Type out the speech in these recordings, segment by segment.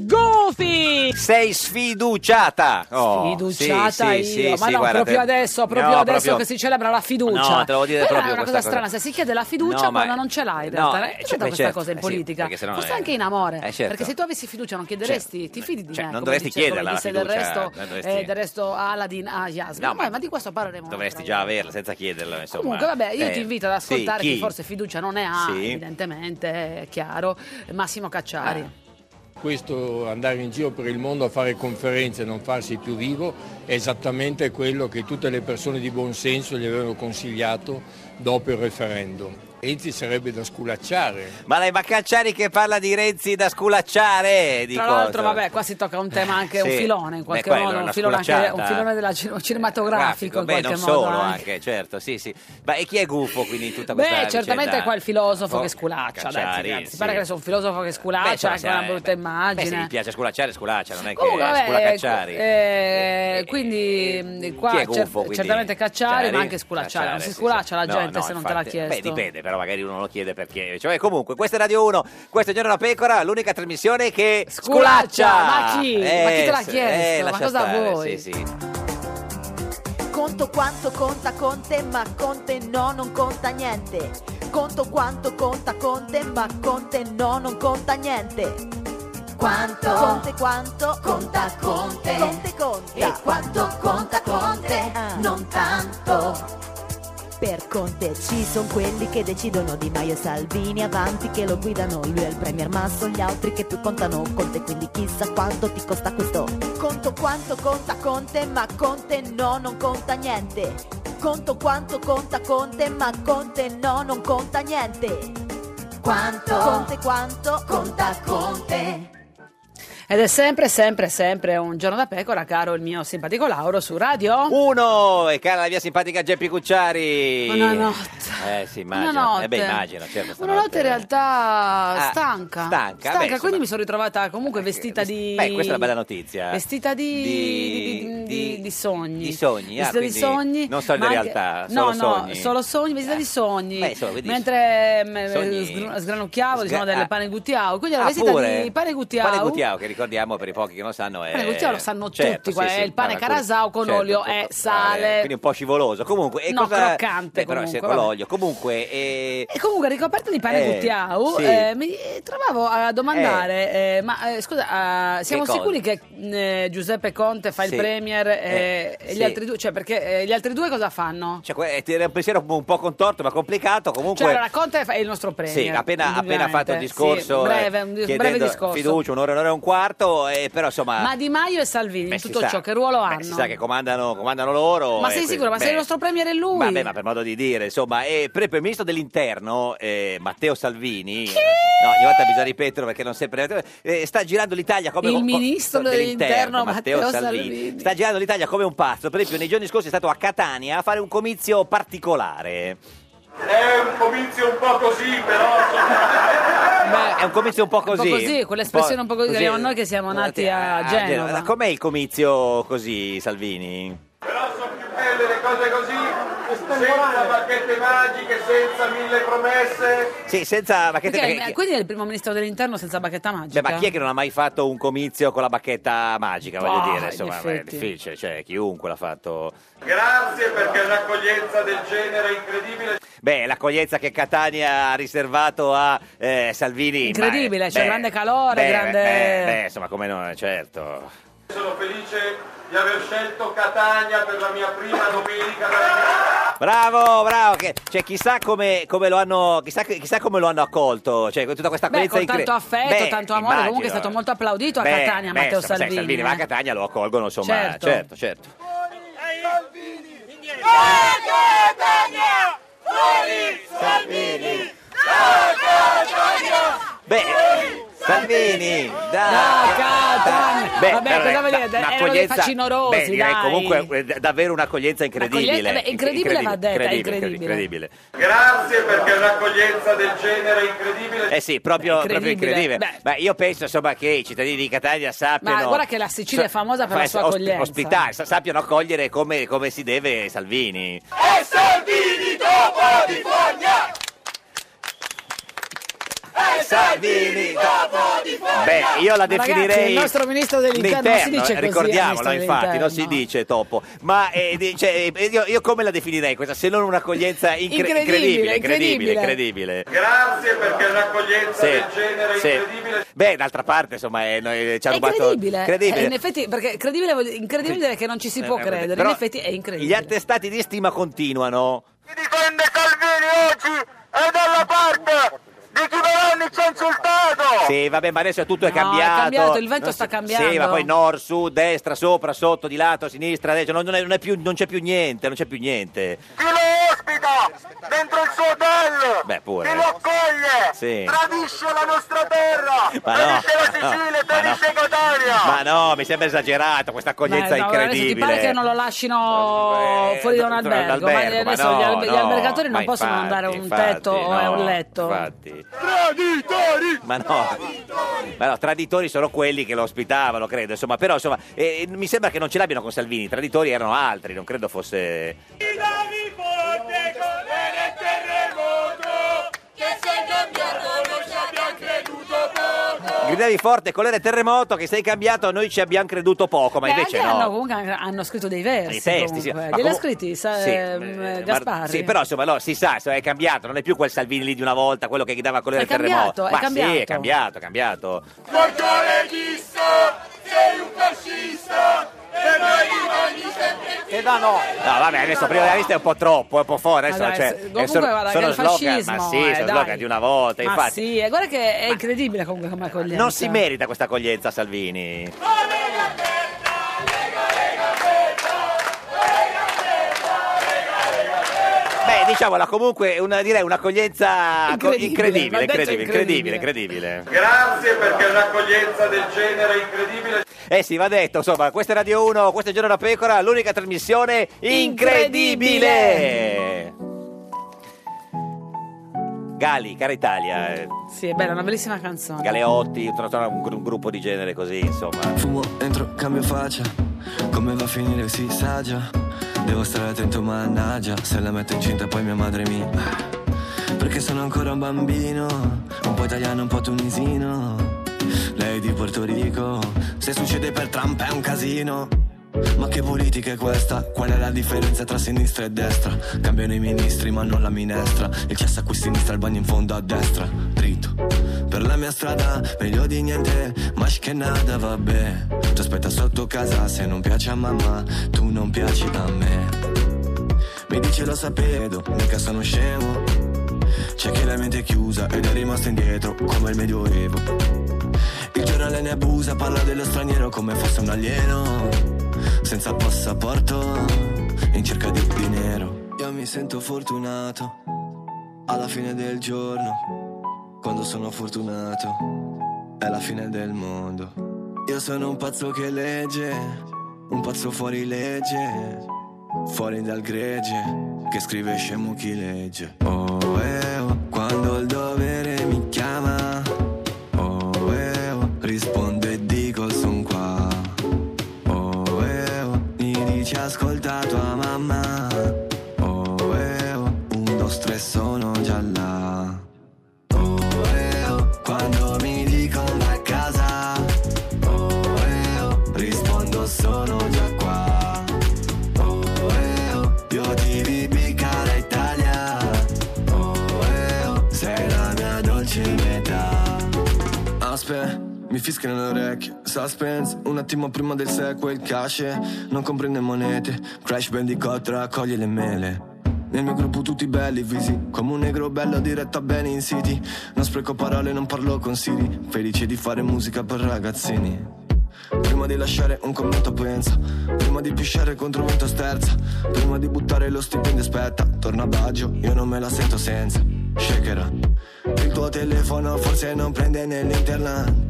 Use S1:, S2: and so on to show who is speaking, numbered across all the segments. S1: Goofy!
S2: Sei sfiduciata! Oh,
S1: Fiduciata
S2: sì, sì,
S1: io,
S2: sì,
S1: ma
S2: sì,
S1: no,
S2: guarda,
S1: proprio
S2: te-
S1: adesso, proprio
S2: No,
S1: adesso
S2: proprio-
S1: che si celebra la fiducia.
S2: No, te lo voglio dire
S1: Però
S2: proprio
S1: è una cosa
S2: questa
S1: strana,
S2: cosa.
S1: se si chiede la fiducia
S2: No,
S1: ma
S2: ma-
S1: non ce l'hai in
S2: no,
S1: realtà.
S2: eh,
S1: È
S2: cioè,
S1: tutta
S2: beh,
S1: questa
S2: certo,
S1: cosa in
S2: eh sì,
S1: politica.
S2: perché sennò
S1: Forse
S2: è-
S1: anche in amore.
S2: eh, certo.
S1: Perché se tu avessi fiducia non chiederesti, ti fidi di
S2: cioè,
S1: me.
S2: non
S1: come
S2: dovresti
S1: dice- come
S2: chiederla la
S1: disse
S2: fiducia,
S1: del resto,
S2: non dovresti-
S1: eh, del resto Aladdin a Yasmin.
S2: No,
S1: Vabbè,
S2: ma-
S1: ma di questo parleremo.
S2: Dovresti già averla senza chiederlo, insomma.
S1: Comunque, vabbè, io
S2: Eh,
S1: ti invito ad
S2: sì,
S1: ascoltare
S2: chi?
S1: chi forse fiducia non ne ha,
S2: Sì.
S1: evidentemente, è chiaro, Massimo Cacciari.
S3: Questo andare in giro per il mondo a fare conferenze e non farsi più vivo è esattamente quello che tutte le persone di buon senso gli avevano consigliato dopo il referendum. Renzi sarebbe da sculacciare.
S2: Ma dai, ma Cacciari che parla di Renzi da sculacciare!
S1: Tra l'altro, vabbè, qua si tocca un tema anche, un
S2: sì.
S1: filone in qualche
S2: Beh, quello,
S1: modo, un
S2: la
S1: filone, anche,
S2: sculacciata.
S1: un filone della cin- cinematografico in
S2: Beh,
S1: qualche
S2: non
S1: modo.
S2: solo
S1: anche.
S2: anche, certo, sì, sì. Ma e chi è gufo quindi in tutta
S1: Beh,
S2: questa
S1: certamente
S2: vicenda?
S1: è qua il filosofo
S2: Oh,
S1: che sculaccia. dai,
S2: Cacciari,
S1: ragazzi,
S2: sì.
S1: Si pare che adesso un filosofo che
S2: Beh,
S1: sculaccia
S2: insomma,
S1: è anche una
S2: se-
S1: brutta
S2: Beh, se gli
S1: immagine.
S2: piace sculacciare, sculaccia, non è che
S1: Comunque, vabbè, ecco,
S2: scula Cacciari.
S1: eh, eh, quindi mh, qua
S2: Chi è
S1: cer-
S2: gufo, quindi?
S1: certamente cacciare, ma anche sculacciare. Non
S2: Cacciare,
S1: si
S2: sì,
S1: sculaccia
S2: sì.
S1: la
S2: No,
S1: gente
S2: no,
S1: se non te l'ha
S2: infatti.
S1: chiesto.
S2: Beh, dipende, però magari uno lo chiede perché. Cioè, comunque, questa è Radio 1, questo è Giorno da Pecora, l'unica trasmissione che
S1: Sculaccia!
S2: sculaccia. Eh,
S1: Ma chi? Ma chi te l'ha
S2: sì,
S1: chiesto? Ma
S2: lascia
S1: cosa
S2: stare,
S1: vuoi?
S2: Sì, sì.
S4: Conto quanto conta Conte, ma Conte no, non conta niente. Conto quanto conta Conte, ma Conte no, non conta niente. Quanto? Conte quanto? Conta Conte. Conte conta. E quanto conta Conte? Non tanto. Per Conte ci sono quelli che decidono Di Maio e Salvini avanti che lo guidano Lui è il premier ma sono gli altri che più contano Conte quindi chissà quanto ti costa questo Conto quanto conta Conte ma Conte no non conta niente Conto quanto conta Conte ma Conte no non conta niente Quanto? Conte quanto? Conta Conte
S1: Ed è sempre, sempre, sempre un giorno da pecora, caro il mio simpatico Lauro su Radio.
S2: Uno! Oh, E cara la mia simpatica Geppi Cucciari.
S1: Buonanotte.
S2: Eh, sì, immagino.
S1: Buonanotte.
S2: Eh, beh, immagino, certo.
S1: Una notte in realtà
S2: Ah,
S1: stanca.
S2: stanca, beh,
S1: quindi
S2: insomma.
S1: mi sono ritrovata comunque vestita di.
S2: Beh, Eh, questa è una bella notizia.
S1: Vestita di,
S2: Di-
S1: di- di- di- di sogni.
S2: di sogni, ah,
S1: Vestita di
S2: quindi
S1: sogni.
S2: non soldi
S1: ma
S2: in
S1: anche-
S2: realtà,
S1: No,
S2: solo
S1: no,
S2: sogni. Eh.
S1: solo sogni, vestita di sogni.
S2: beh, insomma, quindi-
S1: Mentre mm,
S2: Sogni-
S1: sgr- sgranucchiavo, diciamo,
S2: Sgra-
S1: del
S2: ah.
S1: pane guttiao. Quindi era
S2: Ah,
S1: vestita
S2: pure?
S1: di pane guttiao.
S2: Pane Gutiao, che ricordiamo per i pochi che non sanno. È...
S1: Pane guttiao lo sanno
S2: Certo,
S1: tutti,
S2: sì,
S1: qual è
S2: sì,
S1: il pane
S2: alcuni-
S1: carasau con
S2: certo, eh,
S1: olio
S2: con-
S1: e
S2: con-
S1: sale.
S2: Quindi un po' scivoloso. Comunque, e
S1: No,
S2: cosa...
S1: croccante
S2: Beh, però, se-
S1: comunque,
S2: con
S1: vabbè.
S2: l'olio. Comunque, eh,
S1: E comunque ricoperta di pane
S2: Eh,
S1: guttiau,
S2: sì.
S1: eh, mi eh, trovavo a domandare, eh, ma eh, scusa, ah, siamo
S2: cosa?
S1: sicuri che mh, eh, Giuseppe Conte fa il
S2: Sì.
S1: premier eh,
S2: Eh,
S1: e gli
S2: sì.
S1: altri due, cioè perché eh, gli altri due cosa fanno?
S2: cioè, que- era un pensiero un po' contorto, ma complicato. Comunque,
S1: Cioè allora Conte fa- è il nostro premier.
S2: Sì, appena, appena
S1: indubbiamente.
S2: fatto il discorso,
S1: Sì, breve,
S2: eh,
S1: un di- breve
S2: chiedendo
S1: discorso.
S2: fiducia, un'ora, un'ora e un quarto, eh, però insomma...
S1: Ma Di Maio e Salvini,
S2: beh,
S1: in
S2: si
S1: tutto
S2: sa-
S1: ciò, che ruolo
S2: beh,
S1: hanno?
S2: si sa che comandano, comandano loro.
S1: ma
S2: eh,
S1: sei
S2: quindi,
S1: sicuro? Ma se
S2: beh,
S1: il nostro premier è lui?
S2: Vabbè, ma per modo di dire, insomma, e per il per il ministro dell'interno, eh, Matteo Salvini, eh, no, ogni volta bisogna ripeterlo perché non sempre, eh, sta girando l'Italia come
S1: Il
S2: un eh, co-
S1: ministro dell'interno, Matteo Salvini.
S2: Sta girando l'Italia come un pazzo, per esempio nei giorni scorsi è stato a Catania a fare un comizio particolare.
S5: È un comizio un po' così, però insomma.
S2: è un comizio un po'
S1: Un po'
S2: così.
S1: così, quell'espressione un po' così che abbiamo noi che siamo nati
S2: Eh,
S1: a
S2: ah,
S1: Genova.
S2: Com'è il comizio così, Salvini?
S5: Belle le cose così, senza bacchette magiche, senza mille promesse.
S2: Sì, senza bacchetta.
S1: Perché-
S2: perché-
S1: eh, quindi è il primo ministro dell'interno senza bacchetta magica?
S2: Beh, ma chi è che non ha mai fatto un comizio con la bacchetta magica? Voglio
S1: Ah, in
S2: dire, insomma, beh, è
S1: effetti.
S2: difficile, cioè, chiunque l'ha fatto.
S5: Grazie perché l'accoglienza del genere è incredibile.
S2: Beh, l'accoglienza che Catania ha riservato a eh, Salvini.
S1: Incredibile,
S2: ma-
S1: c'è
S2: beh,
S1: grande calore,
S2: beh,
S1: grande-
S2: Beh, beh, insomma, come no, certo.
S5: Sono felice di aver scelto Catania per la mia prima domenica della
S2: Bravo, bravo, che, cioè chissà come, come lo hanno, chissà, chissà come lo hanno accolto, cioè con tutta questa
S1: Beh,
S2: accoglienza
S1: con tanto
S2: incre-
S1: affetto,
S2: Beh,
S1: tanto amore,
S2: immagino.
S1: comunque è stato molto applaudito a
S2: Beh,
S1: Catania
S2: beh,
S1: Matteo
S2: insomma, sai,
S1: Salvini.
S2: Salvini,
S1: eh.
S2: ma a Catania lo accolgono, insomma,
S1: Certo.
S2: certo, certo. Beh, Salvini, Salvini!
S1: No,
S2: Dai!
S1: Catan!
S2: Ah, Beh,
S1: Vabbè,
S2: però,
S1: cosa
S2: eh,
S1: volete?
S2: da-
S1: Erano dei
S2: un'accoglienza-
S1: facinorosi,
S2: beh, direi
S1: dai.
S2: comunque eh, d- davvero un'accoglienza incredibile.
S1: Accoglienza- beh, incredibile va detta, incredibile.
S2: incredibile.
S5: Grazie perché un'accoglienza del genere incredibile.
S2: Eh sì, proprio
S1: Beh,
S2: proprio
S1: incredibile.
S2: incredibile. Ma io penso insomma che i cittadini di Catania sappiano.
S1: Ma guarda che la Sicilia è famosa per la sua
S2: os-
S1: accoglienza.
S2: Ospitare, sa- sappiano accogliere come, come si deve Salvini.
S5: E Salvini dopo di fogna! E Salvini dopo di fogna!
S2: Beh, io la
S1: Ma ragazzi,
S2: definirei.
S1: il nostro ministro dell'interno non si
S2: Interno,
S1: dice così, eh,
S2: ricordiamolo,
S1: ministro
S2: infatti, non si
S1: dell'interno.
S2: dice topo. Ma eh, di- cioè, eh, io, io come la definirei questa? Se non un'accoglienza incre- incredibile,
S1: Incredibile,
S2: incredibile,
S1: incredibile.
S2: incredibile.
S5: Grazie perché un'accoglienza
S2: Sì,
S5: del genere
S2: sì.
S5: incredibile.
S2: Beh, d'altra parte, insomma, eh, noi- ci ha
S1: È
S2: rubato.
S1: incredibile.
S2: Credibile.
S1: Eh, in effetti, perché credibile vuol- incredibile è che non ci si può
S2: Eh, vabbè,
S1: credere.
S2: però
S1: in effetti è
S2: Gli
S1: incredibile.
S2: attestati di stima continuano.
S5: Chi difende Salvini oggi è dalla parte di chi Meloni ci ha insultato!
S2: Sì, vabbè, ma adesso tutto è
S1: No, è
S2: cambiato.
S1: cambiato, il vento
S2: Non si-
S1: sta cambiando.
S2: Sì, ma poi nord, sud, destra, sopra, sotto, di lato, sinistra, destra. Non, non è- non è più- non c'è più niente, non c'è più niente.
S5: Chi lo ospita dentro il suo hotel!
S2: Beh, pure.
S5: Chi lo accoglie!
S2: Sì.
S5: Tradisce la nostra terra!
S2: Ma no,
S5: Tradisce la
S2: ma no,
S5: Sicilia,
S2: ma no.
S5: tradisce Catania!
S2: Ma no, mi sembra esagerato questa
S1: Ma,
S2: accoglienza
S1: Eh, no, adesso
S2: incredibile.
S1: Ti pare che non lo lasciino
S2: Eh,
S1: fuori da un
S2: dentro
S1: albergo? ma
S2: l'albergo,
S1: adesso
S2: no,
S1: gli, albe- gli
S2: no,
S1: albergatori non
S2: ma
S1: possono
S2: infatti,
S1: mandare un
S2: infatti,
S1: tetto o
S2: no,
S1: un letto.
S2: Infatti.
S5: Traditori!
S2: Ma no, ma no, traditori sono quelli che lo ospitavano, credo. Insomma, però insomma, eh, mi sembra che non ce l'abbiano con Salvini. I traditori erano altri, non credo fosse. Gridavi forte, colore terremoto, che sei cambiato, noi ci abbiamo creduto poco, ma
S1: Beh,
S2: invece
S1: Eh, anche
S2: no.
S1: hanno, comunque hanno- hanno scritto dei versi.
S2: I testi, sì.
S1: comunque.
S2: Ma
S1: Gliel'ha
S2: comu-
S1: scritti sa-
S2: Sì,
S1: ehm,
S2: eh, ma-
S1: Gasparri?
S2: Sì, però insomma, no, si sa, insomma, è cambiato, non è più quel Salvini lì di una volta, quello che gli dava colore
S1: È
S2: al terremoto.
S1: cambiato, è
S2: Ma sì,
S1: cambiato.
S2: è cambiato, è cambiato. No, vabbè, adesso prima della lista è un po' troppo, è un po' fuori. Adesso,
S1: Ma dai,
S2: cioè,
S1: se-
S2: è
S1: comunque
S2: solo-
S1: guarda, che
S2: sono
S1: il
S2: slogan,
S1: fascismo,
S2: ma sì, sono
S1: eh, dai.
S2: slogan di una volta,
S1: Ma
S2: infatti.
S1: sì, eh, guarda che è incredibile comunque come accoglienza.
S2: Non si merita questa accoglienza, Salvini. Beh, diciamola comunque, una, direi un'accoglienza co- incredibile,
S1: Incredibile, l'ha detto
S2: incredibile,
S1: incredibile.
S2: incredibile, incredibile.
S5: Grazie perché un'accoglienza del genere incredibile.
S2: Eh sì, va detto, insomma, questa è Radio 1, questo è Giorno da Pecora, l'unica trasmissione incredibile. Gali, cara Italia, eh,
S1: Sì, è bella, una bellissima canzone.
S2: Galeotti, un, un- un gruppo di genere così, insomma.
S6: Fumo, entro, cambio faccia Come va a finire si sa già Devo stare attento, mannaggia Se la metto incinta poi mia madre mi... Perché sono ancora un bambino Un po' italiano, un po' tunisino Lei di Porto Rico Se succede per Trump è un casino ma che politica è questa? Qual è la differenza tra sinistra e destra? Cambiano i ministri ma non la minestra Il cesso a qui a sinistra, il bagno in fondo a destra Dritto Per la mia strada, meglio di niente Mas che nada, vabbè Ti aspetta sotto casa, se non piace a mamma Tu non piaci a me Mi dice lo sapevo, mica sono scemo C'è chi la mente è chiusa ed è rimasto indietro Come il medioevo Il giornale ne abusa, parla dello straniero come fosse un alieno senza passaporto, in cerca di dinero. Io mi sento fortunato alla fine del giorno. Quando sono fortunato è la fine del mondo. Io sono un pazzo che legge, un pazzo fuori legge, fuori dal gregge, che scrive scemo chi legge. Oh, eh, oh, quando il dovere mi chiama, oh, eh, oh, rispondo e dico son qua. Oh, eh, oh, mi dice ascolta tua mamma. Oh, eh, oh, un, dos, tre sono già là. Oh, eh, oh, quando mi dicono da casa. Oh, eh, oh, rispondo sono già qua. Oh, eh, oh, io ti ribicca Italia. Oh, eh, oh, sei la mia dolce metà. Aspe, mi fischiano le orecchie Suspense, un attimo prima del sequel Cash, non comprende monete Crash Bandicoot raccoglie le mele nel mio gruppo tutti belli visi Come un negro bello diretto a bene in city Non spreco parole, non parlo con Siri Felice di fare musica per ragazzini Prima di lasciare un commento pensa Prima di pisciare contro vento sterza Prima di buttare lo stipendio aspetta Torna a Baggio, io non me la sento senza Shakerà Il tuo telefono forse non prende nell'internet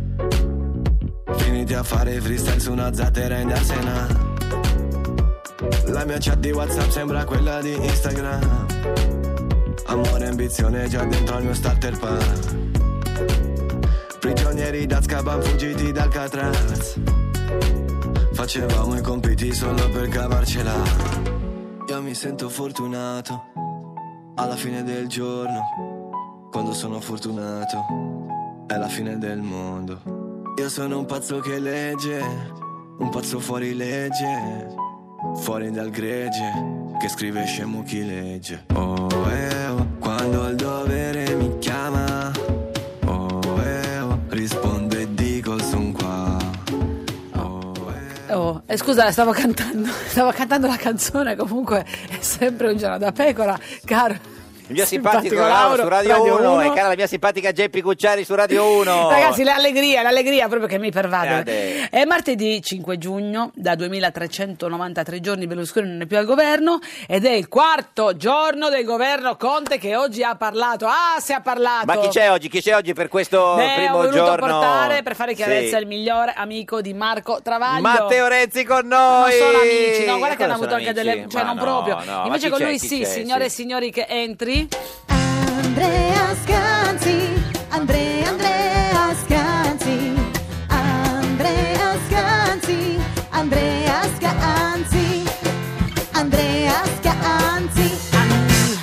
S6: riuniti a fare freestyle su una zattera in Arsena La mia chat di Whatsapp sembra quella di Instagram Amore e ambizione già dentro al mio starter pack Prigionieri d'Azkaban fuggiti dal Catraz Facevamo i compiti solo per cavarcela Io mi sento fortunato Alla fine del giorno Quando sono fortunato È la fine del mondo Io sono un pazzo che legge Un pazzo fuori legge Fuori dal gregge Che scrive scemo chi legge Oh eh oh Quando il dovere mi chiama Oh eh oh Rispondo e dico son qua Oh eh
S1: Oh, eh, scusa, stavo cantando, stavo cantando la canzone, comunque è sempre un giorno da pecora, caro.
S2: Il mio simpatico Lauro su Radio, 1, e cara la mia simpatica Geppi Cucciari su Radio 1.
S1: Ragazzi, l'allegria, l'allegria proprio che mi
S2: Eh,
S1: pervade.
S2: Grande.
S1: È martedì 5 giugno, da 2393 giorni Berlusconi non è più al governo ed è il quarto giorno del governo Conte che oggi ha parlato. Ah, se ha parlato!
S2: Ma chi c'è oggi? Chi c'è oggi per questo
S1: Ne ho
S2: primo
S1: voluto
S2: giorno?
S1: portare per fare chiarezza
S2: Sì.
S1: il migliore amico di Marco Travaglio.
S2: Matteo Renzi con noi!
S1: Non sono amici, no, guarda che hanno
S2: Come
S1: avuto
S2: sono
S1: anche
S2: amici?
S1: delle. cioè,
S2: Ma
S1: non
S2: no,
S1: proprio.
S2: no, ma
S1: Invece
S2: chi
S1: con
S2: c'è,
S1: lui,
S2: chi
S1: sì,
S2: c'è,
S1: signore e
S2: sì.
S1: signori, che entri.
S4: Andrea Scanzi, Andrea, Andrea Scanzi, Andrea Scanzi, Andrea Scanzi, Andrea Scanzi.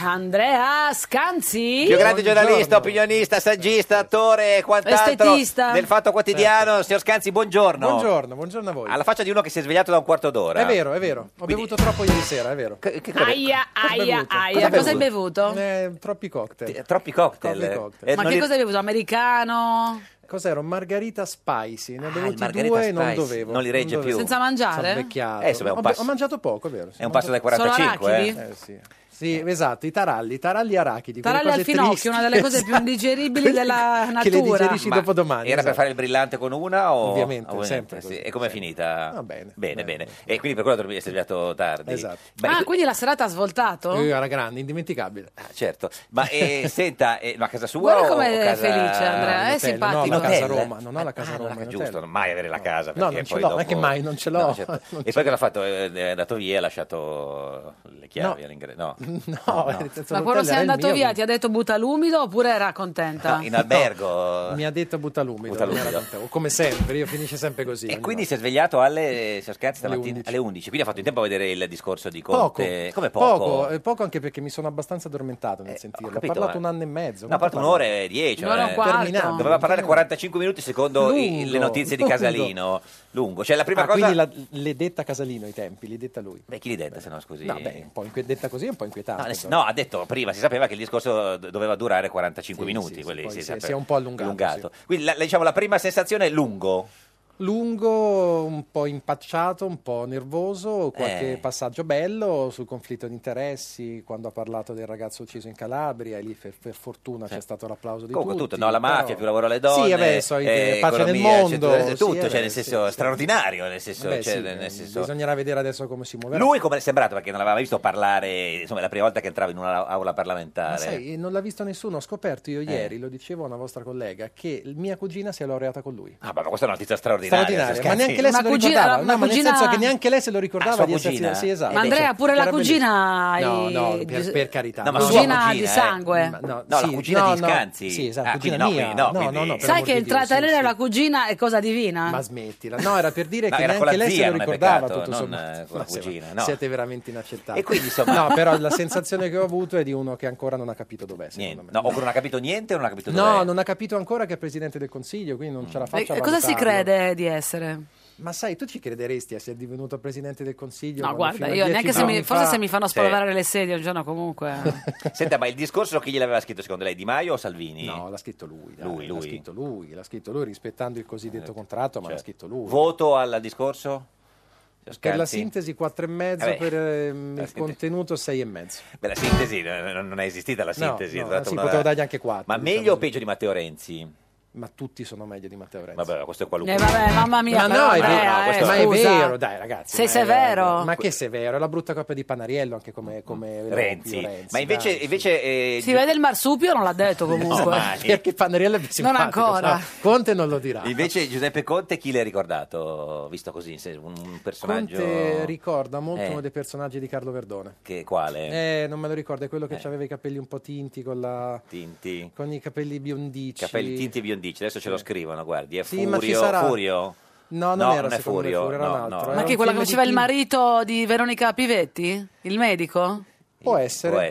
S1: Andrea Scanzi.
S2: Più grande giornalista, opinionista, saggista, attore e quant'altro
S1: Estetista. Certo.
S2: del Fatto Quotidiano. Signor Scanzi, buongiorno.
S7: Buongiorno, buongiorno a voi.
S2: Alla faccia di uno che si è svegliato da un quarto d'ora.
S7: È vero, è vero. Ho bevuto troppo ieri sera, è vero.
S2: Che- che cosa-
S1: Aia,
S7: Cosa hai
S1: aia,
S7: bevuto?
S1: aia.
S7: Cosa
S1: Cosa,
S7: hai
S1: hai bevuto?
S7: Eh, troppi cocktail.
S2: Troppi cocktail.
S7: Troppi cocktail.
S2: Eh,
S1: Ma
S2: non
S1: che
S2: li-
S1: cosa hai bevuto? Americano?
S7: Cos'era? Un Margarita Spicy. Ne ho
S2: Ah, il
S7: bevuti
S2: Margarita
S7: due e non
S2: Spicy.
S7: dovevo.
S2: Non li regge
S7: dovevo.
S2: più.
S1: Senza mangiare?
S7: Sono invecchiato.
S2: Eh, insomma, è un
S7: Ho be-
S2: passo-
S7: Ho mangiato poco, è vero. sì,
S2: È un
S7: ho
S2: passo dai
S7: mangiato-
S2: 45,
S1: arachidi?
S2: eh.
S7: Eh, sì. Sì, esatto, i taralli, taralli arachidi. quelle
S1: Taralli al
S7: cose
S1: finocchio,
S7: tristi.
S1: una delle cose più indigeribili
S7: Quelle
S1: della
S7: Che le
S1: natura.
S7: digerisci
S2: Ma
S7: dopo domani.
S2: Era per
S7: esatto.
S2: fare il brillante con una o...
S7: Ovviamente,
S2: o-
S7: sempre
S2: sì.
S7: così.
S2: E com'è
S7: Sempre.
S2: finita?
S7: Ah, bene,
S2: Bene, bene.
S7: bene.
S2: E quindi per quello dormi- sei svegliato tardi.
S7: Esatto.
S2: Ma-
S1: ah, quindi la serata ha svoltato?
S7: Eh, Era grande, indimenticabile.
S2: Ah, certo. Ma eh, senta, eh, ma a casa sua
S1: Guarda
S2: o
S1: com'è
S2: casa...
S1: felice, Andrea, eh?
S7: In
S1: È
S7: hotel,
S1: simpatico.
S7: Ah, No, la
S2: In
S7: casa
S2: hotel?
S7: Roma, non ho la casa
S2: Ah,
S7: Roma.
S2: no,
S7: in hotel.
S2: giusto, non mai avere la casa.
S7: No,
S2: perché
S7: non ce
S2: poi
S7: l'ho,
S2: dopo-
S7: ma che mai, non ce l'ho.
S2: No, certo.
S7: Non
S2: E poi che l'ha fatto? Eh, È andato via e ha lasciato le chiavi
S7: No.
S2: all'ingresso. No.
S7: No, nel senso,
S1: Ma
S7: l'hotel
S1: quando sei
S7: era il
S1: andato
S7: mio,
S1: via
S7: quindi-
S1: ti ha detto butta l'umido oppure era contenta?
S7: Ah,
S2: No, in albergo.
S7: Mi ha detto buttalumido,
S2: Butta l'umido.
S7: non era tanto- come sempre, io finisce sempre così.
S2: E
S7: ogni
S2: quindi si
S7: volta.
S2: è svegliato alle, se scherzi, stamattina,
S7: 11.
S2: alle 11. Quindi ha fatto in tempo a vedere il discorso di
S7: poco,
S2: Conte. Come poco?
S7: poco, eh, poco anche perché mi sono abbastanza addormentato nel
S2: Eh,
S7: sentirlo.
S2: ho
S7: Ho
S2: capito,
S7: parlato
S2: ma-
S7: un anno e mezzo.
S2: No, ha parlato un'ora e dieci.
S1: Un'ora e un
S2: eh.
S1: quarto.
S7: Terminato.
S2: Doveva parlare 45 minuti secondo i-
S7: Lungo,
S2: le notizie di
S7: lungo.
S2: Casalino. Lungo. Cioè la prima
S7: Ah,
S2: cosa...
S7: quindi la- l'è detta Casalino ai tempi, l'è detta lui.
S2: Beh, chi li detta se no scusi?
S7: No, beh, un po' inqui- detta così è un po'
S2: No,
S7: inquietante.
S2: nel-
S7: però.
S2: no, ha detto prima, si sapeva che il discorso do- doveva durare 45
S7: Sì,
S2: minuti.
S7: sì, sì,
S2: quelli
S7: poi
S2: si,
S7: si è-
S2: sapeva.
S7: si è un po' allungato,
S2: Quindi la, la- diciamo, la prima sensazione è lungo.
S7: Lungo, un po' impacciato, un po' nervoso, qualche
S2: Eh.
S7: passaggio bello sul conflitto di interessi, quando ha parlato del ragazzo ucciso in Calabria, e lì per, per fortuna c'è stato l'applauso di
S2: Comunque
S7: tutti.
S2: tutto, no, la
S7: però-
S2: mafia, più lavoro alle donne,
S7: Sì, vabbè, solite-
S2: eh,
S7: pace nel
S2: economia,
S7: mondo,
S2: eccetera, eccetera,
S7: sì,
S2: tutto,
S7: vabbè,
S2: cioè nel
S7: sì,
S2: senso
S7: sì.
S2: straordinario, nel senso,
S7: Beh,
S2: cioè,
S7: sì,
S2: nel
S7: eh,
S2: senso-
S7: bisognerà vedere adesso come si muoverà.
S2: Lui come le è sembrato perché non l'aveva visto parlare, insomma, è la prima volta che entrava in un'aula
S7: Ma
S2: parlamentare.
S7: sai, non l'ha visto nessuno, ho scoperto io
S2: Eh.
S7: ieri, lo dicevo a una vostra collega, che mia cugina si è laureata con lui.
S2: Ah, ma questa è una notizia straordinaria.
S7: Straordinaria,
S2: se
S7: ma
S2: scherzi.
S7: neanche lei
S1: Una
S7: se lo
S1: cugina-
S7: ricordava.
S1: una
S7: no, ma
S1: cugina-
S7: nel senso che neanche lei se lo
S2: Ah,
S7: ricordava
S2: sua
S7: di
S2: cugina?
S7: essersi... Sì, esatto.
S1: Ma
S2: Eh,
S1: Andrea,
S2: cioè,
S1: pure la
S7: era bellissimo.
S1: cugina hai-
S7: No, no, per, per carità.
S2: No, ma
S7: no,
S2: sua
S1: cugina
S2: cugina,
S1: di
S2: eh.
S1: sangue.
S7: Ma no,
S2: No, la
S7: sì,
S2: cugina
S7: no,
S2: di
S7: no.
S2: Scanzi.
S7: Sì, esatto,
S2: Ah,
S7: cugina
S2: quindi no,
S7: mia.
S2: quindi no,
S7: no, no,
S2: quindi-
S7: no, per
S1: Sai
S7: amor
S1: che
S7: di
S1: il
S7: Dio, sì,
S1: trattenere
S7: sì.
S1: la cugina è cosa divina?
S7: Ma smettila. No, era per dire
S2: No,
S7: che
S2: era con la
S7: neanche lei
S2: zia,
S7: se lo
S2: non è
S7: ricordava
S2: peccato,
S7: tutto
S2: non,
S7: sommato.
S2: eh, con la
S7: Ma se-
S2: cugina, no.
S7: Siete veramente inaccettabili.
S2: E quindi, insomma-
S7: No, però la sensazione che ho avuto è di uno che ancora non ha capito dov'è, secondo
S2: Niente.
S7: me.
S2: No, o che non ha capito niente o non ha capito
S7: No,
S2: dov'è.
S7: non ha capito ancora che è presidente del consiglio, quindi non ce la
S1: Mm. E-
S7: faccio. a
S1: e Eh, cosa si
S7: valutarlo.
S1: crede di essere?
S7: Ma sai, tu ci crederesti a essere divenuto presidente del consiglio?
S1: No,
S7: quando
S1: guarda,
S7: fino a
S1: io
S7: dieci
S1: neanche se mi,
S7: giorni
S1: forse
S7: fa-
S1: se mi fanno
S2: Sì.
S1: spolverare le sedie un giorno comunque.
S2: Senta, ma il discorso chi gliel'aveva scritto secondo lei? Di Maio o Salvini?
S7: No, l'ha scritto lui. dai,
S2: Lui, lui.
S7: L'ha scritto lui, l'ha scritto lui, rispettando il
S1: Eh,
S7: cosiddetto contratto, ma
S2: Cioè,
S7: l'ha
S1: certo.
S7: scritto lui.
S2: Voto al discorso? Cioè, Signor
S7: per la
S2: Scanzi?
S7: sintesi 4,5,
S1: Eh
S2: Vabbè,
S7: per ehm,
S2: la
S7: il
S2: sintesi.
S7: contenuto 6,5.
S2: Beh, la sintesi eh, non non è esistita la
S7: No,
S2: sintesi.
S7: no,
S2: è stata
S7: sì,
S2: una-
S7: potevo dargli anche quattro,
S2: Ma
S7: diciamo
S2: meglio o
S7: così.
S2: peggio di Matteo Renzi?
S7: ma tutti sono meglio di Matteo Renzi.
S2: Vabbè, questo è qualunque.
S1: Eh, vabbè, mamma mia,
S7: Ma
S1: però,
S7: no, è
S1: Andrea,
S7: vero,
S1: eh,
S7: questo- ma è
S1: scusa.
S7: vero, dai ragazzi.
S1: Sei
S7: ma è-
S1: severo.
S7: Ma che severo, è la brutta coppia di Panariello anche come, come
S2: Renzi.
S7: Renzi,
S2: Ma invece,
S7: dai.
S2: invece eh,
S1: Si vede il marsupio, non l'ha detto comunque.
S2: mai.
S7: Perché Panariello è più simpatico,
S1: ancora.
S7: no? Conte non lo dirà.
S2: Invece Giuseppe Conte chi l'è ricordato? Visto così, se- un personaggio...
S7: Conte ricorda molto
S2: Eh.
S7: uno dei personaggi di Carlo Verdone.
S2: Che, quale?
S7: Eh, non me lo ricordo, è quello che
S2: Eh.
S7: aveva i capelli un po' tinti con, la-
S2: Tinti.
S7: con i capelli biondici.
S2: Capelli tinti e biondici. Adesso ce lo
S7: Sì.
S2: scrivono, guardi. È
S7: Sì,
S2: Furio.
S7: ma ci sarà.
S2: Furio?
S7: No, non
S2: No,
S7: era
S2: non è
S7: secondo me
S2: Furio,
S7: Furio, era
S2: no,
S7: un
S2: no,
S7: altro. eh.
S2: no.
S7: era
S1: Ma
S7: un
S1: che quello che
S7: film di
S1: faceva il
S7: Tim-
S1: marito di Veronica Pivetti? Il medico?
S7: Può essere,
S2: Può
S7: può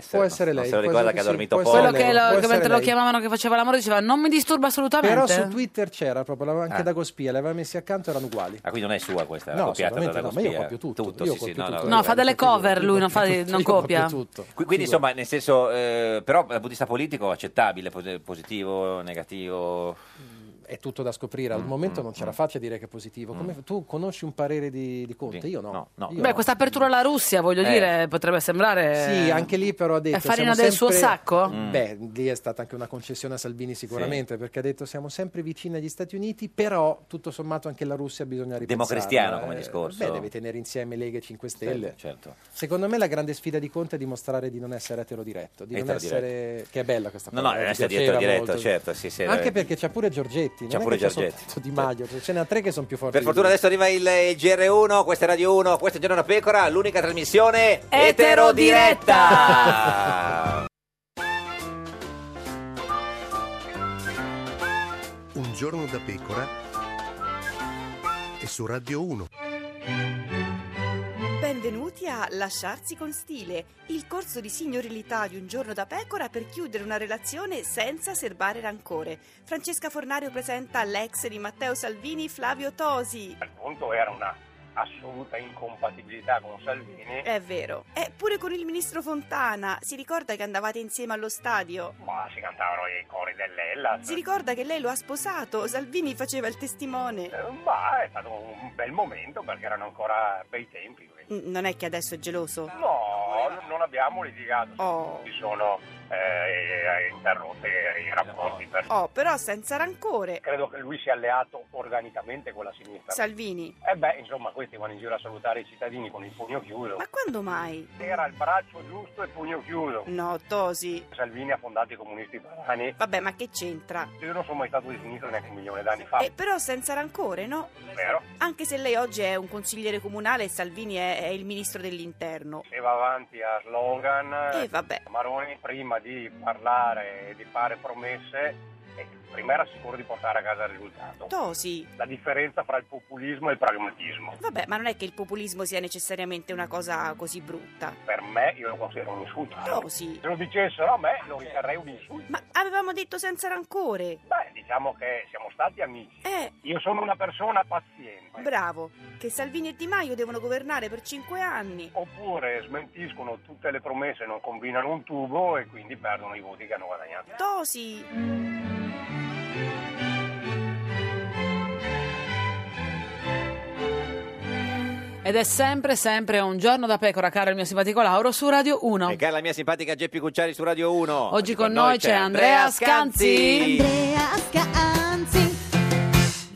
S7: essere,
S2: essere, no,
S7: lei.
S2: se lo
S7: può
S2: ricorda
S7: essere-
S2: che ha
S7: sì,
S2: dormito
S7: può
S2: poco.
S7: essere
S1: Quello
S7: lei,
S1: che
S7: può
S1: lo,
S7: essere
S1: mentre lo
S7: lei.
S1: chiamavano che faceva l'amore diceva non mi disturba assolutamente.
S7: Però su Twitter c'era proprio, l'aveva anche
S2: Ah.
S7: da Gospia, l'aveva messi accanto, erano uguali.
S2: Ah, quindi non è sua questa, è
S7: No,
S2: copiata
S7: assolutamente
S2: dalla
S7: no, ma io
S2: Cospia.
S7: copio tutto,
S2: sì,
S7: io
S2: sì,
S7: copio
S2: no,
S7: tutto,
S2: no,
S7: io
S1: No, fa delle
S7: copio
S1: cover,
S7: tutto,
S1: lui,
S7: io
S1: non fa-
S7: copio tutto,
S1: non
S7: io copio
S1: copia.
S7: tutto.
S2: Qui- Quindi
S7: Figurati.
S2: insomma, nel senso, eh, però dal punto di vista politico accettabile, pos- positivo, negativo.
S7: è tutto da scoprire.
S2: Mm,
S7: Al momento non ce la faccio a dire che è positivo. Come- tu conosci un parere di, di Conte?
S2: Sì.
S7: Io no.
S2: No, no.
S7: Io
S1: Beh, questa apertura alla Russia, voglio
S2: Eh.
S1: dire, potrebbe sembrare.
S7: Sì, anche lì però ha detto...
S1: È farina
S7: siamo
S1: del suo
S7: sempre-
S1: sacco?
S2: Mm.
S7: Beh, lì è stata anche una concessione a Salvini sicuramente, perché ha detto siamo sempre vicini agli Stati Uniti, però tutto sommato anche la Russia bisogna ripensarla.
S2: Democristiano come
S7: Eh,
S2: discorso.
S7: Beh, deve tenere insieme Lega e 5 Stelle.
S2: Certo.
S7: Secondo me la grande sfida di Conte è dimostrare di non essere eterodiretto, di non
S2: Eterodiretto.
S7: essere... che è bella questa
S2: No,
S7: parola.
S2: no,
S7: mi
S2: non essere
S7: piaceva
S2: eterodiretto,
S7: molto.
S2: certo, sì, sì,
S7: Anche
S2: eh.
S7: perché c'ha pure Giorgetti, non
S2: C'ha
S7: è
S2: pure
S7: che c'è
S2: Giorgetti.
S7: soltanto Di Maio, ce ne ha tre che sono più forti.
S2: Per
S7: di
S2: fortuna
S7: lui.
S2: adesso arriva il, il GR1, questa è Radio 1, questo è Giorno da Pecora, l'unica trasmissione eterodiretta.
S1: Eterodiretta.
S8: Un giorno da pecora e su Radio 1.
S9: Benvenuti a Lasciarsi con stile, il corso di signorilità di un giorno da pecora per chiudere una relazione senza serbare rancore. Francesca Fornario presenta l'ex di Matteo Salvini, Flavio Tosi.
S5: Il punto era una assoluta incompatibilità con Salvini.
S9: È vero. E pure con il ministro Fontana. Si ricorda che andavate insieme allo stadio?
S5: Ma si cantavano i cori dell'Ella.
S9: Si ricorda che lei lo ha sposato, Salvini faceva il testimone.
S5: Eh, Ma è stato un bel momento perché erano ancora bei tempi. quindi.
S9: N- Non è che adesso è geloso?
S5: No, n- non abbiamo litigato.
S9: Oh.
S5: Si sono eh, interrotte i rapporti. Per...
S9: Oh, però senza rancore.
S5: Credo che lui sia alleato organicamente con la sinistra.
S9: Salvini,
S5: e beh, insomma, questi vanno in giro a salutare i cittadini con il pugno chiuso.
S9: ma quando mai?
S5: Era il braccio giusto e pugno chiuso.
S9: No, Tosi.
S5: Salvini ha fondato i comunisti italiani.
S9: Vabbè, ma che c'entra?
S5: Io non sono mai stato di sinistra neanche un milione d'anni fa.
S9: Eh, però senza rancore, no?
S5: Vero?
S9: Anche se lei oggi è un consigliere comunale e Salvini è, è il ministro dell'interno.
S5: E va avanti a slogan.
S9: E Eh, vabbè.
S5: Maroni prima di parlare e di fare promesse, eh, prima era sicuro di portare a casa il risultato.
S9: Tosi.
S5: La differenza fra il populismo e il pragmatismo.
S9: Vabbè, ma non è che il populismo sia necessariamente una cosa così brutta.
S5: Per me io lo considero un insulto.
S9: Tosi.
S5: Se lo dicessero a me lo riterrei un insulto.
S9: Ma avevamo detto senza rancore.
S5: Beh, diciamo che siamo stati amici.
S9: Eh,
S5: Io sono una persona paziente.
S9: bravo. Che Salvini e Di Maio devono governare per cinque anni.
S5: Oppure smentiscono tutte le promesse, non combinano un tubo e quindi perdono i voti che hanno guadagnato.
S9: Tosi.
S1: Ed è sempre, sempre un giorno da pecora, caro il mio simpatico Lauro, su Radio 1.
S2: E cara la mia simpatica Geppi Cucciari su Radio 1. Oggi,
S1: con noi c'è Andrea Scanzi.
S4: Andrea Scanzi.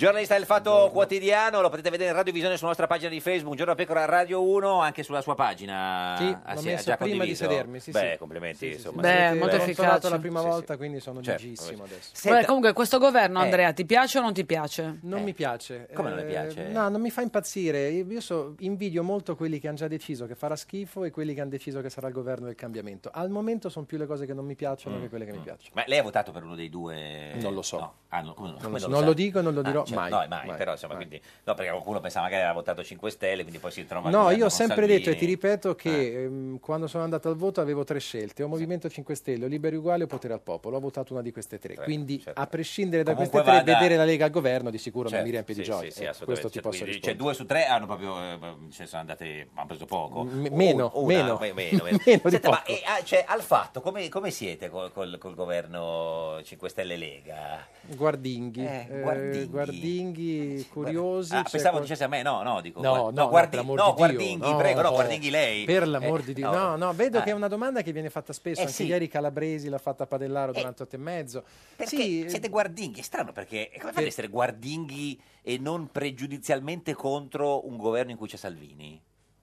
S2: Giornalista del Fatto Quotidiano, lo potete vedere in radiovisione sulla nostra pagina di Facebook, Giorno da Pecora Radio 1, anche sulla sua pagina.
S7: Sì,
S2: Ah,
S7: l'ho
S2: ha
S7: messo
S2: già
S7: prima di
S2: condiviso.
S7: sedermi. Sì,
S2: Beh,
S7: sì.
S2: complimenti,
S7: Sì, sì, sì,
S2: insomma.
S7: sì,
S1: Beh,
S7: sì,
S1: molto
S7: l'ho
S1: efficace.
S7: installato la prima
S2: Sì, sì.
S7: volta, quindi sono
S2: Certo,
S7: gigissimo
S2: vabbè.
S7: adesso.
S2: Senta-
S1: Vabbè, comunque, questo governo,
S2: Eh.
S1: Andrea, ti piace o non ti piace?
S7: Non
S2: Eh.
S7: mi piace.
S2: Come non le piace?
S7: Ehm, No, non mi fa impazzire. Io so- invidio molto quelli che hanno già deciso che farà schifo e quelli che hanno deciso che sarà il governo del cambiamento. Al momento sono più le cose che non mi piacciono
S2: Mm.
S7: che quelle che mi piacciono.
S2: Ma lei ha votato per uno dei due?
S7: Non lo so.
S2: No. Ah, no, come- come
S7: lo so.
S2: sa?
S7: Non lo dico e non lo
S2: Ah,
S7: dirò mai.
S2: No, mai,
S7: Mai,
S2: però insomma,
S7: mai.
S2: quindi... No, perché qualcuno pensava magari aveva votato 5 Stelle, quindi poi si trova... al
S7: No,
S2: governo
S7: io ho
S2: con
S7: sempre
S2: Salvini. Eh.
S7: detto e ti ripeto che ehm, quando sono andato al voto avevo tre scelte, o Movimento 5 Stelle, o Liberi Uguali o Potere al Popolo, ho votato una di queste tre.
S2: Tre,
S7: Quindi
S2: certo.
S7: a prescindere da
S2: Comunque
S7: queste tre,
S2: vada-
S7: vedere la Lega al governo di sicuro
S2: Certo,
S7: non mi riempie di
S2: sì,
S7: gioia.
S2: sì, sì,
S7: Ecco,
S2: assolutamente,
S7: questo ti
S2: certo,
S7: posso
S2: quindi,
S7: rispondere.
S2: Cioè, due su tre hanno proprio... eh, cioè, sono andate... hanno preso poco.
S7: M-
S2: Un-
S7: meno, meno.
S2: beh, meno, meno.
S7: Meno di
S2: Senta, ma
S7: poco.
S2: eh, ah, cioè, al fatto, come, come siete col, col- col governo 5 Stelle Lega?
S7: Guardinghi,
S2: Eh,
S7: eh,
S2: guardinghi.
S7: guardinghi. guardinghi curiosi.
S2: Ah,
S7: c'è
S2: pensavo
S7: qual-
S2: dicesse a me, no, no, dico.
S7: No, no,
S2: guard-
S7: no,
S2: guardi-
S7: per l'amor
S2: no,
S7: di Dio,
S2: guardinghi,
S7: no,
S2: prego, no,
S7: no.
S2: guardinghi lei.
S7: Per
S2: Eh,
S7: l'amor di Dio,
S2: no.
S7: no, no, vedo
S2: Ah.
S7: che è una domanda che viene fatta spesso.
S2: Eh,
S7: Anche
S2: sì. Eh.
S7: ieri Calabresi l'ha fatta a Padellaro durante otto e mezzo.
S2: Perché
S7: Sì, eh,
S2: siete guardinghi, è strano perché eh, come fate ad essere guardinghi e non pregiudizialmente contro un governo in cui c'è Salvini?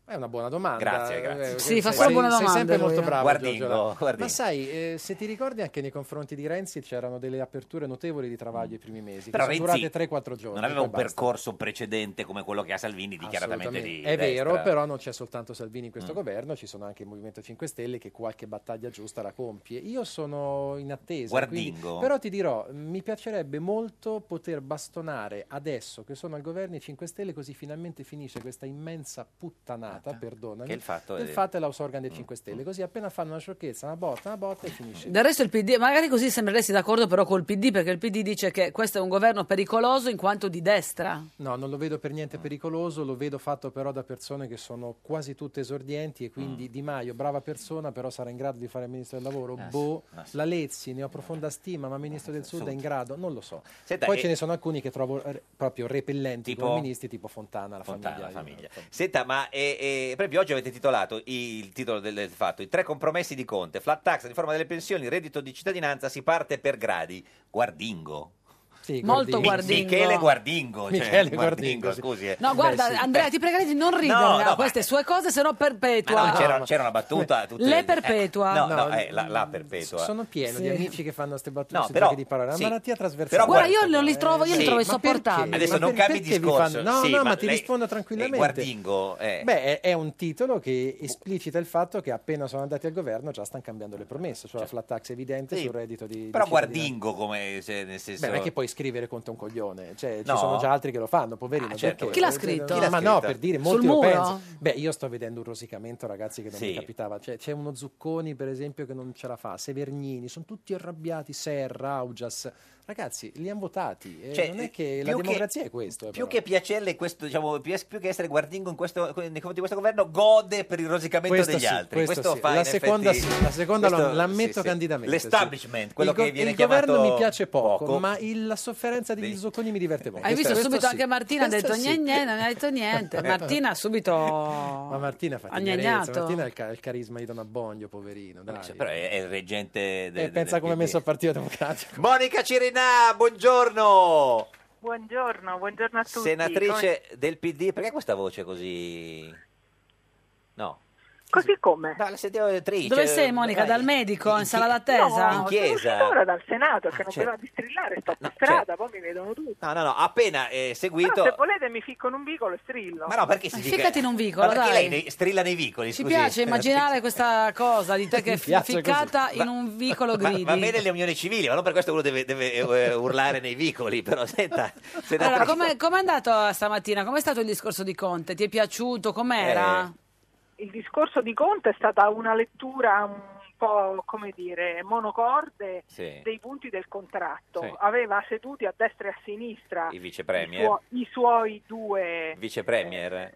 S7: È una buona domanda.
S2: Grazie, grazie.
S7: Eh,
S2: Sì, fa
S7: sei-
S2: solo buone
S7: Sei
S2: domande
S7: sempre
S2: lui,
S7: molto
S2: eh.
S7: bravo.
S2: Guardingo,
S7: Giorgio.
S2: guardingo.
S7: Ma sai, eh, se ti ricordi anche nei confronti di Renzi c'erano delle aperture notevoli di travaglio i primi mesi. che
S2: Però
S7: sono
S2: Renzi
S7: durate 3-4 giorni.
S2: non aveva
S7: poi
S2: un
S7: basta.
S2: percorso precedente come quello che ha Salvini dichiaratamente di
S7: Assolutamente. È vero,
S2: destra.
S7: però non c'è soltanto Salvini in questo
S2: Mm.
S7: governo, ci sono anche il Movimento 5 Stelle che qualche battaglia giusta la compie. Io sono in attesa.
S2: Guardingo.
S7: quindi- però ti dirò, mi piacerebbe molto poter bastonare adesso che sono al governo i 5 Stelle, così finalmente finisce questa immensa puttanata, perdonami,
S2: Che il fatto
S7: del
S2: è- Mm.
S7: fatto è l'ausorgan dei 5 Stelle. Così appena fanno una sciocchezza, una botta, una botta e finisce.
S1: Del resto il PD, magari così sembreresti d'accordo però col PD perché il PD dice che questo è un governo pericoloso in quanto di destra.
S7: No, non lo vedo per niente
S2: Ah.
S7: pericoloso, lo vedo fatto però da persone che sono quasi tutte esordienti e quindi Di Maio, brava persona, però sarà in grado di fare il ministro del lavoro.
S2: Ah, Mm. sì,
S7: boh,
S2: ah, sì.
S7: la Lezzi, ne ho profonda stima, ma ministro del Sud è in
S2: Sud.
S7: grado, non lo so.
S2: Senta,
S7: Poi
S2: e-
S7: ce ne sono alcuni che trovo eh, proprio repellenti
S2: Tipo?
S7: come ministri, tipo Fontana, la
S2: Fontana,
S7: famiglia.
S2: la famiglia. Senta, ma eh, eh, proprio oggi avete titolato i- il titolo del, del fatto: I tre compromessi di Conte, flat tax, riforma delle pensioni, reddito di cittadinanza. Si parte per gradi. Guardingo.
S7: Sì,
S1: Molto guardingo.
S2: Michele Guardingo. cioè,
S7: Michele
S2: Guardingo, scusi. eh.
S1: No, guarda,
S2: Beh, sì.
S1: Andrea, ti pregherei di non
S2: No,
S1: ridere
S2: no,
S1: a
S2: ma-
S1: queste sue cose, se no perpetua.
S2: Ma Eh, no, c'era, c'era una battuta. tutte-
S1: Le
S2: eh,
S1: perpetua.
S2: no, no,
S1: No,
S2: eh, la, la perpetua.
S7: Sono pieno
S1: Sì.
S7: di amici che fanno queste battute
S2: No,
S7: sui
S2: però-
S7: giochi di parole. È Una
S2: sì.
S7: malattia trasversale.
S2: Però guarda-
S1: Guarda, io non li trovo- io li trovo
S7: ma perché?
S1: insopportabili.
S2: Adesso
S7: Ma
S2: non
S7: per-
S2: cambi
S7: perché vi
S2: discorso.
S7: fanno- No,
S2: sì,
S7: no, ma, ti
S2: lei-
S7: rispondo tranquillamente.
S2: eh, Guardingo. eh.
S7: Beh, è, è un titolo che esplicita il fatto che appena sono andati al governo già stanno cambiando le promesse, cioè la flat tax evidente
S2: Sì,
S7: sul reddito di... di
S2: però
S7: cittadinanza.
S2: Guardingo, come se, nel senso.
S7: Beh, non è che puoi scrivere contro un coglione, cioè,
S2: No.
S7: ci sono già altri che lo fanno, poverino.
S2: Ah, certo.
S7: perché?
S2: Chi l'ha
S7: Cioè,
S2: scritto?
S7: no,
S2: Chi l'ha
S7: ma
S2: scritto?
S7: no, per dire,
S2: Sul
S7: molti lo
S2: muro?
S7: pensano. Beh, io sto vedendo un rosicamento, ragazzi, che non
S2: Sì.
S7: mi capitava. Cioè, c'è uno Zucconi, per esempio, che non ce la fa, Severgnini, sono tutti arrabbiati, Serra, Augias. Ragazzi, li hanno votati. e
S2: Cioè,
S7: non è che la
S2: più che-
S7: democrazia è questo. eh,
S2: Più
S7: però.
S2: che piacerle, questo, diciamo, pi- più che essere guardingo in questo, nei confronti di questo governo, gode per il rosicamento
S7: Questo
S2: degli
S7: sì,
S2: altri.
S7: questo sì.
S2: fa
S7: La
S2: in
S7: seconda
S2: effetti-
S7: sì, la seconda lo-
S2: questo-
S7: l'ammetto
S2: sì, sì.
S7: candidamente,
S2: L'establishment, quello
S7: il go-
S2: che viene
S7: il
S2: chiamato.
S7: governo mi piace poco,
S2: poco.
S7: ma il- la sofferenza degli Zucconi mi diverte molto.
S1: Hai visto
S7: Questo-
S1: subito
S7: questo
S1: anche
S7: sì.
S1: Martina ha
S7: Questo
S1: detto
S7: sì.
S1: niente, non ha detto
S2: Eh,
S1: niente. Eh, Martina ha subito
S7: Eh, Ma Martina fa tenerezza,
S1: agnagnato.
S7: Martina ha il, ca- il carisma di Don Abbondio, poverino. Dai.
S2: Cioè, Però è, è il reggente. de-
S7: Eh,
S2: de-
S7: pensa
S2: del
S7: come è
S2: PD.
S7: messo a Partito Democratico.
S2: Monica Cirinà, buongiorno.
S10: Buongiorno, buongiorno a tutti.
S2: Senatrice del PD, perché questa voce così. No.
S10: Così come?
S2: la senatrice.
S1: Dove sei Monica? Dal medico? In sala d'attesa?
S2: in chiesa.
S10: Ora dal Senato, che non
S2: certo.
S10: prima di strillare, sto per
S2: No, certo.
S10: strada, poi mi vedono tutti.
S2: No, no, no, appena eh, seguito.
S10: Però Ah, se volete mi ficco in un vicolo e strillo.
S2: Ma no, perché si
S1: Ma
S2: dice-
S1: ficcati in un vicolo,
S2: Ma perché
S1: dai.
S2: lei ne- strilla nei vicoli,
S1: Ci
S2: scusi?
S1: piace immaginare questa cosa di te che è
S2: Mi piace
S1: ficcata
S2: così.
S1: in
S2: Ma-
S1: un vicolo
S2: Ma-
S1: gridi.
S2: Va bene le unioni civili, ma non per questo uno deve, deve, eh, urlare nei vicoli, però senta, senatrice-
S1: Allora, com'è, com'è andato stamattina? Com'è stato il discorso di Conte? Ti è piaciuto? Com'era?
S10: Eh, Il discorso di Conte è stata una lettura un po', come dire, monocorde
S2: Sì.
S10: dei punti del contratto.
S2: Sì.
S10: Aveva seduti a destra e a sinistra
S2: il
S10: i
S2: vicepremier,
S10: suo- i suoi due
S2: vicepremier.
S10: eh,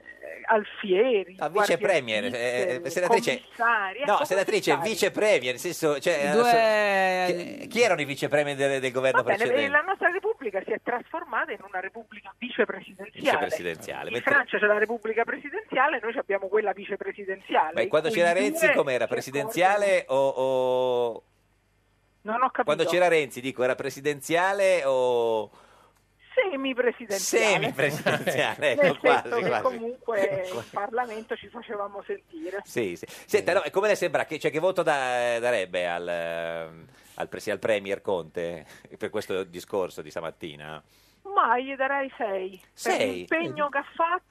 S10: alfieri,
S2: Ah, vicepremier, eh, eh, senatrice.
S10: commissari,
S2: No,
S10: ecco,
S2: senatrice,
S10: commissari.
S2: vicepremier, nel senso, cioè,
S1: Due-
S2: adesso- chi, chi erano i vicepremier del, del governo
S10: Va bene,
S2: precedente?
S10: la nostra repubblica si è trasformata in una repubblica vicepresidenziale.
S2: Vicepresidenziale.
S10: In
S2: mentre-
S10: Francia c'è la repubblica presidenziale, noi abbiamo quella vicepresidenziale.
S2: Ma
S10: in
S2: quando
S10: cui
S2: c'era
S10: i due
S2: Renzi com'era?
S10: si
S2: Presidenziale o, o-
S10: accorgono- Non ho capito.
S2: Quando c'era Renzi, dico, era presidenziale o
S10: Semipresidenziale.
S2: semi-presidenziale?
S10: Nel
S2: Ecco,
S10: senso
S2: quasi,
S10: che
S2: quasi.
S10: comunque in Parlamento ci facevamo sentire.
S2: Sì, sì. Senta,
S10: Eh.
S2: no, e come le sembra? Che, cioè, che voto da- darebbe al, ehm, al, presi- al Premier Conte per questo discorso di stamattina?
S10: Ma gli darei 6 per
S2: Sei?
S10: l'impegno che ha fatto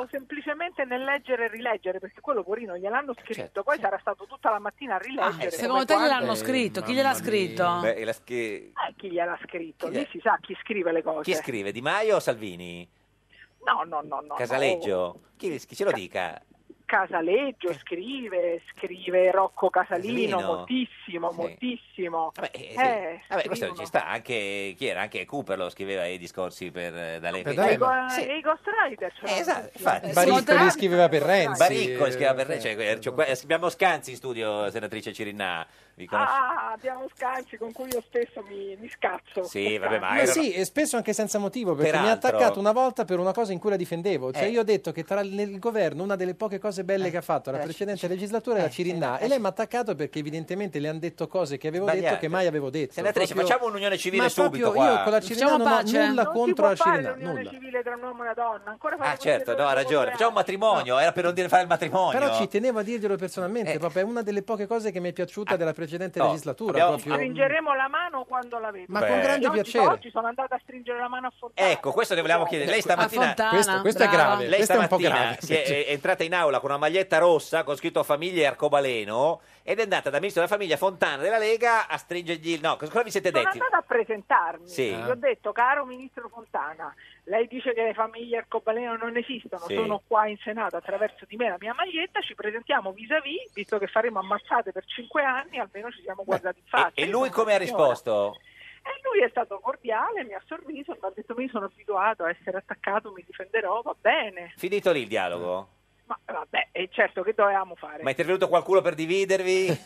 S2: Ah.
S10: semplicemente nel leggere e rileggere, perché quello Corino gliel'hanno scritto,
S2: Certo.
S10: poi sarà stato tutta la mattina a
S2: Ah,
S10: rileggere.
S1: Eh,
S10: come
S1: Secondo te
S10: quando-
S1: gliel'hanno scritto? Chi gliel'ha scritto?
S2: Beh, la- che-
S10: Eh, chi gliel'ha scritto?
S2: Chi
S10: Lì
S2: è?
S10: si sa chi scrive le cose.
S2: chi scrive? Di Maio o Salvini?
S10: Cioè. No, no, no, no.
S2: Casaleggio? Chi, chi ce lo dica?
S10: no. Casaleggio scrive, scrive Rocco Casalino,
S2: Eh. Casalino.
S10: moltissimo,
S2: Sì.
S10: moltissimo.
S2: Eh, sì.
S10: Eh,
S2: Vabbè, questo
S10: scrivono.
S2: ci sta, anche, chi era? anche Cooper lo scriveva i discorsi per eh, D'Alema.
S10: E i go- e i Ghost Rider. esatto,
S2: infatti.
S7: Baricco scriveva per Renzi.
S2: Baricco scriveva per
S7: eh,
S2: Renzi, cioè, eh, cioè, qua- abbiamo Scanzi in studio, senatrice Cirinà, vi conosce?
S10: Ah, abbiamo scansi con cui io spesso mi, mi scazzo.
S2: Sì, vabbè, ma
S7: Ma
S2: era-
S7: sì, e spesso anche senza motivo, perché mi ha
S2: Peraltro-
S7: attaccato una volta per una cosa in cui la difendevo. Cioè,
S2: Eh.
S7: io ho detto che tra il governo una delle poche cose belle che ha fatto
S2: eh,
S7: la precedente legislatura era Cirinà. E lei mi ha attaccato perché evidentemente le hanno detto cose che avevo detto
S2: Sbagliate.
S7: che mai avevo detto.
S2: Senatrice,
S7: Proprio-
S2: facciamo un'unione civile
S7: Ma
S2: subito
S7: proprio
S2: qua.
S7: Io con la Cirinà
S1: Facciamo
S7: non ho
S1: pace.
S7: nulla
S1: Non
S10: Non si
S7: contro
S10: può
S7: la
S10: fare
S7: Cirinà,
S10: l'unione
S7: nulla.
S10: civile tra un uomo e una donna, ancora fare
S2: Ah
S10: queste
S2: certo, no, ha
S10: cose
S2: ragione, facciamo un matrimonio, era per non dire fare il matrimonio.
S7: Però ci tenevo a dirglielo personalmente, proprio è una delle poche cose che mi è piaciuta della precedente
S2: Eh. Ah, no,
S7: legislatura.
S2: abbiamo-
S7: proprio.
S10: Stringeremo la mano quando la vedo.
S7: Ma con Beh. grande
S10: Oggi-
S7: piacere.
S10: Oggi sono andata a stringere la mano a Fontana.
S2: Ecco, questo le volevamo chiedere. Lei stamattina,
S10: A Fontana, Questo- questo
S7: è brava. grave,
S2: Lei
S7: questo è un po'
S2: stamattina
S7: grave.
S2: si è, è entrata in aula con una maglietta rossa con scritto Famiglia e Arcobaleno ed è andata da ministro della famiglia Fontana della Lega a stringergli il. No, cosa cosa vi siete
S10: Sono
S2: detti?
S10: andata a presentarmi.
S2: Sì.
S10: Gli ho detto, caro ministro Fontana, lei dice che le famiglie arcobaleno non esistono.
S2: Sì.
S10: Sono qua in Senato attraverso di me la mia maglietta. Ci presentiamo vis-à-vis, visto che faremo ammazzate per cinque anni, almeno ci siamo guardati in faccia.
S2: E
S10: Io
S2: lui
S10: sono
S2: come ha
S10: una signora.
S2: risposto?
S10: E lui è stato cordiale, mi ha sorriso, mi ha detto mi sono abituato a essere attaccato, mi difenderò, va bene.
S2: Finito lì il dialogo?
S10: Ma vabbè, e certo che dovevamo fare.
S2: Ma è intervenuto qualcuno per dividervi?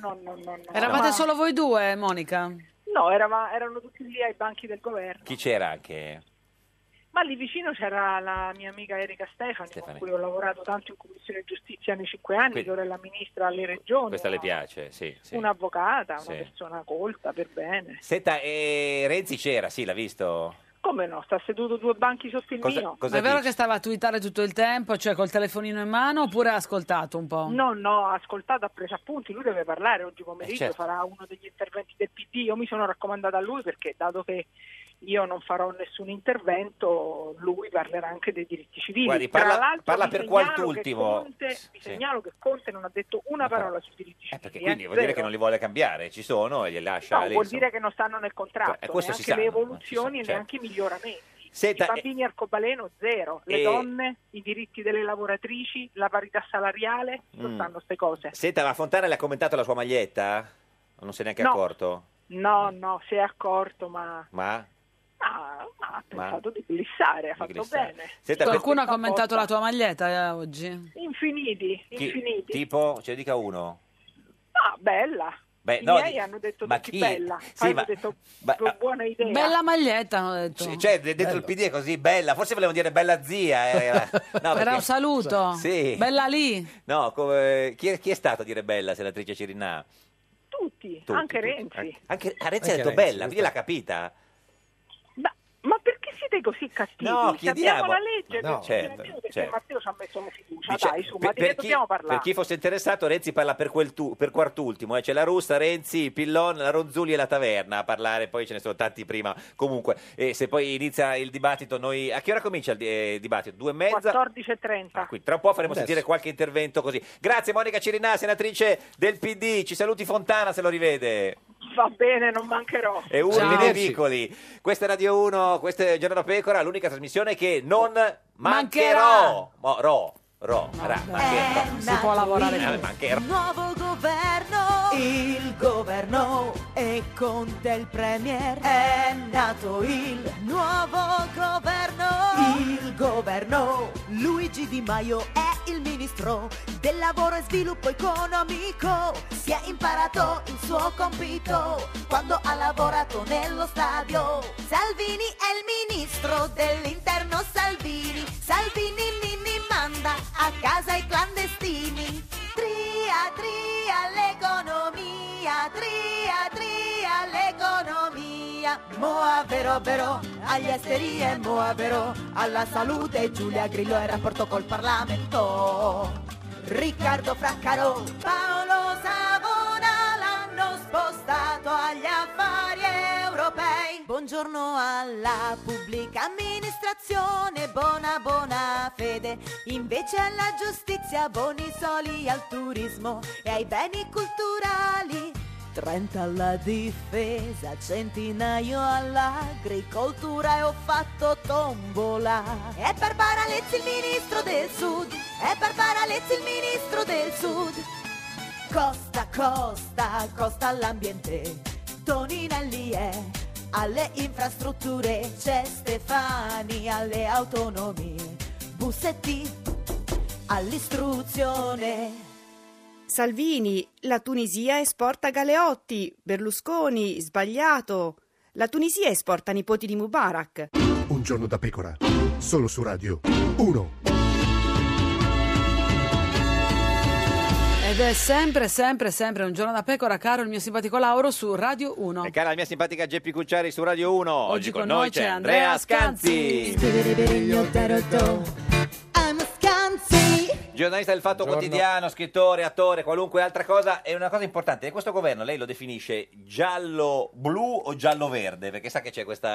S10: No, no, no, no.
S1: Eravate
S10: Ma-
S1: solo voi due, Monica?
S10: No, erava- erano tutti lì ai banchi del governo.
S2: Chi c'era anche?
S10: Ma lì vicino c'era la mia amica Erika Stefani,
S2: Stefani.
S10: con cui ho lavorato tanto in Commissione Giustizia nei cinque anni,
S2: Quindi-
S10: che ora è la ministra alle regioni.
S2: Questa le piace, sì. sì.
S10: Un'avvocata, una
S2: Sì.
S10: persona colta, per bene.
S2: Senta, eh, Renzi c'era, sì, l'ha visto?
S10: Come no, sta seduto due banchi sotto il
S2: Cosa-
S10: mio.
S2: cosa
S1: Ma è vero
S2: dici?
S1: che stava a twittare tutto il tempo, cioè col telefonino in mano, oppure ha ascoltato un po'?
S10: No, no, ha ascoltato, ha preso appunti, lui deve parlare oggi pomeriggio,
S1: Eh, certo.
S10: farà uno degli interventi del PD, io mi sono raccomandata a lui perché dato che io non farò nessun intervento, lui parlerà anche dei diritti civili.
S2: Guardi,
S10: Tra
S2: parla-
S10: l'altro
S2: parla
S10: vi
S2: per
S10: segnalo
S2: qualt'ultimo.
S10: che Conte, vi
S2: Sì.
S10: segnalo che Conte non ha detto una parola sui diritti civili.
S2: Perché
S10: eh,
S2: quindi vuol dire
S10: zero.
S2: che non li vuole cambiare, ci sono e li lascia
S10: No,
S2: lì.
S10: vuol
S2: insomma.
S10: dire che non stanno nel contratto,
S2: Eh, questo si
S10: neanche le
S2: sa, no?
S10: evoluzioni
S2: Non si sa,
S10: e
S2: certo.
S10: neanche i miglioramenti.
S2: Senta,
S10: I bambini arcobaleno zero, le
S2: eh,
S10: donne, i diritti delle lavoratrici, la parità salariale, non
S2: Mm.
S10: stanno queste cose.
S2: Senta, la Fontana le ha commentato la sua maglietta? Non se n'è neanche
S10: No.
S2: accorto?
S10: No, no, si è accorto, ma,
S2: Ma?
S10: ma- ma ha pensato di glissare, ha fatto
S2: glissare.
S10: bene.
S2: Senta,
S1: Qualcuno ha
S10: questa
S1: commentato
S10: volta-
S1: la tua maglietta eh, oggi?
S10: Infiniti,
S2: Chi-
S10: infiniti.
S2: tipo, ce ne dica uno.
S10: Ah, bella.
S2: Beh,
S10: I
S2: no,
S10: miei
S2: di-
S10: hanno detto
S2: ma
S10: tutti
S2: chi-
S10: bella.
S2: sì,
S10: Poi hanno
S2: ma-
S10: detto
S2: ma-
S10: "Bu- buona idea.
S1: Bella maglietta, hanno detto.
S2: Sì, Cioè, de- dentro il PD è così bella, forse volevano dire bella zia. eh. No,
S1: Era
S2: perché-
S1: un saluto.
S2: Sì.
S1: Bella lì.
S2: No, come- chi, è, chi è stato a dire bella, senatrice Cirinà?
S10: tutti,
S2: Tutti,
S10: anche
S2: tutti.
S10: Renzi.
S2: Anche, anche- ah, Renzi ha
S11: Anche
S2: detto
S11: Renzi,
S2: bella, quindi l'ha capita.
S10: Ma, ma perché siete così cattivi?
S2: No,
S10: Se
S2: chiediamo.
S10: abbiamo la legge,
S2: No,
S10: perché
S2: certo,
S10: Matteo- perché
S2: certo.
S10: Matteo ci ha messo la fiducia.
S2: Dice-
S10: Dai, su,
S2: per,
S10: ma di che
S2: per chi,
S10: dobbiamo parlare?
S2: per chi fosse interessato, Renzi parla per, quel tu- per quart'ultimo. eh. C'è la Russa, Renzi, Pillon, la Ronzulli e la Taverna a parlare, poi ce ne sono tanti prima. Comunque, eh, se poi inizia il dibattito, noi... A che ora comincia il di- eh, dibattito? Due e mezza?
S10: 14.30.
S2: Ah, qui. Tra un po' faremo
S10: Adesso.
S2: sentire qualche intervento così. Grazie Monica Cirinà, senatrice del PD. Ci saluti Fontana se lo rivede.
S10: Va bene, non mancherò.
S2: E urli dei piccoli. Questa è Radio 1, questa è Giorno da Pecora, l'unica trasmissione che non mancherò. Mo- ro, ro, ra, mancherò.
S1: Si può lavorare.
S2: Eh, mancherò.
S4: Nuovo governo, il governo e con del premier è nato il nuovo governo. Il governo, Luigi Di Maio è il ministro del lavoro e sviluppo economico. Si è imparato il suo compito quando ha lavorato nello stadio. Salvini è il ministro dell'interno Salvini. Salvini Nini manda a casa i clandestini. Tria, tria l'economia, tria, tria l'economia. Moa vero vero, agli esteri e moa vero, alla salute Giulia Grillo e rapporto col Parlamento. Riccardo Fraccaro, Paolo Savona l'hanno spostato agli affari europei. Buongiorno alla pubblica amministrazione, buona buona fede. Invece alla giustizia, buoni soli al turismo e ai beni culturali. 30 alla difesa, centinaio all'agricoltura e ho fatto tombola. È Barbara Lezzi il ministro del sud, è Barbara Lezzi il ministro del sud. Costa, costa, costa all'ambiente, Toninelli è alle infrastrutture, c'è Stefani alle autonomie, Bussetti all'istruzione.
S9: Salvini, la Tunisia esporta Galeotti, Berlusconi, sbagliato. La Tunisia esporta nipoti di Mubarak.
S8: Un giorno da pecora, solo su Radio 1.
S1: Ed è sempre, sempre, sempre un giorno da pecora, caro il mio simpatico Lauro su Radio 1.
S2: E cara la mia simpatica Geppi Cucciari su Radio 1. Oggi,
S1: con noi c'è Andrea
S2: Scanzi.
S4: I'm a scanzi.
S2: Giornalista del Fatto Quotidiano, scrittore, attore, qualunque altra cosa. È una cosa importante. Questo governo lei lo definisce giallo-blu o giallo-verde? Perché sa che c'è questo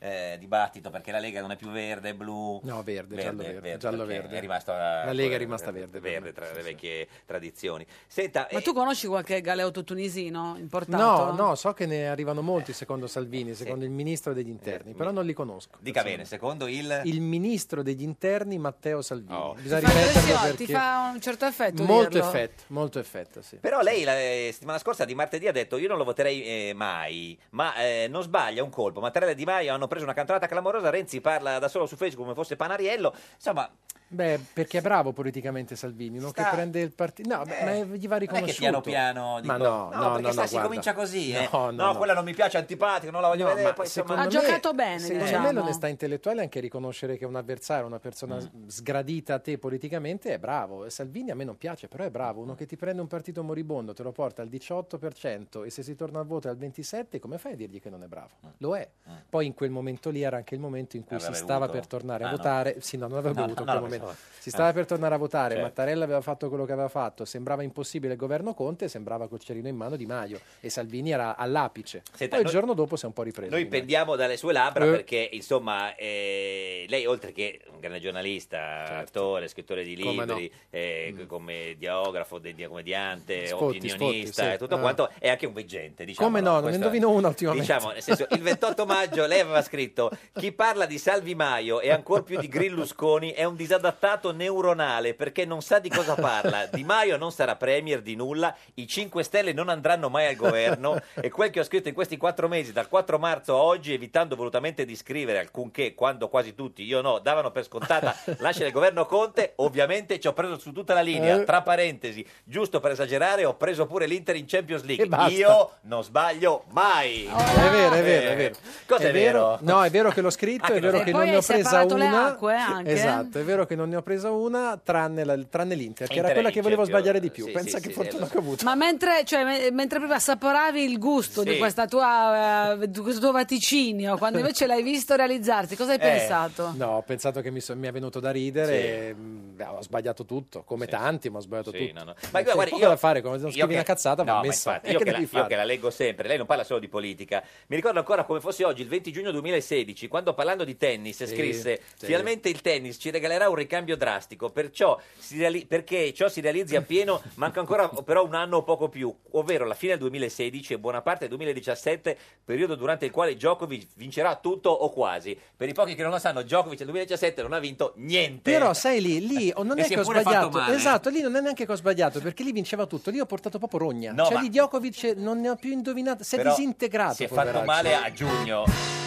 S2: dibattito perché la Lega non è più verde, blu.
S7: No, verde, giallo-verde,
S2: perché
S7: giallo-verde.
S2: È rimasta,
S7: La Lega è rimasta verde, per
S2: Verde
S7: me,
S2: tra
S7: sì,
S2: le vecchie tradizioni. Senta,
S1: Ma
S2: eh,
S1: tu conosci qualche galeotto tunisino importante?
S7: No, no, so che ne arrivano molti secondo
S2: Eh,
S7: Salvini, secondo il ministro degli interni, però non li conosco.
S2: dica bene, secondo il...
S7: Il ministro degli interni Matteo Salvini.
S2: Oh.
S7: Bisogna
S1: Ti fa
S7: ripeterlo
S1: impressione,
S7: perché
S1: Ti fa un certo effetto
S7: molto
S1: dirlo.
S7: effetto, molto effetto, sì.
S2: Però lei la eh, settimana scorsa di martedì ha detto io non lo voterei eh, mai, ma eh, non sbaglia un colpo. Mattarella e Di Maio hanno preso una cantonata clamorosa, Renzi parla da solo su Facebook come fosse Panariello. Insomma,
S7: Beh, perché è bravo politicamente Salvini, non
S2: Sta- Eh,
S7: che prende il partito. No, beh, ma gli va
S2: non è che
S7: riconosciuto.
S2: piano piano dico,
S7: Ma no, no, no,
S2: perché
S7: no,
S2: sai, si
S7: guarda.
S2: comincia così, eh.
S7: No,
S2: No,
S7: no, no.
S2: quella non mi piace, è antipatico, non la voglio
S7: No,
S2: vedere,
S7: ma
S2: poi
S7: secondo
S2: insomma-
S7: me- Secondo me
S2: diciamo.
S7: l'onestà intellettuale è anche riconoscere che un avversario, una persona
S2: Mm.
S7: s- sgradita a te politicamente è bravo. E Salvini a me non piace, però è bravo. Uno che ti prende un partito moribondo, te lo porta al 18% e se si torna al voto è al 27%, come fai a dirgli che non è bravo? Lo è.
S2: Mm.
S7: Poi in quel momento lì era anche il momento in cui
S2: Aveva
S7: si stava
S2: bevuto?
S7: per tornare a
S2: Eh, Ah, no.
S7: votare. Sì, no, non aveva
S2: No,
S7: bevuto
S2: no,
S7: in
S2: no,
S7: quel momento.
S2: pensavo-
S7: Si
S2: Ah.
S7: stava per tornare a votare,
S2: Certo.
S7: Mattarella aveva fatto quello che aveva fatto, sembrava impossibile il governo Conte, sembrava col cerino in mano Di Maio e Salvini era all'apice.
S2: Senta,
S7: Poi il
S2: noi-
S7: giorno dopo si è un po' ripreso.
S2: Noi
S7: Di Maio.
S2: pendiamo dalle sue labbra
S7: Eh.
S2: perché, insomma, eh, lei oltre che un grande giornalista, attore, scrittore di
S7: Come no.
S2: libri, eh, commediografo, de- di- comediante,
S7: Sfotti,
S2: opinionista
S7: sfotti, sì.
S2: e tutto
S7: Ah.
S2: quanto, è anche un veggente, diciamo.
S7: Come no, non ne
S2: Questo-
S7: indovino una ultimamente.
S2: Diciamo, nel senso, il 28 maggio lei aveva scritto chi parla di Salvi Maio e ancor più di Grillusconi è un disadattato neuronale perché non sa di cosa parla. Di Maio non sarà premier di nulla, i 5 Stelle non andranno mai al governo e quel che ho scritto in questi quattro mesi, dal 4 marzo a oggi, evitando volutamente di scrivere alcunché quando quasi tutti, io no, davano per scontata lascia il governo Conte, ovviamente ci ho preso su tutta la linea,
S7: Eh.
S2: tra parentesi, giusto per esagerare, ho preso pure l'Inter in Champions League.
S7: E basta.
S2: Io non sbaglio mai.
S7: È vero, è vero, è vero.
S2: Cosa è vero?
S7: No, è vero che l'ho scritto, è vero
S1: E
S7: che
S1: poi
S7: non ne
S1: hai
S7: ho presa
S1: separato le
S7: una.
S1: acque anche.
S7: Esatto, è vero che non ne ho presa una, tranne, la- tranne l'Inter, che era
S2: Inter
S7: quella
S2: vince,
S7: che volevo
S2: più-
S7: sbagliare di più.
S2: sì,
S7: Pensa
S2: sì,
S7: che
S2: sì,
S7: fortuna
S2: lo so.
S7: che ho avuto.
S1: Ma mentre, cioè, me- mentre prima assaporavi il gusto
S7: Sì.
S1: di questa tua, eh, di questo tuo vaticinio, quando invece l'hai visto realizzarsi, cosa hai
S2: Eh.
S1: pensato?
S7: No, ho pensato che mi, so- mi è venuto da ridere.
S2: Sì.
S7: e, mh, beh, ho sbagliato tutto, come tanti, ma ho sbagliato
S2: Sì,
S7: tutto.
S2: no, no.
S7: Ma
S2: guarda,
S7: guarda, da fare, come se non
S2: io
S7: scrivi
S2: che-
S7: una cazzata,
S2: no,
S7: va
S2: ma
S7: messa.
S2: infatti,
S7: Eh,
S2: io,
S7: che
S2: che la,
S7: devi
S2: io
S7: fare?
S2: che la leggo sempre, lei non parla solo di politica. Mi ricordo ancora come fosse oggi, il 20 giugno 2016, quando parlando di tennis
S7: Sì,
S2: scrisse:
S7: sì.
S2: Finalmente il tennis ci regalerà un ricambio drastico, perciò si reali- perché ciò si realizzi appieno, manca ancora però un anno o poco più, ovvero la fine del 2016 e buona parte del 2017, periodo durante il quale Djokovic vincerà tutto o quasi. Per i pochi che non lo sanno, Djokovic nel 2017 non ha vinto niente.
S7: Però sai lì, lì oh, non
S2: E
S7: è
S2: si è
S7: che ho
S2: pure fatto
S7: sbagliato.
S2: male.
S7: Esatto, lì non è neanche che ho sbagliato, perché lì vinceva tutto. Lì ho portato proprio rogna.
S2: No,
S7: cioè
S2: ma-
S7: lì Djokovic non ne ho più indovinato, si è
S2: Però
S7: disintegrato.
S2: Si è fatto
S7: poveraccio.
S2: male a giugno.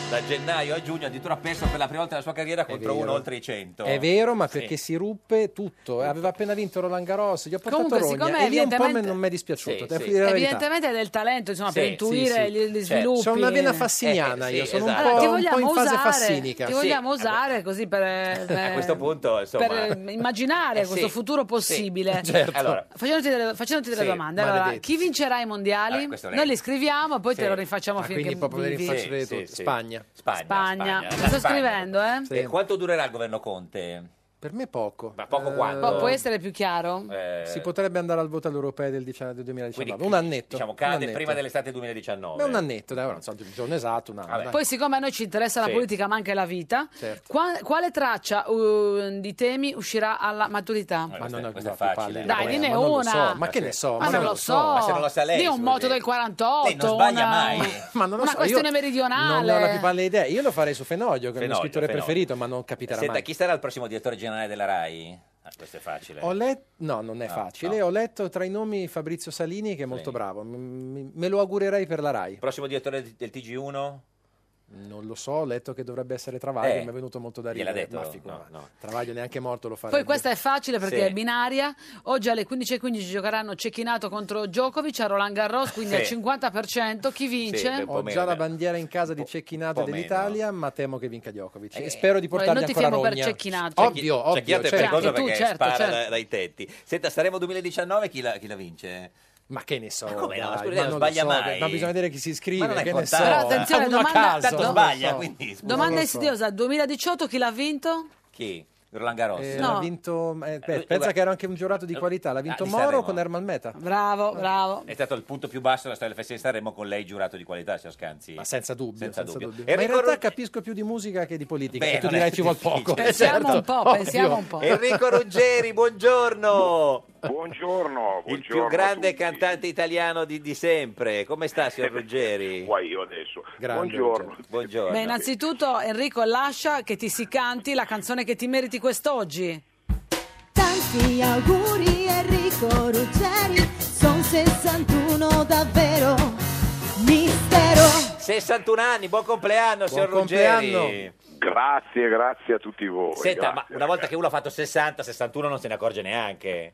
S2: Da gennaio a giugno addirittura ha perso per la prima volta nella sua carriera contro
S7: vero.
S2: uno oltre i 100.
S7: È vero, ma
S2: Sì.
S7: perché si ruppe tutto. Eh, Aveva appena vinto Roland Garros, gli ho portato
S1: Comunque,
S7: rogna.
S1: siccome
S7: E lì un po' me-
S1: evidentemente-
S7: non mi è dispiaciuto.
S2: Sì,
S7: devo
S2: sì.
S7: dire la verità.
S1: Evidentemente hai del talento, insomma,
S7: Sì,
S1: per intuire
S7: sì, sì.
S1: gli, gli
S2: Cioè,
S7: Certo.
S1: sviluppi.
S7: Sono una vena fassiniana,
S2: Eh,
S7: io
S2: sì,
S7: sono
S2: esatto.
S7: un, po',
S1: Allora, ti
S7: un po'
S1: vogliamo
S7: in fase
S1: usare,
S7: fassinica.
S1: ti vogliamo usare così per, eh,
S2: A questo punto, insomma,
S1: per immaginare
S2: Eh, sì.
S1: questo futuro possibile.
S2: Sì, certo. Allora.
S1: facendoti delle, facendoti delle
S2: Sì,
S1: domande. Allora,
S2: maledetti.
S1: chi vincerà i mondiali?
S2: Ah, questo lei.
S1: noi li scriviamo e poi te
S2: Sì.
S1: lo rifacciamo
S2: Ah,
S1: finché vivi.
S2: Sì, sì, sì. Spagna. Spagna.
S1: Spagna.
S2: Spagna.
S1: Lo sto
S2: Spagna.
S1: scrivendo, eh?
S2: E quanto durerà il governo Conte?
S7: Per me poco.
S2: Ma poco quanto?
S1: Pu- può essere più chiaro?
S2: Eh,
S7: Si potrebbe andare al voto all'europeo del 19 del 2019,
S2: quindi,
S7: un annetto.
S2: Diciamo,
S7: un
S2: cade
S7: annetto.
S2: prima dell'estate 2019.
S7: Beh, un annetto, dai, ora non so il giorno esatto, un anno. dai.
S1: Poi, siccome a noi ci interessa
S7: Sì.
S1: la politica, ma anche la vita,
S7: Certo.
S1: qua- quale traccia uh, di temi uscirà alla maturità?
S7: Eh, Ma non è
S2: è facile.
S1: Dai,
S7: Vabbè,
S1: dine
S7: Eh, ma non lo
S1: una.
S7: so, ma che ne so?
S1: Ma, non lo so.
S2: Ma se non lo sa lei,
S1: Di un
S2: si
S1: moto del 48.
S2: Lei non sbaglia
S1: una-
S2: mai.
S7: Ma non lo
S1: Una
S7: so,
S1: questione
S7: io
S1: meridionale.
S7: Non ho la più pallida idea. Io lo farei su Fenoglio, che è il mio
S2: Fenoglio,
S7: scrittore
S2: Fenoglio.
S7: preferito, ma non capiterà
S2: Senta,
S7: mai.
S2: chi sarà il prossimo direttore generale della RAI? Ah, questo è facile.
S7: Ho letto, no, non è
S2: No,
S7: facile. Ho letto tra i nomi Fabrizio Salini, che è molto bravo. M- m- me lo augurerei per la Rai.
S2: Prossimo direttore di- del TG1?
S7: Non lo so, ho letto che dovrebbe essere Travaglio,
S2: Eh,
S7: mi è venuto molto da
S2: gliel'ha
S7: ridere.
S2: detto?
S7: ma
S2: No,
S7: figura-
S2: no.
S7: Travaglio neanche morto lo farebbe.
S1: Poi questa è facile perché
S7: Sì.
S1: è binaria. Oggi alle 15.15 giocheranno Cecchinato contro Djokovic a Roland Garros, quindi
S7: Sì.
S1: al 50%. Chi vince?
S7: Ho già la bandiera in casa di Cecchinato
S2: po' Eh,
S7: dell'Italia, ma temo che vinca Djokovic. E Eh, spero di
S1: Poi
S7: portargli
S1: Cioè, non ti
S7: ancora a
S1: fermo eh, per
S7: Rogna.
S1: Cecchinato.
S7: Ovvio, ovvio.
S2: Cecchinato è
S7: certo. Eh,
S2: pericoloso cioè, perché spara
S1: certo.
S2: da- dai tetti. Senta, saremo 2019, chi la, chi la vince?
S7: Ma che ne so?
S2: Ma come no?
S7: dai,
S2: Scusi,
S7: ma
S2: lei non
S7: lo
S2: sbaglia
S7: so,
S2: mai.
S7: Ma bisogna vedere chi si iscrive,
S2: Ma non è
S7: che ne so.
S2: importante. Però
S1: attenzione,
S7: Eh, uno a
S1: domanda-
S7: caso.
S1: tanto
S7: non lo
S2: sbaglia,
S7: so.
S2: quindi, scusa.
S1: Domanda
S7: Non lo so.
S1: insidiosa: 2018 chi l'ha vinto?
S2: Chi? Roland Garros?
S7: Eh,
S1: No.
S7: l'ha vinto, eh, pe-
S2: lui-
S7: pensa
S2: lui-
S7: che era anche un giurato di qualità. L'ha vinto
S2: di
S7: Moro
S2: Sanremo.
S7: con Eh, Herman Meta.
S1: Bravo, bravo.
S2: È stato il punto più basso della storia del Festival di Sanremo con lei giurato di qualità, signor Scanzi. Ma
S7: senza dubbio.
S2: Senza
S7: senza
S2: dubbio.
S7: dubbio. eh, Ma in
S2: Enrico,
S7: realtà capisco più di musica che di politica.
S2: Beh,
S7: che tu
S2: non è
S7: direi ci vuol poco.
S2: difficile.
S7: Eh, certo,
S1: Pensiamo un po',
S7: ovvio.
S1: pensiamo un po'.
S2: Enrico Ruggeri, buongiorno.
S11: Buongiorno,
S2: Il più grande cantante italiano di, di sempre. Come sta, signor Ruggeri?
S11: Qua io adesso.
S2: buongiorno.
S1: Beh, innanzitutto, Enrico, lascia che ti si canti la canzone che ti meriti quest'oggi.
S12: Tanti auguri Enrico Ruggeri, son 61 davvero, mistero.
S2: 61 anni, buon compleanno, signor Ruggeri.
S11: Grazie, grazie a tutti voi.
S2: Senta,
S11: grazie.
S2: ma una volta che uno ha fatto 60, 61 non se ne accorge neanche.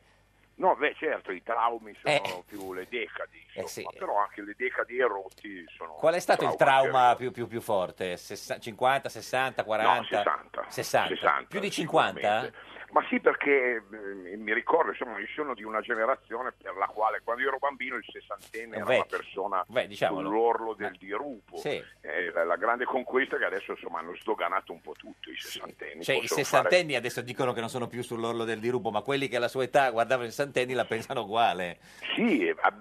S11: No, beh, certo, i traumi sono
S2: Eh.
S11: più le decadi, insomma, però anche le decadi erotti sono...
S2: Qual è stato il trauma più, più, più forte? Sessa- 50, 60, 40?
S11: No, 60.
S2: 60.
S11: 60,
S2: Più di 50?
S11: Ma sì, perché eh, mi ricordo, insomma, io sono di una generazione per la quale quando io ero bambino il sessantenne
S2: Un
S11: era una
S2: vecchio.
S11: persona
S2: Beh, diciamolo.
S11: sull'orlo del dirupo.
S2: Sì.
S11: Eh, la, la grande conquista che adesso insomma hanno sdoganato un po' tutti i sessantenni.
S2: Cioè, i
S11: Possono
S2: sessantenni adesso dicono che non sono più sull'orlo del dirupo, ma quelli che alla sua età guardavano i sessantenni la pensano uguale.
S11: fare- Sì, eh, ah,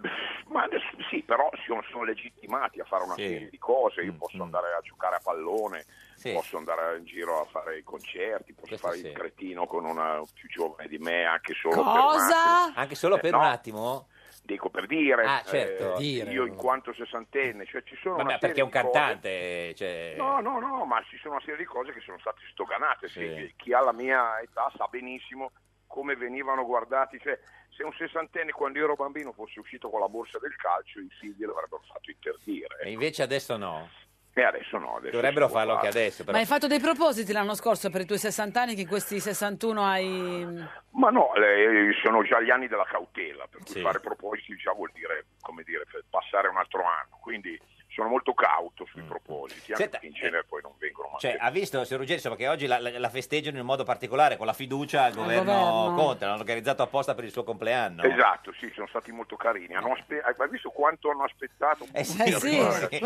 S11: ma adesso, sì, però sono, sono legittimati a fare una
S2: Sì. Mm,
S11: serie di cose. Io posso andare a giocare a pallone,
S2: Sì.
S11: posso andare in giro a fare i concerti, posso
S2: Questo
S11: fare
S2: sì.
S11: il cretino con una più giovane di me, anche solo per un attimo.
S2: Cosa? Anche solo
S11: Eh,
S2: per
S11: no.
S2: un attimo?
S11: Dico per dire,
S2: Ah, certo.
S11: eh,
S2: Per dire.
S11: io in quanto sessantenne, cioè ci sono una
S2: Vabbè, perché è un
S11: serie di
S2: cantante. Cioè...
S11: cose- No, no, no, ma ci sono una serie di cose che sono state stoganate. Sì, chi ha la mia età sa benissimo come venivano guardati. Cioè, se un sessantenne quando io ero bambino fosse uscito con la borsa del calcio, i figli l'avrebbero fatto interdire.
S2: E invece adesso no.
S11: eh. E adesso no. adesso
S2: Dovrebbero
S11: si può
S2: farlo anche
S11: fare.
S2: adesso.
S1: Ma
S2: Però.
S1: hai fatto dei propositi l'anno scorso per i tuoi 60 anni che in questi 61 hai...
S11: Ma no, le- eh, sono già gli anni della cautela, per cui
S2: Sì.
S11: fare propositi già vuol dire, come dire, per passare un altro anno. Quindi sono molto cauto sui propositi, anche
S2: Mm. Senta,
S11: perché in genere poi non vengono mai.
S2: Cioè, ha visto, signor Ruggeri, insomma, che oggi la, la- la festeggiano in un modo particolare, con la fiducia al governo,
S11: governo.
S2: Conte. L'hanno organizzato apposta per il suo compleanno.
S11: Esatto, sì, sono stati molto carini. Hanno aspe- hai visto quanto hanno aspettato?
S2: Eh sì, Eh sì, sì.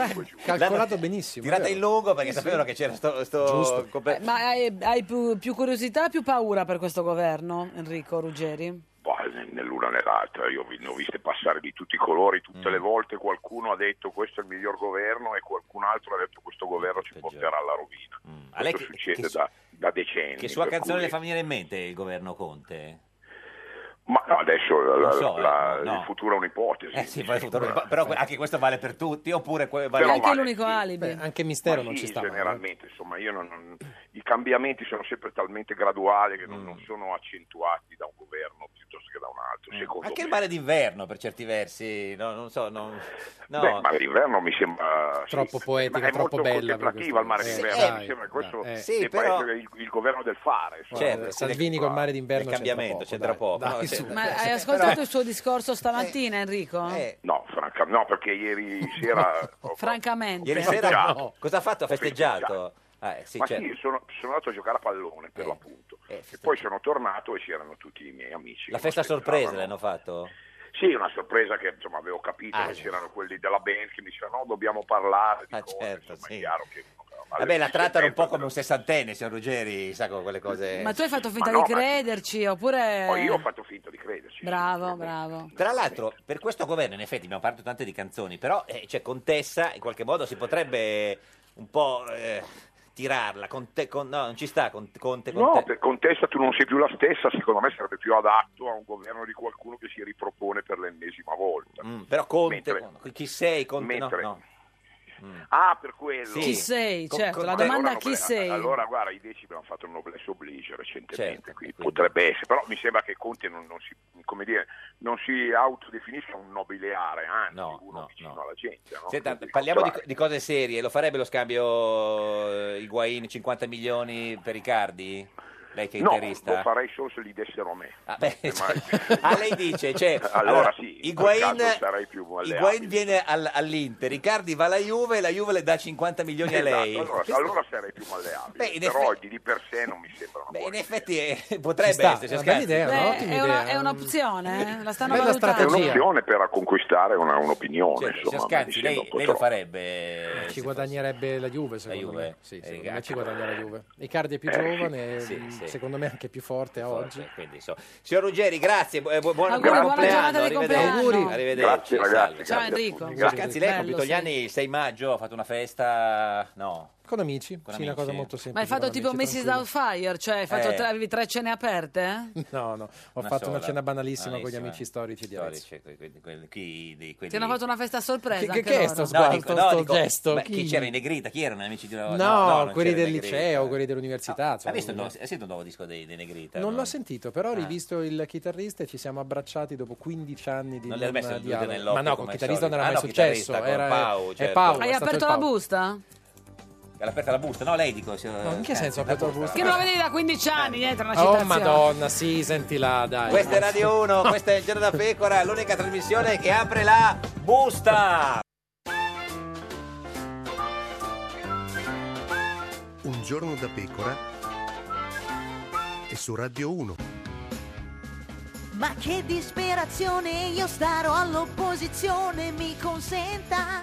S7: Calcolato benissimo.
S2: Tirata
S7: vero?
S2: in lungo perché
S7: Sì, sì.
S2: sapevano che c'era sto...
S7: Giusto. Eh,
S2: sto comple-
S1: Ma hai, hai più, più curiosità o più paura per questo governo, Enrico Ruggeri?
S11: Bah, né- né l'una né l'altra, io vi- ne ho viste passare di tutti i colori, tutte
S2: Mm.
S11: le volte qualcuno ha detto questo è il miglior governo e qualcun altro ha detto questo governo ci porterà alla rovina.
S2: Mm. A lei
S11: Questo
S2: che-
S11: succede
S2: che su-
S11: da, da decenni.
S2: Che sua
S11: per
S2: canzone
S11: cui-
S2: le fa venire in mente il governo Conte?
S11: Ma no, adesso la- la-
S2: Non so, eh,
S11: la-
S2: no.
S11: il futuro è un'ipotesi.
S2: Eh sì, poi- però anche questo vale per tutti, oppure que- vale
S11: Però
S1: anche
S11: vale,
S1: l'unico alibi.
S7: anche Mistero
S11: Ma
S7: non
S11: sì,
S7: ci sta male.
S11: Generalmente, insomma, io non- non- i cambiamenti sono sempre talmente graduali che non, non
S2: Mm.
S11: sono accentuati da un governo piuttosto che da un altro. Secondo
S2: Anche
S11: me.
S2: il mare d'inverno per certi versi, no, non so, non- no.
S11: Beh, il mare d'inverno mi sembra
S7: Troppo poetica,
S11: ma è
S7: troppo
S11: molto
S7: bella per
S11: contemplativa il mare
S7: questo.
S11: d'inverno.
S7: Sì,
S11: mi
S7: dai,
S11: sembra che questo
S7: dai, eh.
S11: debba
S7: Sì, però-
S11: essere il, il governo del fare. insomma.
S7: Certo, Salvini col mare d'inverno
S11: del
S7: c'entra
S11: cambiamento
S7: poco,
S11: c'entra
S7: dai.
S11: poco,
S7: Dai,
S11: no,
S7: su.
S11: sì.
S1: Ma hai
S11: Eh,
S1: ascoltato
S11: però-
S1: il suo discorso
S2: eh,
S1: stamattina, Enrico?
S11: No, franca- no, perché ieri sera ho-
S1: Francamente.
S2: Ieri sera
S11: festeggiato.
S2: no. cosa ha fatto? Ha festeggiato? Ah, eh, sì,
S11: Ma
S2: certo. Eh,
S11: sì, sono, sono andato a giocare a pallone per l'appunto. e poi sono tornato e c'erano tutti i miei amici.
S2: La
S11: che
S2: festa
S11: mi
S2: sorpresa
S11: aspettavano.
S2: l'hanno fatto?
S11: Sì, una sorpresa che insomma avevo capito che
S2: Ah, sì. Ah, certo,
S11: c'erano quelli della band che mi dicevano no, dobbiamo parlare di cose", insomma, è chiaro che
S2: Vabbè, la trattano un po' come un sessantenne, signor Ruggeri, sa con quelle cose.
S1: Ma tu hai fatto finta
S2: Ma no,
S1: di
S2: ma-
S1: crederci oppure...
S2: Oh, io ho fatto finta di crederci.
S1: Bravo, bravo.
S2: Tra l'altro, per questo governo, in effetti, abbiamo parlato tante di canzoni, però eh, cioè, Contessa in qualche modo si potrebbe un po' eh, tirarla. Conte- con- no, non ci sta Conte. Conte,
S11: No,
S2: Conte-
S11: per contesta tu non sei più la stessa, secondo me sarebbe più adatto a un governo di qualcuno che si ripropone per l'ennesima volta.
S2: Mm, però Conte,
S11: Mentre-
S2: con- chi sei? Conte, no,
S11: mentre-
S2: no.
S11: Ah, per quello.
S2: Sì. Chi
S1: sei? Certo, la domanda è chi
S11: allora,
S1: sei?
S11: Allora, guarda, i decimi hanno fatto un noblesse oblige recentemente,
S2: Certo,
S11: quindi potrebbe essere, però mi sembra che Conte non, non si, come dire, non si autodefinisca un nobileare, anzi, uno vicino alla gente. no?
S2: Senta,
S11: Quindi,
S2: parliamo di,
S11: cioè,
S2: di cose serie. Lo farebbe lo scambio eh, Higuain 50 milioni per Riccardi? Lei che è
S11: No,
S2: interista.
S11: lo farei solo se li dessero a me.
S2: Ah, beh,
S11: Ma-
S2: Ah, lei dice, cioè,
S11: allora, sì, in quel
S2: Higuain,
S11: caso sarei più alleabile.
S2: Higuain viene al- all'Inter, Riccardi va alla Juve, la Juve le dà 50 milioni a
S11: Esatto,
S2: lei.
S11: allora, allora sarei più malleabile,
S2: Beh, in
S11: però
S2: effetti-
S11: di- di per sé non mi sembra una
S2: Beh, in effetti eh, potrebbe
S11: Ci sta,
S2: essere,
S11: è una
S2: scherzi. Eh,
S11: bella idea, eh.
S1: Beh, è, una- è un'opzione, eh? la stanno
S11: Bella
S1: valutando.
S11: È un'opzione per conquistare una- un'opinione.
S2: Cioè,
S11: insomma,
S2: signor
S11: mi
S2: Scanzi,
S11: sembra
S2: lei,
S11: un po'
S2: lei lo
S11: troppo.
S2: farebbe?
S7: Eh,
S2: eh,
S7: Ci
S2: se
S7: guadagnerebbe la Juve, secondo
S2: Juve,
S7: me. Sì,
S2: eh,
S7: secondo
S2: Riccardo.
S7: me ci guadagna la Juve. Icardi è più
S2: Eh, sì,
S7: giovane,
S2: sì,
S7: mh,
S2: sì.
S7: secondo me anche più forte a
S2: fosse,
S7: oggi.
S2: quindi, insomma. Signor Ruggeri, grazie, bu- eh, bu- buon,
S1: Auguri,
S2: buon
S1: buona
S2: compleanno.
S1: giornata di
S2: arrivederci.
S1: compleanno. Auguri.
S2: Arrivederci.
S11: Grazie, ragazzi,
S2: salve.
S1: Ciao, grazie a Enrico. tutti.
S2: Signor
S1: Grazie.
S2: Scanzi, lei ha
S1: Bello,
S2: compiuto
S1: sì.
S2: gli anni il 6 maggio, ha fatto una festa... No.
S7: Con amici,
S2: Con
S7: sì, una cosa
S2: amici.
S7: molto semplice.
S1: Ma hai fatto
S7: con
S1: tipo
S7: amici,
S1: Mrs.
S7: tranquillo.
S1: Doubtfire, cioè hai fatto
S7: Eh.
S1: tre, avevi tre cene aperte? eh?
S7: No, no, ho
S2: Una
S7: fatto una
S2: sola.
S7: cena banalissima con gli
S2: Banalissima.
S7: amici storici di Arezzo.
S2: Storici, que- que- quelli- chi- di- quelli-
S1: Ti hanno fatto una festa a sorpresa
S7: Che- che-
S1: anche
S7: che è
S1: loro.
S7: sto sguardo?
S2: dico-
S7: sto
S2: dico,
S7: gesto,
S2: beh,
S7: chi?
S2: chi c'era in Negrita? Chi erano i nemici di
S7: No,
S2: una non
S7: quelli
S2: c'era
S7: del
S2: Negrita.
S7: liceo, quelli dell'università.
S2: Ah, Hai
S7: insomma,
S2: visto il
S7: quindi-
S2: nuovo, hai sentito il nuovo disco dei, dei Negrita?
S7: Non
S2: no?
S7: l'ho sentito, però ho
S2: Ah.
S7: rivisto il chitarrista e ci siamo abbracciati dopo 15 anni di
S2: Non le ha messo le due
S7: dialogo.
S2: nell'occhio
S7: Ma no,
S2: come
S7: con
S2: al
S7: il chitarrista non
S2: solito.
S7: era
S2: Ah,
S7: mai
S2: no,
S7: successo.
S2: chitarrista,
S7: Era
S2: con Paolo,
S7: è
S2: certo.
S7: Paolo, è
S1: Hai
S7: stato
S1: aperto
S7: il
S1: la
S7: Paolo.
S1: busta?
S2: L'ha aperta la busta? No, lei dico...
S7: No, in che senso ha aperto la busta?
S1: Che non la vedevi da 15 anni, niente, una
S7: Oh
S1: citazione.
S7: madonna, sì, senti là, dai.
S2: Questa è Radio 1, questa è Il Giorno da Pecora, l'unica trasmissione che apre la busta!
S8: Un giorno da pecora e su Radio 1.
S4: Ma che disperazione, io starò all'opposizione, mi consenta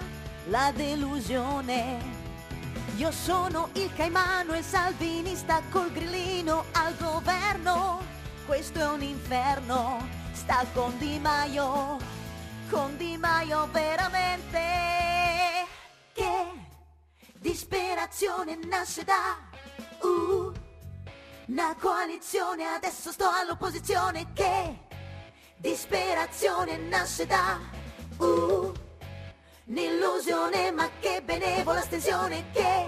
S4: la delusione. Io sono il Caimano e Salvini sta col grillino al governo. Questo è un inferno, sta con Di Maio, con Di Maio veramente. Che disperazione nasce da... Uh, una coalizione, adesso sto all'opposizione che disperazione nasce da uh, un'illusione, ma che benevola stensione che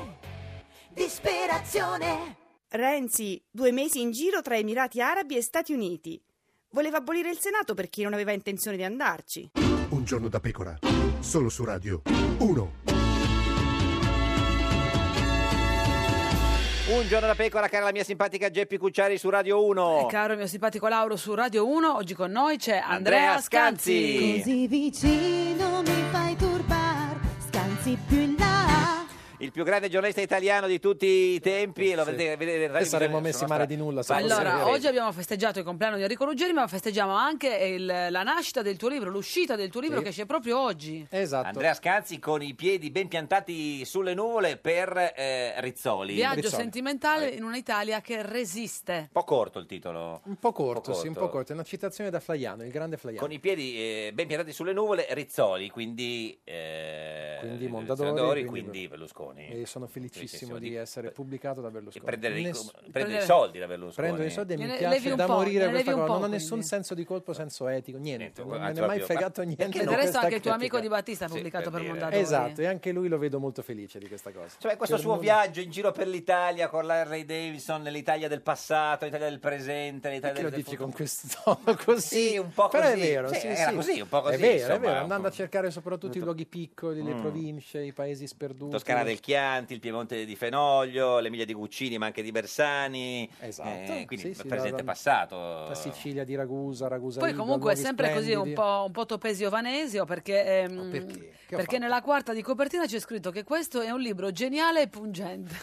S4: disperazione.
S9: Renzi, due mesi in giro tra Emirati Arabi e Stati Uniti. Voleva abolire il Senato per chi non aveva intenzione di andarci.
S8: Un giorno da pecora, solo su Radio 1.
S2: Un giorno da pecora, cara la mia simpatica Geppi Cucciari su Radio 1.
S1: E caro mio simpatico Lauro su Radio 1, oggi con noi c'è Andrea,
S2: Andrea Scanzi.
S1: Scanzi.
S12: Così vicino mi fai turbar, scanzi più in là.
S2: Il più grande giornalista italiano di tutti i tempi. e Lo vedete, vedete,
S7: E saremmo messi male di nulla se fosse
S1: Allora,
S7: vero.
S1: oggi abbiamo festeggiato il compleanno di Enrico Ruggeri, ma festeggiamo anche il- la nascita del tuo libro, l'uscita del tuo libro
S2: Sì.
S1: che esce proprio oggi.
S7: Esatto.
S2: Andrea Scanzi con i piedi ben piantati sulle nuvole per eh, Rizzoli.
S1: Viaggio sentimentale in un'Italia che resiste.
S2: Un po' corto il titolo.
S7: Un po' corto,
S2: Un po'
S7: sì, un po'
S2: corto.
S7: corto. È una citazione da Flaiano, il grande Flaiano.
S2: Con i piedi eh, ben piantati sulle nuvole, Rizzoli, quindi... eh,
S7: Quindi Mondadori,
S2: Mondadori,
S7: quindi-
S2: quindi Berlusconi.
S7: E sono felicissimo di essere pubblicato da Berlusconi.
S2: prendere i-
S7: Certo. Ness-
S2: prendere i soldi da Berlusconi.
S7: Prendo i soldi e mi
S2: Gliene levi
S7: piace
S2: un
S7: da
S2: po',
S7: morire
S2: gliene
S7: questa
S2: levi un
S7: cosa.
S2: po',
S7: Non ho
S2: quindi.
S7: nessun senso di colpo, senso etico, niente. Non me ne
S2: anzi,
S7: è mai
S2: proprio-
S7: fregato
S2: perché
S7: niente.
S2: no?
S7: di
S1: Del resto
S7: questa
S1: anche il tuo
S7: critica.
S1: amico di Battista ha pubblicato per, Mondadori.
S7: Esatto, e anche lui lo vedo molto felice di questa cosa.
S2: eh. Cioè, questo
S7: Per
S2: suo
S7: Mond-
S2: viaggio in giro per l'Italia con la Harley Davidson, l'Italia del passato, l'Italia del presente, l'Italia
S7: Perché lo
S2: del
S7: dici
S2: futuro.
S7: con questo tono così?
S2: Sì, un po'
S7: Però
S2: così.
S7: è vero,
S2: Sì,
S7: sì,
S2: era
S7: sì.
S2: così, un po' così,
S7: È vero,
S2: insomma,
S7: è vero,
S2: un
S7: andando a cercare soprattutto i
S2: Molto-
S7: luoghi piccoli, le
S2: Mm.
S7: province, i paesi sperduti.
S2: Toscana del Chianti, il Piemonte di Fenoglio, l'Emilia di Guccini, ma anche di Bersani.
S7: Esatto,
S2: Eh,
S7: sì,
S2: quindi
S7: sì,
S2: presente
S7: da-
S2: e passato.
S7: La Sicilia di Ragusa, Ragusa
S1: Poi
S7: Riva,
S1: comunque è
S7: luoghi
S1: sempre così un
S7: splendidi.
S1: po', un po' Topesio Vanesio perché, ehm, perché nella quarta di copertina c'è scritto che questo è un libro geniale e pungente.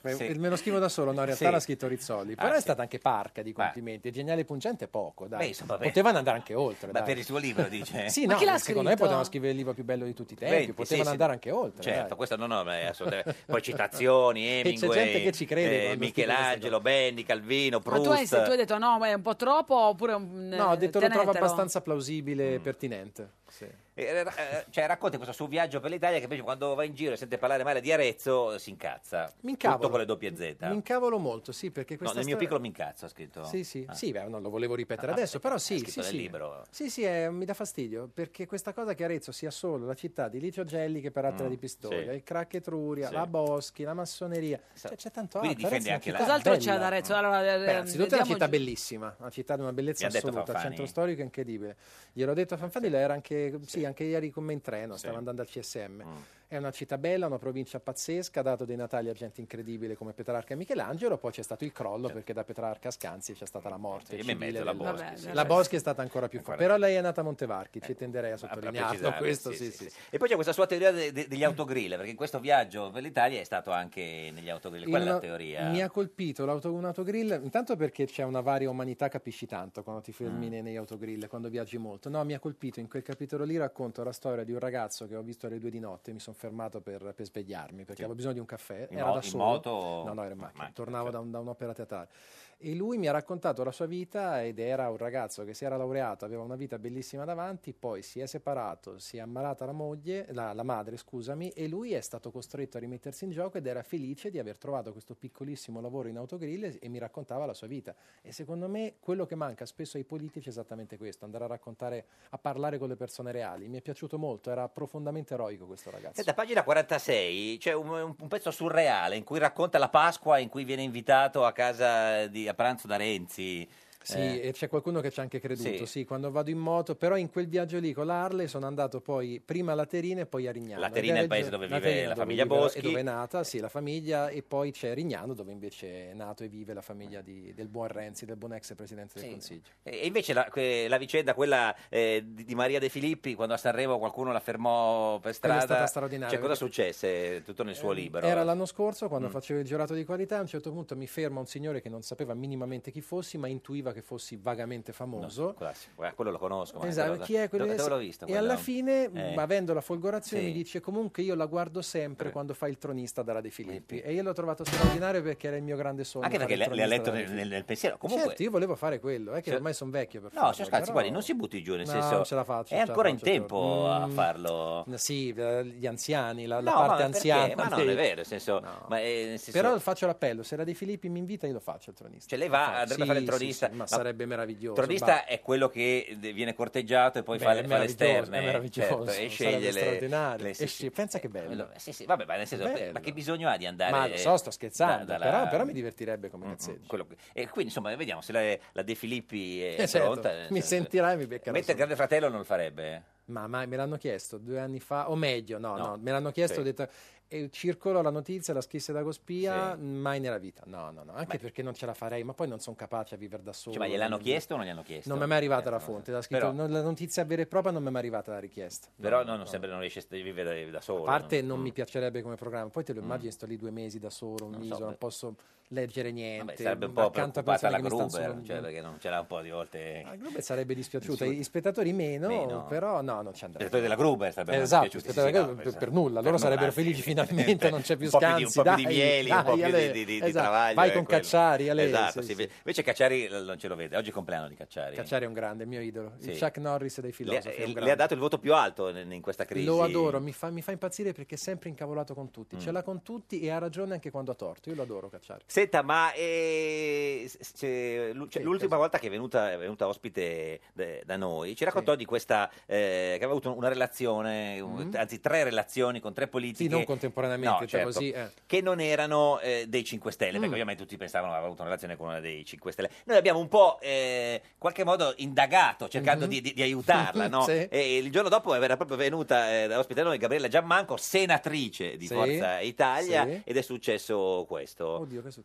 S7: Me,
S2: Sì.
S7: me lo scrivo da solo, no, in realtà
S2: Sì.
S7: l'ha scritto Rizzoli, però
S2: Ah,
S7: è
S2: sì.
S7: stata anche parca di complimenti, geniale e pungente poco, dai.
S2: Beh, insomma, beh.
S7: potevano andare anche oltre.
S2: Ma
S7: dai.
S2: per il suo libro, dice?
S7: sì,
S2: Ma
S7: no,
S2: chi l'ha
S7: secondo me
S2: scritto?
S7: potevano scrivere il libro più bello di tutti i tempi,
S2: Venti, sì,
S7: potevano
S2: sì.
S7: andare anche oltre.
S2: Certo,
S7: dai.
S2: questo no, no, ma è assolutamente- poi citazioni,
S7: c'è
S2: Hemingway, eh,
S7: gente che ci crede quando scrive
S2: Michelangelo, Benni, Calvino,
S1: Ma
S2: Proust.
S1: tu hai, tu hai detto no, ma è un po' troppo oppure un, eh,
S7: No, ho detto lo trovo
S1: tenetelo?
S7: abbastanza
S2: Mm.
S7: plausibile e pertinente. Sì.
S2: Eh, ra- eh, cioè, racconta questo suo viaggio per l'Italia che invece quando va in giro e sente parlare male di Arezzo eh, si incazza.
S7: Mi incavolo.
S2: Tutto con le doppie Z.
S7: Mi
S2: No,
S7: incavolo molto, sì, perché questa
S2: nel mio
S7: storia-
S2: piccolo mi incazzo, ha scritto.
S7: Sì, sì,
S2: Ah.
S7: sì, beh, non lo volevo ripetere
S2: Ah,
S7: adesso, però sì,
S2: ha scritto
S7: sì,
S2: nel
S7: sì.
S2: libro.
S7: Sì, sì, eh, mi dà fastidio, perché questa cosa che Arezzo sia solo la città di Licio Gelli che per Attila
S2: Mm,
S7: di Pistoia,
S2: sì.
S7: il crack Etruria,
S2: Sì.
S7: la Boschi, la massoneria, cioè, c'è tanto
S2: Quindi
S7: altro. Arezzo è
S2: difende
S7: una
S2: anche la-
S7: città
S1: Cos'altro c'è
S7: bella.
S1: ad Arezzo? Allora, eh,
S7: Beh, innanzitutto è una città
S1: bellissima
S7: bellissima, una città di una bellezza
S2: Mi ha detto
S7: assoluta,
S2: Fanfani.
S7: centro storico incredibile. Gliel'ho detto a Fanfani, era anche, sì, anche ieri con me in treno, stavo andando al CSM.
S2: Mm.
S7: È una città bella, una provincia pazzesca, ha dato dei natali a gente incredibile come Petrarca e Michelangelo, poi c'è stato il crollo perché da Petrarca a Scanzi c'è stata la morte.
S2: Io mi
S7: civile
S2: mezzo la
S7: del-
S2: Boschi, Vabbè, sì,
S7: La
S2: sì.
S7: Boschi è stata ancora più forte,
S2: Ancora
S7: però lei è nata a Montevarchi, ci tenderei a
S2: Per
S7: sottolinearlo
S2: precisarlo,
S7: questo,
S2: sì,
S7: sì,
S2: sì,
S7: sì.
S2: sì. E poi c'è questa sua teoria de- de- degli autogrill, perché in questo viaggio per l'Italia è stato anche negli autogrill. Qual è la
S7: Una-
S2: teoria?
S7: Mi ha colpito l'auto, un autogrill, intanto perché c'è una varia umanità, capisci tanto quando ti fermi
S2: Mm.
S7: nei- negli autogrill, quando viaggi molto. No, mi ha colpito in quel capitolo lì racconto la storia di un ragazzo che ho visto alle due di notte, mi sono fermato per, per svegliarmi perché
S2: Sì.
S7: avevo bisogno di un caffè,
S2: In
S7: era
S2: mo-
S7: da
S2: in
S7: solo.
S2: moto o-
S7: No, no, era
S2: in
S7: in macchina,
S2: macchina,
S7: tornavo da, un- da un'opera teatrale. E lui mi ha raccontato la sua vita ed era un ragazzo che si era laureato, aveva una vita bellissima davanti, poi si è separato, si è ammalata la moglie, la, la madre, scusami, e lui è stato costretto a rimettersi in gioco ed era felice di aver trovato questo piccolissimo lavoro in autogrill e, e mi raccontava la sua vita. E secondo me quello che manca spesso ai politici è esattamente questo, andare a raccontare, a parlare con le persone reali. Mi è piaciuto molto, era profondamente eroico questo ragazzo.
S2: Senta, a pagina 46 c'è un, un- un pezzo surreale in cui racconta la Pasqua in cui viene invitato a casa di, a pranzo da Renzi.
S7: Sì,
S2: Eh,
S7: e c'è qualcuno che ci ha anche creduto,
S2: Sì.
S7: sì. quando vado in moto, però in quel viaggio lì con l'Arle sono andato poi prima a Laterina e poi a Rignano.
S2: Laterina
S7: Ed era
S2: è il
S7: gio-
S2: paese dove vive
S7: Laterina,
S2: la
S7: dove
S2: famiglia
S7: vive- e
S2: Boschi.
S7: dove è nata, sì, la famiglia, e poi c'è Rignano dove invece è nato e vive la famiglia di- del buon Renzi, del buon ex presidente del
S2: Sì.
S7: Consiglio.
S2: E invece la, que- la vicenda, quella eh, di di Maria De Filippi, quando a Sanremo qualcuno la fermò per
S7: Quella
S2: strada.
S7: è stata straordinaria,
S2: Cioè, cosa
S7: perché-
S2: successe? Tutto nel suo libro.
S7: Era l'anno scorso quando
S2: Mm.
S7: facevo il giurato di qualità, a un certo punto mi ferma un signore che non sapeva minimamente chi fossi, ma intuiva che fossi vagamente famoso.
S2: No, quasi. Eh, quello lo conosco. ma
S7: Esatto,
S2: quello-
S7: chi è quello
S2: dove,
S7: che-
S2: dove l'ho visto?
S7: E alla
S2: quello?
S7: fine,
S2: Eh.
S7: mh, avendo la folgorazione,
S2: Sì.
S7: mi
S2: Eh.
S7: dice comunque io la guardo sempre quando fa il tronista dalla De Filippi. E io l'ho trovato straordinario perché era il mio grande sogno.
S2: Anche
S7: fare
S2: perché
S7: il
S2: le, le ha
S7: tronista
S2: letto
S7: dalla
S2: nel,
S7: De Filippi.
S2: nel- nel pensiero. Comunque,
S7: Certo, io volevo fare quello, è che
S2: Cioè-
S7: ormai sono vecchio per farlo.
S2: no, signor Scalzi,
S7: però-
S2: guardi, non si butti giù, nel
S7: No,
S2: senso.
S7: non ce la faccio, cioè, non ce
S2: È
S7: la
S2: ancora in
S7: faccio,
S2: tempo a
S7: Mm.
S2: farlo.
S7: Sì, eh, gli anziani, la, la
S2: No,
S7: parte
S2: ma perché?
S7: anziana.
S2: Ma no,
S7: dei-
S2: non è vero, nel senso, ma, eh, nel senso-
S7: Però faccio l'appello, se la De Filippi mi invita io lo faccio il tronista.
S2: Cioè lei va,
S7: Lo
S2: andrebbe a
S7: faccio.
S2: fare il
S7: Sì, sì,
S2: tronista.
S7: sì, ma sarebbe meraviglioso.
S2: Il tronista
S7: basta.
S2: è quello che de- viene corteggiato e poi
S7: Beh,
S2: fa, le,
S7: è
S2: fa le
S7: meraviglioso,
S2: esterne.
S7: è meraviglioso,
S2: certo, e
S7: sarebbe
S2: sceglie le-
S7: straordinario.
S2: le- sì,
S7: E
S2: sì.
S7: sci- pensa che bello.
S2: Sì, sì, vabbè, ma nel senso,
S7: Bello.
S2: ma che bisogno ha di andare...
S7: Ma lo so, sto scherzando,
S2: da- dalla-
S7: però, però mi divertirebbe come cazzeggio.
S2: quello che- E quindi, insomma, vediamo se la, la De Filippi è
S7: Eh, certo,
S2: pronta. nel
S7: mi
S2: senso-
S7: sentirai e mi beccherai
S2: Mentre il grande fratello non lo farebbe. eh.
S7: Ma, ma me l'hanno chiesto due anni fa, o meglio, no,
S2: No.
S7: no, me l'hanno chiesto,
S2: Sì.
S7: ho detto, e circolò la notizia, la scrisse da Cospia,
S2: Sì.
S7: mai nella vita. No, no, no, anche perché non ce la farei, ma poi non sono capace a vivere da solo.
S2: Cioè, ma gliel'hanno
S7: Boh, non-
S2: chiesto o non gli hanno chiesto?
S7: Non mi è mai arrivata
S2: Eh,
S7: la
S2: no.
S7: fonte, l'ha scritto-
S2: Però-
S7: non- la notizia vera e propria non mi è mai arrivata la richiesta.
S2: Però no, non, sembra non riesce a vivere da, da solo.
S7: A parte
S2: no?
S7: non
S2: Mm.
S7: mi piacerebbe come programma, poi te lo immagini, sto lì due mesi da solo,
S2: Non so,
S7: un'isola,
S2: beh.
S7: non posso leggere niente.
S2: Vabbè, sarebbe un po'
S7: accanto a persone
S2: preoccupata la
S7: che mi stanno
S2: Gruber,
S7: solo-
S2: cioè, perché non ce l'ha un po' di volte...
S7: La Gruber sarebbe dispiaciuta,
S2: Sì.
S7: gli spettatori meno,
S2: Meno. Eh,
S7: però no, non ci
S2: Il
S7: andrei.
S2: direttore della Gruber sarebbe
S7: Esatto,
S2: piaciuto,
S7: spettacolo per, per nulla, loro sarebbero felici finalmente, non c'è più
S2: eh, un po' più di,
S7: scansi.
S2: un po' più di
S7: dai,
S2: mieli, un po'
S7: dai,
S2: più
S7: Ale,
S2: di, di, di
S7: esatto,
S2: travaglio.
S7: Vai
S2: è
S7: con
S2: quello.
S7: Cacciari, Ale,
S2: Esatto,
S7: sì,
S2: sì,
S7: sì.
S2: invece Cacciari eh, non ce lo vede. Oggi è il compleanno di Cacciari.
S7: Cacciari è un grande, il mio idolo,
S2: Sì.
S7: il Chuck Norris dei
S2: Le,
S7: filosofi. è
S2: eh,
S7: un
S2: le
S7: grande.
S2: ha dato il voto più alto in, in questa crisi.
S7: Lo adoro, mi fa, mi fa impazzire perché è sempre incavolato con tutti,
S2: Mm.
S7: ce l'ha con tutti e ha ragione anche quando ha torto, io lo adoro Cacciari.
S2: Senta, ma eh, s- c'è- l'u- cioè, l'ultima volta che è venuta, è venuta ospite de- da noi ci raccontò di questa eh, che aveva avuto una relazione, un-
S7: Mm.
S2: anzi tre relazioni con tre
S7: Sì,
S2: politiche.
S7: non contemporaneamente,
S2: No,
S7: cioè
S2: certo.
S7: così. eh.
S2: che non erano eh, dei 5 Stelle, perché
S7: Mm.
S2: ovviamente tutti pensavano aveva avuto una relazione con una dei 5 Stelle. Noi abbiamo un po' eh, in qualche modo indagato, cercando
S7: Mhm.
S2: di, di- di aiutarla, no?
S7: Sì.
S2: E il giorno dopo era proprio venuta eh, da ospite da noi Gabriella Giammanco, senatrice di
S7: Sì.
S2: Forza Italia,
S7: Sì.
S2: ed è successo questo.
S7: Oddio, che è successo?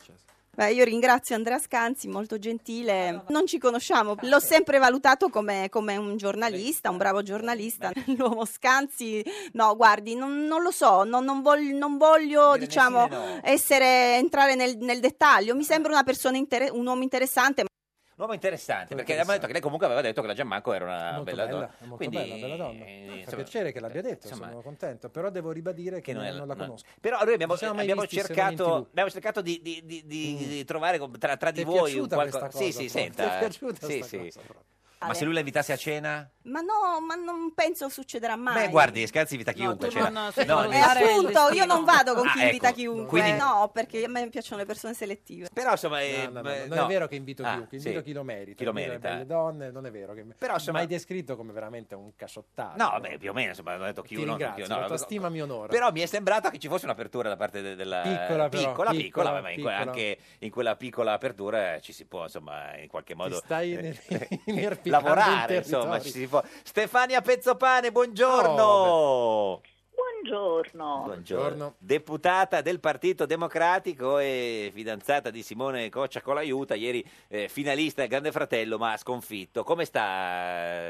S13: Beh, io ringrazio Andrea Scanzi, molto gentile. Non ci conosciamo, l'ho sempre valutato come, come un giornalista, un bravo giornalista. L'uomo Scanzi, no, guardi, non, non lo so, non, non voglio, non voglio, diciamo, essere, entrare nel, nel dettaglio. Mi sembra una persona inter- un uomo interessante.
S2: Un uomo interessante, perché abbiamo detto che lei comunque aveva detto che la Gianmanco era una
S7: Molto
S2: bella,
S7: bella,
S2: donna.
S7: è molto
S2: Quindi,
S7: bella, bella donna. Mi fa
S2: Eh, insomma, eh,
S7: piacere che l'abbia detto,
S2: insomma,
S7: sono contento, però devo ribadire che, non, non la
S2: no.
S7: conosco.
S2: Però noi abbiamo,
S7: Ci siamo mai
S2: abbiamo
S7: visti, se non
S2: cercato,
S7: in TV. Mm.
S2: abbiamo cercato di, di- di- di- di trovare com- tra, tra
S7: Ti
S2: di
S7: è
S2: voi un
S7: piaciuta
S2: qualcosa.
S7: questa cosa,
S2: sì, sì,
S7: proprio? Ti
S2: senta.
S7: è piaciuta
S2: sì,
S7: sta
S2: sì.
S7: cosa,
S2: Ma se lui la invitasse a cena?
S13: Ma no, ma non penso succederà mai.
S2: Beh, guardi, scanzi vita chiunque a
S13: tu
S2: cena.
S13: non-
S2: No,
S13: se
S2: nel
S13: Eh,
S2: senso-
S13: appunto, io non vado con chi
S2: Ah,
S13: invita
S2: ecco.
S13: chiunque,
S2: Quindi-
S13: no, perché a me piacciono le persone selettive.
S2: Però insomma, eh,
S7: No, no, no,
S2: beh,
S7: non
S2: no.
S7: è vero che invito
S2: Ah,
S7: chiunque, invito
S2: sì.
S7: chi lo merita.
S2: Chi lo
S7: invito le
S2: merita. eh.
S7: belle donne, non è vero che
S2: Però, insomma-
S7: mai descritto come veramente un cassottato.
S2: No, beh, più o meno, insomma, ho detto
S7: Ti
S2: chiuno,
S7: ringrazio,
S2: chiuno,
S7: la tua
S2: no,
S7: stima mi onora.
S2: Però mi è sembrato che ci fosse un'apertura da parte de- della
S7: Piccola, però,
S2: piccola, piccola,
S7: piccola,
S2: ma in
S7: piccola.
S2: que- anche in quella piccola apertura eh, ci si può, insomma, in qualche modo
S7: stai
S2: eh,
S7: inerpicando
S2: lavorare,
S7: il
S2: insomma,
S7: territorio.
S2: ci si può. Stefania Pezzopane, buongiorno.
S14: Oh, Buongiorno.
S2: Buongiorno. Deputata del Partito Democratico e fidanzata di Simone Coccia Colaiuta, ieri eh, finalista del Grande Fratello, ma sconfitto. Come sta,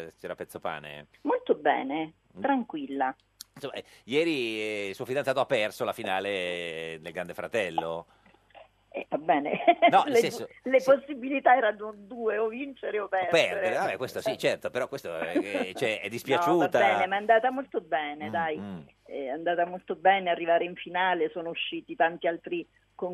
S2: eh, signora Pezzopane?
S14: Molto bene, tranquilla.
S2: Insomma, eh, ieri eh, il suo fidanzato ha perso la finale eh, del Grande Fratello.
S14: Eh, va bene.
S2: No, nel
S14: le
S2: senso,
S14: le possibilità erano due, o vincere o perdere.
S2: Perdere, vabbè, questo sì, certo, però questo eh, eh, cioè, è
S14: Eh, No, va
S2: dispiaciuta.
S14: bene, ma è andata molto bene,
S2: Mm,
S14: dai. Eh,
S2: mm.
S14: È andata molto bene arrivare in finale, sono usciti tanti altri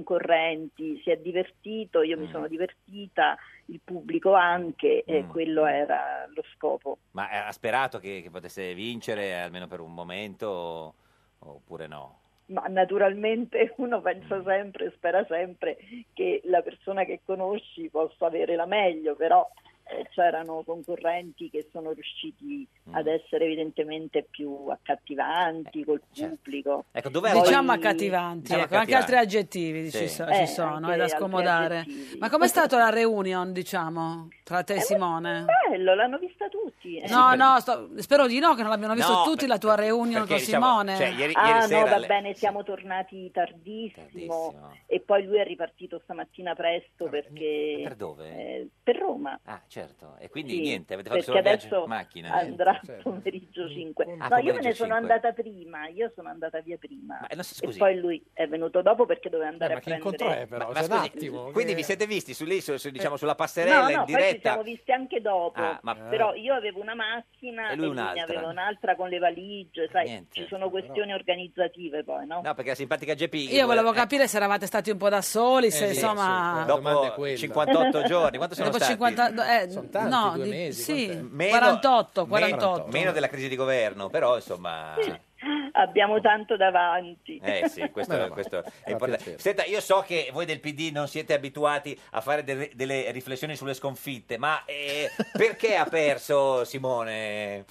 S14: concorrenti, si è divertito, io
S2: Mm.
S14: mi sono divertita, il pubblico anche, e
S2: mm.
S14: quello era lo scopo.
S2: Ma eh, ha sperato che, che potesse vincere eh, almeno per un momento o- oppure no?
S14: Ma naturalmente uno pensa sempre, spera sempre che la persona che conosci possa avere la meglio, però eh, c'erano concorrenti che sono riusciti ad essere evidentemente più accattivanti col pubblico.
S2: Ecco,
S1: Diciamo accattivanti,
S14: Diciamo
S1: ecco, anche altri
S14: accattivanti.
S1: aggettivi
S14: Sì.
S1: ci, so-
S14: Eh,
S1: ci sono,
S14: anche
S1: è da
S14: altri
S1: scomodare.
S14: aggettivi. Eh,
S1: Ma com'è stata la reunion, diciamo, tra te e Simone?
S14: Bello, l'hanno vista tutti. eh.
S1: No, no, sto- spero di no, che non l'abbiano visto
S2: No,
S1: tutti la tua reunion
S2: perché,
S1: con
S2: diciamo,
S1: Simone.
S2: cioè, ieri-
S14: ah,
S2: sera
S14: no, va
S2: le-
S14: bene, siamo tornati tardissimo, e poi lui è ripartito stamattina presto perché
S2: Per dove?
S14: eh, per Roma.
S2: Ah, certo. E quindi
S14: Sì,
S2: niente, avete fatto solo
S14: perché
S2: un viaggio
S14: adesso
S2: in macchina.
S14: andrà
S2: Certo.
S14: pomeriggio 5.
S2: Ah,
S14: no, io me
S2: pomeriggio
S14: ne sono
S2: 5.
S14: andata prima, io sono andata via prima.
S2: Ma, eh, no, s-
S14: e
S2: scusi.
S14: poi lui è venuto dopo perché doveva andare a prendere
S2: Ma- ma scusi, Quindi vi siete visti su lì, su- su- diciamo, sulla
S14: No,
S2: passerella
S14: no,
S2: in
S14: poi ci
S2: diretta?
S14: siamo visti anche dopo,
S2: Ah, ma-
S14: però io avevo una macchina
S2: E
S14: e
S2: lui
S14: lui, ne
S2: un'altra. Eh,
S14: aveva un'altra con le valigie, sai,
S2: Niente. certo,
S14: ci sono questioni organizzative poi, no?
S2: No, perché la simpatica Geppi
S1: Io volevo capire se eravate stati un po' da soli, se
S2: Eh, sì,
S1: insomma...
S2: sì, dopo 58 giorni, quanto sono
S1: Dopo
S2: stati?
S1: 50 eh, no, di- sì, 48, 48.
S2: Meno, meno della crisi di governo, però insomma...
S14: Abbiamo tanto davanti.
S2: Eh sì, questo, questo è importante. Senta, io so che voi del PD non siete abituati a fare de- delle riflessioni sulle sconfitte, ma eh, perché ha perso Simone?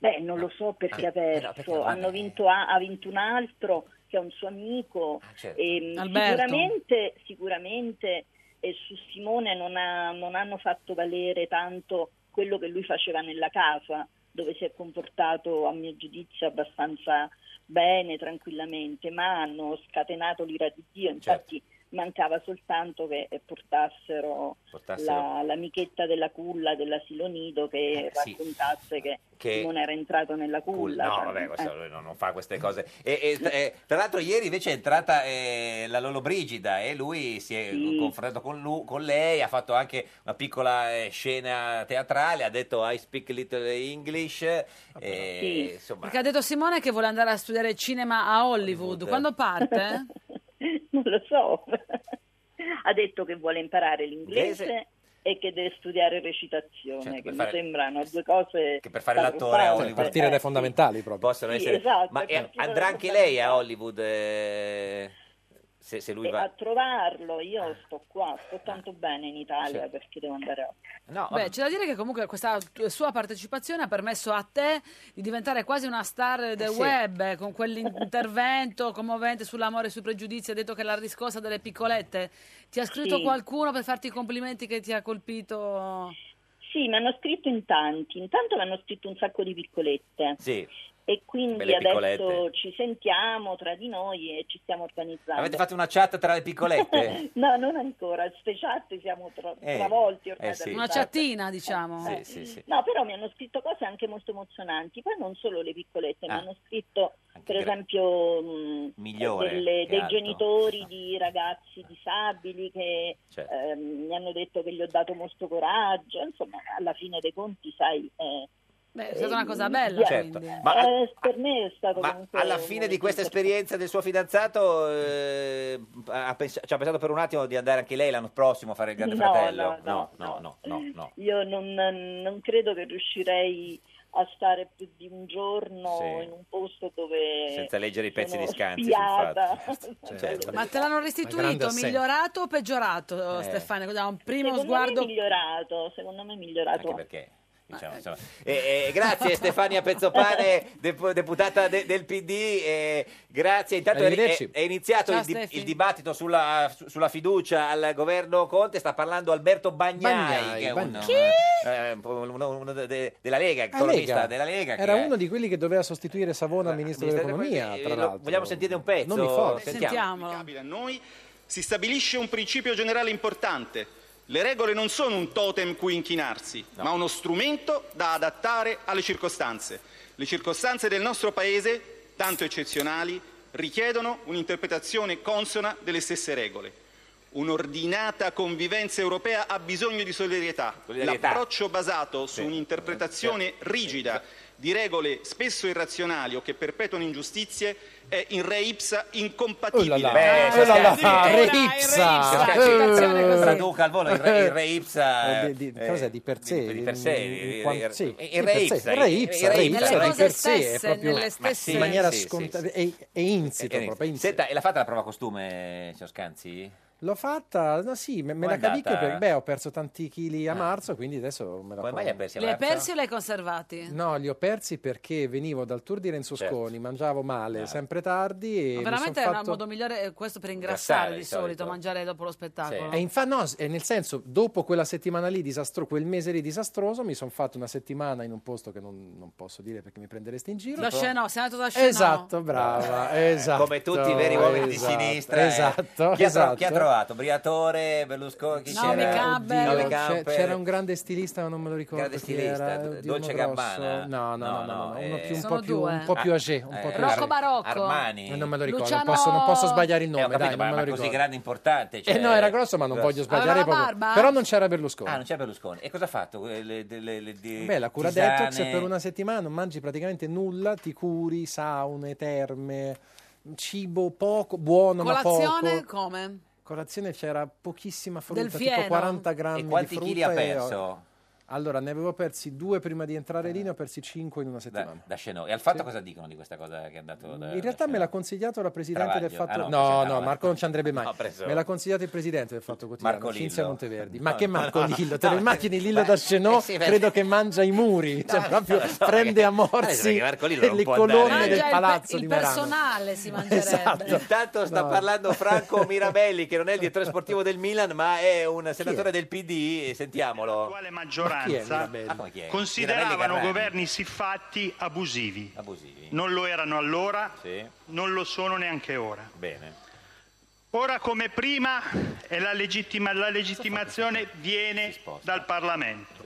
S14: Beh, non lo so perché ha perso. Hanno vinto a- ha vinto un altro che è un suo amico.
S2: certo.
S14: Ehm,
S1: Alberto.
S14: sicuramente sicuramente eh, su Simone non, ha- non hanno fatto valere tanto quello che lui faceva nella casa, dove si è comportato, a mio giudizio, abbastanza bene, tranquillamente, ma hanno scatenato l'ira di Dio. Infatti mancava soltanto che eh, portassero,
S2: Portassero.
S14: la- l'amichetta della culla dell'asilo nido che
S2: Eh, sì.
S14: raccontasse che
S2: Che-
S14: Simone era entrato nella culla.
S2: No,
S14: cioè,
S2: vabbè, questo
S14: eh.
S2: lui non, non fa queste cose. E, e- e, tra l'altro ieri invece è entrata eh, la Lollobrigida e lui si è confrontato con, lu- con lei, ha fatto anche una piccola eh, scena teatrale, ha detto I speak little English. e,
S1: Sì.
S2: eh, insomma,
S1: Perché ha detto Simone che vuole andare a studiare cinema a Hollywood.
S2: Hollywood.
S1: Quando parte?
S14: non lo so. ha detto che vuole imparare l'inglese
S2: Inglese.
S14: e che deve studiare recitazione,
S7: Certo,
S14: che
S7: per
S14: mi
S7: fare-
S14: sembrano due cose
S2: per fare l'attore a
S14: sacrosante.
S2: Hollywood.
S7: partire dai fondamentali proprio.
S2: Possono
S14: Sì,
S2: essere...
S14: esatto,
S2: Ma
S14: è
S2: eh,
S14: partito
S2: andrà
S14: da
S2: anche lei a Hollywood eh, se, se lui
S14: Eh, A
S2: va...
S14: trovarlo,
S2: Ah.
S14: io sto qua, sto tanto bene in Italia
S2: Certo.
S14: perché devo andare a...
S1: Beh, c'è da dire che comunque questa tu- sua partecipazione ha permesso a te di diventare quasi una star del
S14: Eh sì.
S1: web eh, con quell'intervento commovente sull'amore e sui pregiudizi. Ha detto che la riscossa delle piccolette. Ti ha scritto
S14: Sì.
S1: qualcuno per farti i complimenti che ti ha colpito?
S14: Sì, mi hanno scritto in tanti, intanto mi hanno scritto un sacco di piccolette.
S2: Sì.
S14: E quindi
S2: Belle
S14: adesso
S2: piccolette.
S14: ci sentiamo tra di noi e ci stiamo organizzando.
S2: Avete fatto una chat tra le piccolette?
S14: no, non ancora, ste chat siamo tra-
S2: Eh,
S14: travolti ormai.
S2: eh sì.
S14: dalle
S1: Una
S14: chat.
S1: chattina, diciamo.
S14: Eh, No, però mi hanno scritto cose anche molto emozionanti, poi non solo le piccolette,
S2: Ah.
S14: mi hanno scritto per
S2: gra-
S14: esempio mh,
S2: Migliore
S14: delle-
S2: che
S14: dei
S2: altro.
S14: genitori di ragazzi disabili che
S2: Certo.
S14: ehm, mi hanno detto che gli ho dato molto coraggio, insomma alla fine dei conti sai... eh,
S1: Beh, è stata una cosa bella.
S2: Certo.
S1: quindi.
S2: Ma-
S14: eh, per me è stato
S2: Ma
S14: comunque
S2: alla
S14: un
S2: fine di
S14: momento
S2: questa esperienza del suo fidanzato, eh, ha pens- ci ha pensato per un attimo di andare anche lei l'anno prossimo a fare il Grande
S14: No,
S2: Fratello?
S14: no, Eh,
S2: no, no, no, no.
S14: Io non, non credo che riuscirei a stare più di un giorno
S2: Sì.
S14: in un posto dove...
S2: Senza leggere i pezzi
S14: sono
S2: di scanzi sul
S14: spiata.
S2: Certo.
S1: Ma te
S2: Ma
S1: l'hanno
S2: grande
S1: restituito,
S2: assenso.
S1: migliorato o peggiorato,
S2: Eh.
S1: Stefano? Da un primo
S14: Secondo
S1: sguardo.
S14: me migliorato, secondo me migliorato.
S2: Anche perché... diciamo, insomma. Eh, eh, grazie Stefania Pezzopane, dep- deputata de- del PD. eh, grazie. Intanto è,
S7: Arrivederci.
S2: è- è iniziato
S7: Ciao,
S2: il, di-
S7: Stefi.
S2: il dibattito sulla, su- sulla fiducia al governo Conte. Sta parlando Alberto Bagnai,
S7: Bagnai,
S2: che è un-
S7: Bagnai.
S2: eh, un po' uno, uno de- de- della Lega,
S7: La
S2: economista della Lega. che
S7: Era
S2: è-
S7: uno di quelli che doveva sostituire Savona ministro dell'economia,
S2: Eh,
S7: tra
S2: lo-
S7: l'altro.
S2: Vogliamo sentire un pezzo?
S7: Nomi forti.
S15: Applicabile a noi si stabilisce un principio generale importante. Le regole non sono un totem cui inchinarsi, ma uno strumento da adattare alle circostanze. Le circostanze del nostro Paese, tanto eccezionali, richiedono un'interpretazione consona delle stesse regole. Un'ordinata convivenza europea ha bisogno di solidarietà.
S2: Solidarietà.
S15: L'approccio basato su un'interpretazione rigida di regole spesso irrazionali o che perpetuano ingiustizie è in re ipsa incompatibile.
S7: Oh là là. Beh, Oh là là,
S15: Addirittura
S7: re Eh.
S15: il re
S7: ipsa.
S15: ipsa.
S7: Che citazione così.
S2: Cioè, eh, Traduca al volo il re, il re Ipsa.
S7: Eh, di- di- cos'è, di per sé?
S2: di per sé,
S7: In- in- in-
S2: il-
S7: sì,
S2: il-
S7: di
S2: il
S7: per
S2: re
S7: sé,
S2: Ipsa,
S7: il re Ipsa, il
S2: il- il re Ipsa.
S7: re
S2: Nelle
S7: Ipsa
S2: cose
S7: di per sé è
S2: stesse,
S7: proprio
S2: nelle stesse-
S7: in maniera
S2: Sì, sì,
S7: scontata,
S2: sì.
S7: è, è insito
S2: Eh,
S7: proprio, è insito.
S2: Senta, e l'ha fatta la prova costume, signor Scanzi?
S7: L'ho fatta, no sì, me, me
S2: Com'è
S7: la cavicchio
S2: andata? Ah.
S7: perché beh, ho perso tanti chili a marzo, quindi adesso me la
S2: Come mai li ha persi a
S1: Li hai persi o li hai conservati?
S7: No, li ho persi perché venivo dal tour di Renzo
S2: Certo.
S7: Sconi, mangiavo male, sempre tardi e
S1: Ma
S7: mi
S1: veramente
S7: son
S1: era un
S7: fatto-
S1: modo migliore eh, questo per ingrassare,
S7: Ingrassare,
S1: di
S7: di
S1: solito,
S7: solito.
S1: mangiare dopo lo spettacolo.
S2: Eh,
S7: E infatti, Eh, no, s- e nel senso, dopo quella settimana lì disastro- quel mese lì disastroso, mi sono fatto una settimana in un posto che non, non posso dire perché mi prendereste in giro.
S1: Da
S7: però-
S1: Scenò, sei andato da Scenò?
S7: Esatto, brava, esatto.
S2: Come tutti i veri uomini
S7: esatto,
S2: di sinistra. eh.
S7: Esatto,
S2: Chi, ha tro-
S7: esatto.
S2: chi ha trovato? Briatore, Berlusconi, chi
S7: C'era-
S2: c'era?
S7: oddio,
S2: Nove
S7: c'è-
S2: Camper.
S7: c'era un grande stilista, ma non me lo ricordo.
S2: Grande
S7: chi
S2: stilista,
S7: era,
S2: D-
S7: oddio,
S2: Dolce
S7: uno grosso.
S2: Gabbana?
S7: No, no, no, no, no,
S2: no,
S7: uno
S2: eh,
S7: più- un,
S1: sono
S7: po più,
S1: due.
S7: un po' più âgé. Un
S2: Eh,
S7: po più
S2: Rocco
S7: âgé.
S1: Barocco.
S2: Armani.
S7: Eh, Non me lo ricordo,
S1: Luciano-
S7: non posso, non posso sbagliare il
S2: Eh,
S7: nome,
S2: ho capito,
S7: dai, non
S2: ma,
S7: me
S2: ma
S7: lo
S2: così
S7: ricordo.
S2: grande importante. cioè-
S7: Eh, no, era grosso, ma non
S2: Grosso.
S7: voglio sbagliare.
S1: Aveva la
S7: proprio.
S1: barba?
S7: Però non c'era Berlusconi.
S2: Ah, non c'è Berlusconi. E cosa ha fatto? Eh, le- delle- le- di-
S7: Beh, la cura
S2: tisane?
S7: detox è per una settimana, non mangi praticamente nulla, ti curi, saune, terme, cibo poco, buono ma
S1: Colazione
S7: poco.
S1: come?
S7: Colazione c'era pochissima
S1: Del
S7: frutta,
S1: fieno.
S7: tipo 40 grammi
S2: E quanti
S7: di
S2: chili
S7: frutta.
S2: ha
S7: e-
S2: perso? Eh.
S7: Allora, ne avevo persi due prima di entrare lì, ne ho persi cinque in una
S2: Da,
S7: settimana.
S2: da Scenò. E al fatto cosa dicono di questa cosa che è andato da-
S7: In realtà me l'ha consigliato la presidente del
S2: eh, Travaglio.
S7: fatto...
S2: Ah, no,
S7: no,
S2: presidente,
S7: no,
S2: no,
S7: Marco non ci andrebbe mai.
S2: No, preso.
S7: me l'ha consigliato il presidente del fatto quotidiano,
S2: Marco
S7: Cinzia
S2: Lillo.
S7: Monteverdi.
S2: No,
S7: Ma che
S2: no,
S7: Marco
S2: no,
S7: Lillo?
S2: no,
S7: Te lo
S2: no,
S7: immagini Lillo
S2: beh,
S7: da Scenò?
S2: eh sì, beh.
S7: credo che mangia i muri, cioè
S2: No,
S7: proprio
S2: no, no,
S7: prende
S2: perché-
S7: a
S2: Adesso perché
S7: morsi
S2: Marco Lillo non
S7: le
S2: può
S7: colonne del
S2: andare- Mangia il
S7: palazzo
S1: Il
S7: di Merano.
S1: personale si mangerebbe.
S2: Intanto sta
S7: esatto. No.
S2: parlando Franco Mirabelli, che non è il direttore sportivo del Milan, ma è un senatore del PD. Sentiamolo. Ah, L'attuale
S15: maggioranza consideravano governi siffatti abusivi.
S2: Abusivi.
S15: Non lo erano allora,
S2: Sì.
S15: non lo sono neanche ora.
S2: Bene.
S15: Ora come prima è la, legittima- la legittimazione viene dal Parlamento.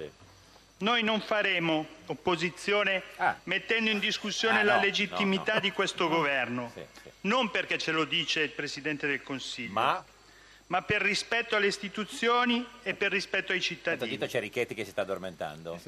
S15: Noi non faremo opposizione mettendo in discussione
S2: Ah,
S15: la
S2: no,
S15: legittimità
S2: no, no.
S15: di questo governo,
S2: Ah, Sì, sì.
S15: non perché ce lo dice il Presidente del Consiglio, ma, per rispetto alle istituzioni e per rispetto ai cittadini.
S2: Dito c'è Richetti che si sta addormentando.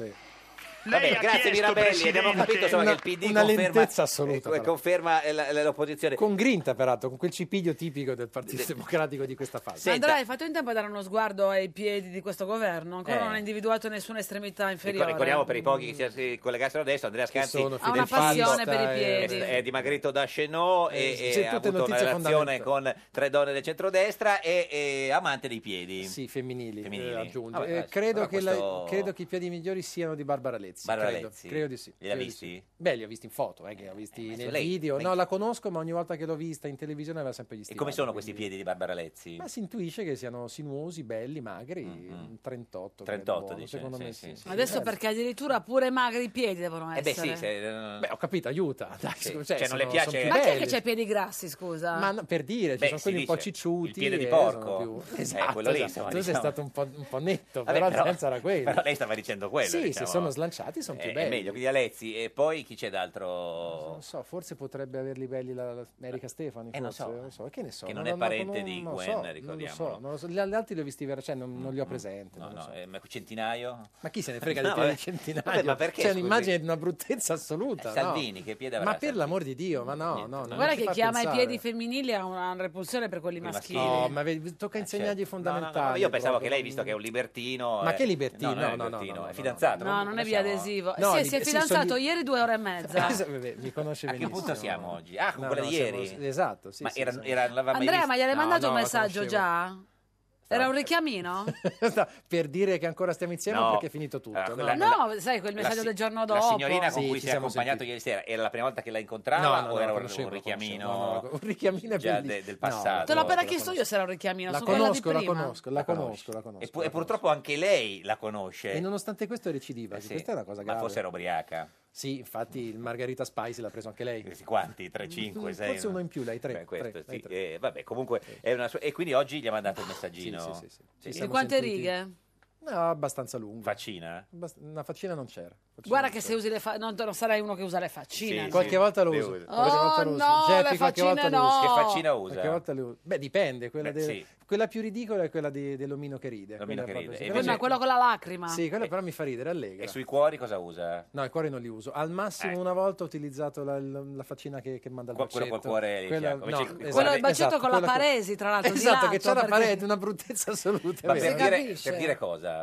S15: Lei
S2: Vabbè,
S15: ha
S2: grazie
S15: chiesto,
S2: Mirabelli, abbiamo
S15: Presidente-
S2: capito insomma,
S7: Una-
S2: che il PD
S7: una
S2: conferma,
S7: lentezza assoluta,
S2: eh,
S7: però.
S2: conferma eh, la- la- l'opposizione.
S7: Con grinta, peraltro, con quel cipiglio tipico del Partito Democratico di questa fase.
S1: Andrea, hai fatto in tempo a dare uno sguardo ai piedi di questo governo? Ancora
S2: Eh.
S1: non ha individuato nessuna estremità inferiore.
S2: Ricor- Ricordiamo per i pochi che si si collegassero adesso, Andrea Scanzi
S7: sono
S1: Ha una passione per i piedi.
S2: è, è dimagrito da Chenot e,
S7: Eh,
S2: e
S7: sì,
S2: ha
S7: tutte
S2: avuto una
S7: notizie
S2: relazione con tre donne del centrodestra e, e amante dei piedi.
S7: Sì, femminili.
S2: femminili.
S7: aggiungi.
S2: Vabbè,
S7: Eh,
S2: adesso,
S7: credo,
S2: però
S7: che la-
S2: questo-
S7: credo che i piedi migliori siano di Barbara Letti. Lenzi.
S2: Barbara
S7: credo,
S2: Lenzi?
S7: credo di sì.
S2: Li ha
S7: credo di
S2: visti?
S7: sì. Beh, li ho visti in foto, eh, che li ho visti
S2: ma
S7: nel
S2: lei-
S7: video.
S2: ma-
S7: No, la conosco, ma ogni volta che l'ho vista in televisione aveva sempre gli
S2: E
S7: stivali.
S2: come sono questi piedi di Barbara Lezzi?
S7: Ma si intuisce che siano sinuosi, belli, magri, un 38. credo,
S2: 38
S7: buono,
S2: Mm, dice,
S7: secondo
S2: sì,
S7: me
S2: sì, sì.
S1: Adesso
S7: Eh,
S1: perché addirittura pure magri i piedi devono
S2: Eh
S1: essere.
S2: beh sì, se-
S7: Beh, ho capito, aiuta. Dai,
S2: Sì,
S7: scusa,
S2: cioè, non
S7: sono-
S2: le piace-
S7: sono più
S1: Ma chi è che
S7: belli.
S1: c'ha i piedi grassi, scusa?
S7: Ma no, per dire, ci
S2: Beh,
S7: sono
S2: si
S7: quelli un po'
S2: dice,
S7: cicciuti.
S2: il piede di
S7: e
S2: porco.
S7: sono più-
S2: Eh,
S7: Esatto,
S2: quello lì,
S7: esatto.
S2: insomma,
S7: tu sei
S2: diciamo.
S7: stato un po', un po' netto,
S2: Vabbè,
S7: però, la
S2: però-
S7: senza era quello.
S2: però lei stava dicendo quello,
S7: Sì,
S2: diciamo.
S7: se sono slanciati sono
S2: Eh,
S7: più
S2: è
S7: belli.
S2: meglio, quindi Alezzi. E poi chi c'è d'altro?
S7: Non so, forse potrebbe averli belli la, la Erika Stefani,
S2: Eh, non
S7: forse,
S2: so.
S7: non so, che ne so.
S2: Che non
S7: no,
S2: è
S7: no, no,
S2: parente
S7: non-
S2: di
S7: non lo
S2: Gwen,
S7: so, Non lo
S2: ricordiamolo.
S7: so, non lo so. Gli gli altri li ho visti, ver- cioè non, non li ho presenti.
S2: No, no, eh, ma centinaio?
S7: Ma chi se ne frega dei piedi di centinaio?
S2: Vabbè, ma perché?
S7: C'è
S2: scusi?
S7: un'immagine di una bruttezza assoluta.
S2: Eh,
S7: no?
S2: Salvini, che piede avrà
S7: Ma per l'amor di Dio, ma no, no, no.
S1: Guarda
S7: non ci
S1: che
S7: fa
S1: chi ama i
S7: pensare.
S1: piedi femminili ha una repulsione per quelli maschili.
S7: No, ma vedi, tocca insegnargli i
S2: Eh, certo. No, no, no,
S7: fondamentali.
S2: ma io pensavo
S7: proprio.
S2: che lei, visto che è un libertino...
S7: Ma
S2: eh,
S7: che libertino?
S2: No, non è
S7: No, no, no,
S2: libertino,
S7: no,
S2: è
S7: no,
S2: fidanzato.
S1: No, non è via
S2: Lasciamo-
S1: adesivo.
S7: No,
S1: sì,
S7: li-
S1: si è
S7: sì,
S1: fidanzato
S7: sono
S1: ieri due ore e mezza.
S7: Esatto, beh, Mi conosce
S2: A che
S7: benissimo.
S2: punto siamo oggi? Ah, con
S7: No,
S2: quella
S7: no,
S2: di ieri?
S7: siamo- esatto, sì,
S2: Ma
S7: sì,
S2: era,
S7: siamo-
S2: era- l'aveva mai
S1: Andrea,
S2: vista?
S1: ma gli hai
S7: No,
S1: mandato un
S7: no, la
S1: messaggio
S7: conoscevo.
S1: già? Era un richiamino?
S7: No, per dire che ancora stiamo insieme
S2: No.
S7: perché è finito tutto.
S2: Allora,
S7: no?
S2: quella-
S1: No, sai, quel messaggio
S2: si-
S1: del giorno
S2: La
S1: dopo.
S2: signorina con
S7: Sì,
S2: cui
S7: ci
S2: si è
S7: siamo
S2: accompagnato ieri sera era la prima volta che la incontrava
S7: No, no,
S2: o
S7: no,
S2: era
S7: la
S2: un-
S7: conoscevo,
S2: un
S7: la
S2: richiamino,
S7: conoscevo. No, no, un richiamino è
S2: già
S7: bellissimo.
S2: de- del
S7: No,
S2: passato?
S1: Te l'ho appena chiesto io se era un richiamino,
S7: La
S1: su quella di
S7: conosco, la
S1: prima.
S7: conosco, la conosco, la
S2: E,
S7: conosco.
S2: pu- e purtroppo anche lei la conosce. Eh
S7: E nonostante questo è recidiva,
S2: Sì.
S7: questa è una cosa
S2: Ma
S7: grave.
S2: forse era ubriaca.
S7: Sì, infatti il Margarita Spicy l'ha preso anche lei. Mm,
S2: Quanti? 3, 5, 6?
S7: Forse uno in più, lei tre. tre, lei tre.
S2: eh, vabbè, comunque è una sua- E quindi oggi gli ha mandato il messaggino.
S7: Sì, sì, sì, sì. Ci
S1: Di
S7: siamo
S1: quante
S7: sentiti-
S1: righe?
S7: No, abbastanza lungo.
S2: Faccina? eh.
S7: Abbast- Una faccina non c'era.
S1: Guarda che se usi le fa- non, non sarai uno che usa le faccine. no?
S7: qualche volta lo
S2: le
S7: uso.
S2: uso.
S7: qualche
S1: Oh,
S7: volta lo uso.
S1: no,
S7: Geppi,
S1: le
S7: qualche
S1: faccine
S7: volta lo uso.
S1: no. Che
S2: faccina usa?
S7: Qualche volta le uso. Beh, dipende. Quella,
S2: Beh,
S7: de-
S2: sì.
S7: quella più ridicola è quella de- dell'omino che ride. Quella
S2: L'omino che
S7: proprio-
S2: ride.
S7: sì,
S2: E
S7: quella-
S1: Ma quella con la lacrima.
S7: Sì, quella però mi fa ridere, allegra.
S2: Eh.
S7: Eh,
S2: E sui cuori cosa usa?
S7: No, i cuori non li uso. Al massimo
S2: Ecco.
S7: una volta ho utilizzato la, la- la faccina che, che manda il
S2: Qua-
S7: bacetto.
S2: quello col cuore di fianco. Invece il-
S7: esatto,
S1: Quello del bacetto con la
S7: quella col-
S1: paresi, tra l'altro, di
S7: Esatto, che
S1: lato,
S7: c'è la
S1: perché-
S7: paresi, una bruttezza assoluta.
S2: Ma
S7: è vero.
S2: per dire, per dire cosa?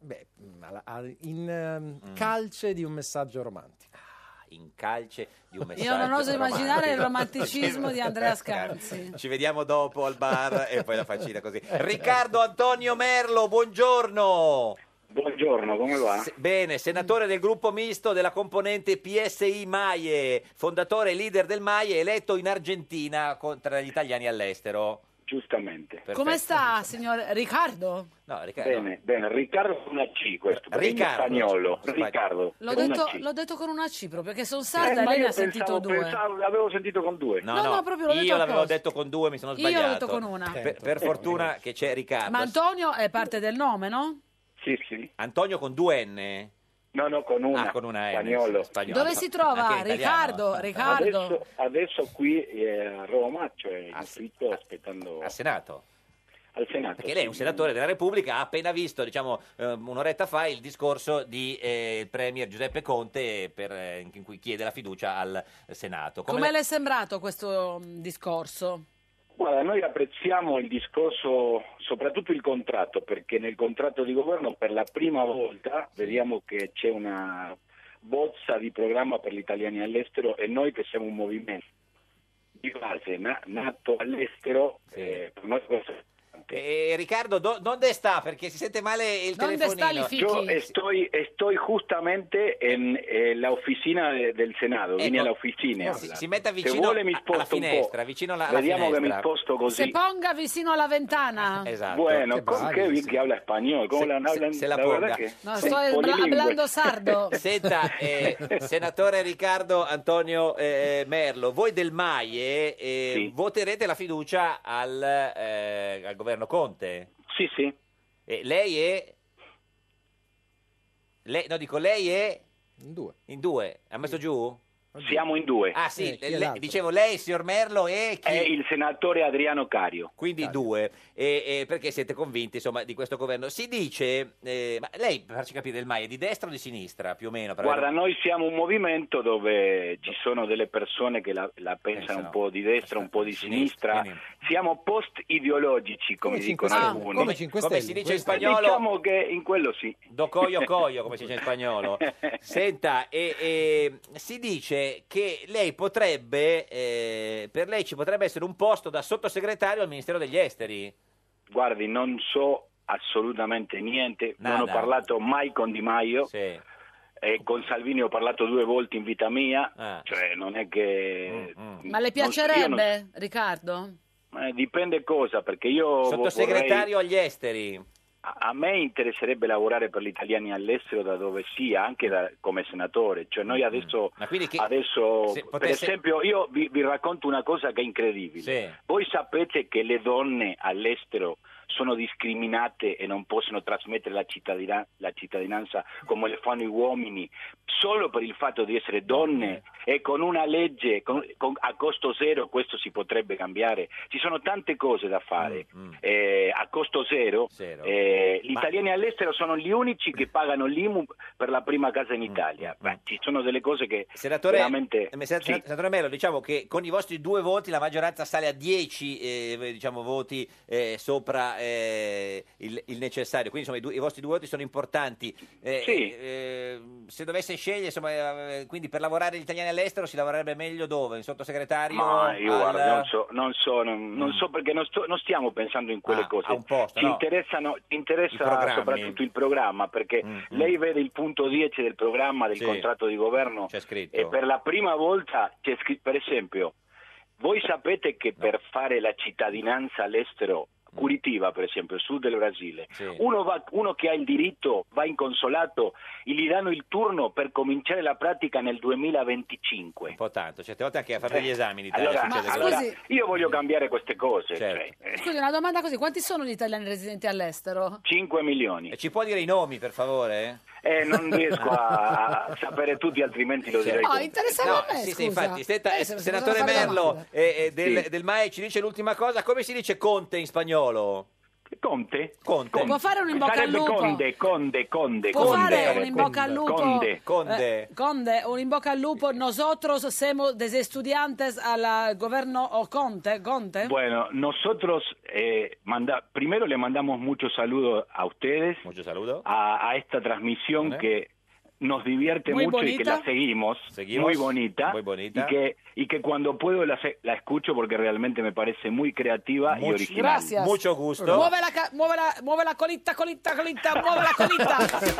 S7: Beh, mm, alla- al- in ehm,
S2: Mm.
S7: calce di un messaggio romantico.
S2: In calce di un messaggio.
S1: Io non oso
S2: romantico.
S1: immaginare il romanticismo di Andrea Scanzi.
S2: Ci vediamo dopo al bar e poi la faccina così.
S7: Eh,
S2: Riccardo
S7: certo.
S2: Antonio Merlo, buongiorno.
S16: Buongiorno, come va?
S2: Se- bene, senatore del gruppo misto della componente PSI Maie, fondatore e leader del Maie, eletto in Argentina con- tra gli italiani all'estero.
S16: Giustamente.
S1: Come sta, signor Riccardo?
S2: No, Riccardo.
S16: Bene, bene, Riccardo con una C questo, perché
S2: Riccardo.
S16: in spagnolo, Riccardo.
S1: L'ho
S16: con una
S1: detto,
S16: C.
S1: l'ho detto con una C proprio, perché sono
S16: Eh, ma
S1: sarda e lei
S16: io
S1: ne ha sentito
S16: pensavo-
S1: due.
S16: pensavo- l'avevo sentito con due.
S2: No,
S1: No,
S2: no,
S1: no, proprio l'ho detto
S2: io l'avevo
S1: apposta.
S2: detto con due, mi sono
S1: Io l'ho
S2: sbagliato.
S1: detto con una.
S2: Per,
S16: Certo,
S2: per fortuna che c'è Riccardo.
S1: Ma Antonio è parte del nome, no?
S16: Sì, sì.
S2: Antonio con due N?
S16: No, no, con una.
S2: Ah, con una N.
S16: Spagnolo.
S2: sì, spagnolo.
S1: Dove si trova?
S2: Anche italiano.
S1: Riccardo, Riccardo.
S16: Adesso, adesso qui eh, a Roma, cioè in ufficio aspettando
S2: Ah, Al Senato.
S16: al Senato.
S2: Perché lei è un senatore della Repubblica, ha appena visto, diciamo, eh, un'oretta fa il discorso di eh, il Premier Giuseppe Conte per, eh, in cui chiede la fiducia al Senato. Come
S1: Come
S2: le-
S1: le è sembrato questo mh, discorso?
S16: Guarda, noi apprezziamo il discorso, soprattutto il contratto, perché nel contratto di governo per la prima volta vediamo che c'è una bozza di programma per gli italiani all'estero e noi che siamo un movimento di base na- nato all'estero, eh, per noi questo è
S2: Eh, Riccardo, do- dove sta? Perché si sente male il
S1: Donde sta
S2: telefonino.
S1: il fichi?
S16: Yo estoy, estoy justamente en eh, la oficina de- del Senato, vine
S2: Ecco,
S16: alla officina.
S2: si- si metta
S16: Se
S2: vicino
S16: vuole mi
S2: a-
S16: sposto
S2: alla finestra,
S16: un po'.
S2: vicino alla- alla
S16: Vediamo che mi
S2: finestra.
S16: sposto
S1: Se
S16: così.
S1: ponga vicino alla ventana.
S2: Esatto.
S16: Bueno,
S2: Che
S16: con
S2: bravi,
S16: qué bien
S2: sì.
S16: que habla español, cómo
S2: Se-
S16: la
S2: se-
S16: hablan,
S2: se la
S16: verdad
S2: ponga.
S16: que
S1: No,
S16: sono
S1: sto habla-
S16: polilingue.
S1: hablando sardo.
S2: Senta, eh, senatore Riccardo Antonio eh, Merlo, voi del MAIE eh, voterete la fiducia al, eh, al governo Conte?
S16: Sì, sì.
S2: lei è... Lei, no, dico, lei è...
S7: In due.
S2: In due. Ha messo giù?
S16: Siamo in due.
S2: Ah sì,
S16: Eh, chi è
S2: le-
S16: l'altro?
S2: dicevo lei, signor Merlo, e chi?
S16: È il senatore Adriano Cario.
S2: Quindi due, E- e perché siete convinti insomma, di questo governo. Si dice, eh, ma lei per farci capire il MAIE, è di destra o di sinistra più o meno? Per
S16: Guarda,
S2: avere-
S16: noi siamo un movimento dove ci sono delle persone che la, la pensano un po' di destra, un po' di sinistra. Siamo post-ideologici, come
S7: Come Cinque
S16: dicono
S7: Stelle,
S16: alcuni.
S7: come Cinque
S2: Come si
S7: Stelle,
S2: dice in
S7: questo-
S2: spagnolo?
S16: Diciamo che in quello sì.
S2: Do coio coio, come si dice in spagnolo. Senta, e, e si dice che lei potrebbe, eh, per lei ci potrebbe essere un posto da sottosegretario al Ministero degli Esteri.
S16: Guardi, non so assolutamente niente,
S2: Nada.
S16: non ho parlato mai con Di Maio. E con Salvini ho parlato due volte in vita mia,
S2: Ah.
S16: cioè non è che...
S2: Mm,
S1: Ma le
S16: Non so, io non-
S1: piacerebbe, Riccardo?
S16: Eh, dipende cosa, perché io... vo-
S2: Sottosegretario
S16: vorrei-
S2: agli esteri.
S16: A a me interesserebbe lavorare per gli italiani all'estero da dove sia, anche da- come senatore. Cioè
S2: Mm,
S16: noi adesso, adesso
S2: se
S16: per
S2: potesse-
S16: esempio, io vi, vi racconto una cosa che è incredibile. Voi sapete che le donne all'estero sono discriminate e non possono trasmettere la, cittadina- la cittadinanza come le fanno gli uomini solo per il fatto di essere donne e con una legge con- con- a costo zero questo si potrebbe cambiare. Ci sono tante cose da fare Eh, a costo zero. eh, gli
S2: Mm, Ma-
S16: italiani all'estero sono gli unici che pagano l'IMU per la prima casa in Italia. Beh, ci sono delle cose che
S2: Mm, Senatore,
S16: veramente...
S2: eh, sen-
S16: Sì.
S2: senatore Melo, diciamo che con i vostri due voti la maggioranza sale a 10 eh, diciamo, voti eh, sopra eh, il, il necessario, quindi insomma, i, du- i vostri due voti sono importanti. Eh,
S16: Sì.
S2: eh, se dovesse scegliere, insomma, eh, quindi per lavorare gli italiani all'estero si lavorerebbe meglio dove? In sottosegretario?
S16: Ma io
S2: al- Mm.
S16: guarda, non so, non so, non, non so perché non, sto- non stiamo pensando in quelle cose.
S2: Ah, a un posto,
S16: Ci
S2: no.
S16: interessano, ci
S2: I
S16: interessa
S2: programmi. Mm,
S16: soprattutto il programma perché lei vede il punto 10 del programma del
S2: Sì.
S16: contratto di governo
S2: C'è scritto.
S16: e per la prima volta c'è scritto, per esempio, voi sapete che per fare la cittadinanza all'estero,
S2: Mm.
S16: Curitiba per esempio, sud del Brasile, uno, va- uno che ha il diritto va in consolato e gli danno il turno per cominciare la pratica nel 2025.
S2: Un po' tanto, certe volte anche a fare gli esami in Italia
S16: Eh, Allora,
S2: succede
S16: allora,
S2: questo. Certo.
S16: io voglio cambiare queste cose. cioè,
S1: Scusi, una domanda così, quanti sono gli italiani residenti all'estero?
S16: 5 milioni.
S2: E ci può dire i nomi, per favore?
S16: Eh, non riesco a, a sapere tutti, altrimenti lo direi.
S1: No,
S16: comunque.
S1: interessava a me,
S2: Certo. sì, sì,
S1: scusa.
S2: infatti, senta,
S1: Eh,
S2: eh,
S1: se mi sono
S2: senatore
S1: fatta fare
S2: Merlo eh, eh, del,
S16: Sì.
S2: del MAE ci dice l'ultima cosa, come si dice Conte in spagnolo?
S16: Conte?
S2: Conte.
S1: Può fare un in bocca al
S16: Sarebbe
S1: lupo?
S16: Conde, Conde, Conde.
S1: Può
S16: Conde,
S1: fare un
S16: sarebbe.
S1: in bocca al lupo?
S16: Conde,
S2: Conde.
S1: Eh, Conde, un in bocca al lupo. Nosotros semos desestudiantes al governo o Conte. Conte?
S2: ¿Eh?
S16: Bueno, nosotros eh, manda- primero le mandamos muchos saludos a ustedes, a, a esta transmisión
S2: Vale.
S16: que nos divierte
S2: Muy
S16: mucho y que
S2: bonita.
S16: la seguimos,
S2: Seguimos.
S16: muy bonita,
S2: Muy bonita.
S16: y que y que cuando puedo la, se- la escucho porque realmente me parece muy creativa y
S2: Mucho-
S16: original.
S1: Gracias. Muove la, ca- muove la- muove la colitta, colitta, colitta, muove la colitta.
S2: Grazie,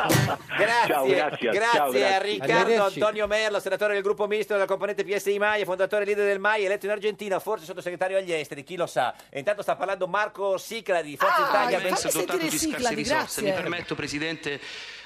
S16: Ciao, grazie,
S2: grazie
S16: ciao, grazie.
S2: a Riccardo
S16: Arrivederci.
S2: Antonio Merlo, senatore del gruppo misto della componente PSI MAI e fondatore e leader del MAI, eletto in Argentina, forse sottosegretario agli esteri, chi lo sa. E intanto sta parlando Marco Sicla di Forza
S1: Ah,
S2: Italia.
S17: penso dotato di scarse risorse. Mi
S2: permette-
S17: permetto, Presidente,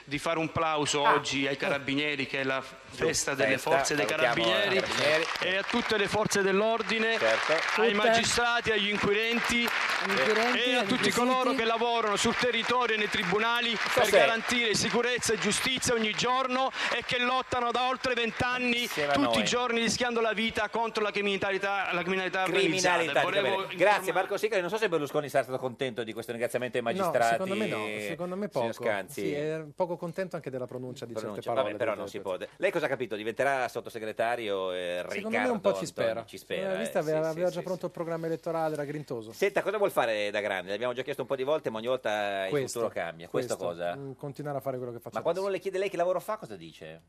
S17: di fare un plauso
S1: Ah.
S17: oggi ai Carabinieri, che è la festa delle
S2: festa,
S17: forze dei
S2: salutiamo
S17: Carabinieri,
S2: i Carabinieri. Certo.
S17: e a tutte le forze dell'ordine, ai
S2: Tutte.
S17: magistrati, agli inquirenti,
S1: inquirenti,
S17: e a
S1: agli
S17: tutti
S1: inquisiti.
S17: coloro che lavorano sul territorio e nei tribunali per
S2: se-
S17: garantire sicurezza e giustizia ogni giorno e che lottano da oltre vent'anni
S2: a
S17: tutti
S2: noi.
S17: i giorni rischiando la vita contro la criminalità, la criminalità organizzata.
S2: Criminalità. dico
S17: Volevo
S2: bene. Grazie Marco Sicla, non so se Berlusconi sarà stato contento di questo ringraziamento ai magistrati.
S7: No, secondo me no, secondo me
S2: signor
S7: poco.
S2: Scanzi.
S7: Sì, è poco contento anche della pronuncia di
S2: pronuncia.
S7: certe parole.
S2: Vabbè, però
S7: del
S2: non si
S7: detto.
S2: può. Lei cosa ha capito? Diventerà sottosegretario eh,
S7: Secondo me
S2: Riccardo
S7: un po' ci
S2: Antoni-
S7: spera.
S2: Ci
S7: Eh,
S2: spera. eh,
S7: vista,
S2: sì,
S7: aveva,
S2: sì,
S7: aveva
S2: sì,
S7: già pronto il programma elettorale, era grintoso.
S2: Senta, cosa vuol fare da grande? L'abbiamo già chiesto un po' di volte, ma ogni volta il
S7: Questo,
S2: futuro cambia. Questo, cosa?
S7: mm, Continuare a fare quello che faccio.
S2: Ma quando uno le chiede lei che lavoro fa, cosa dice?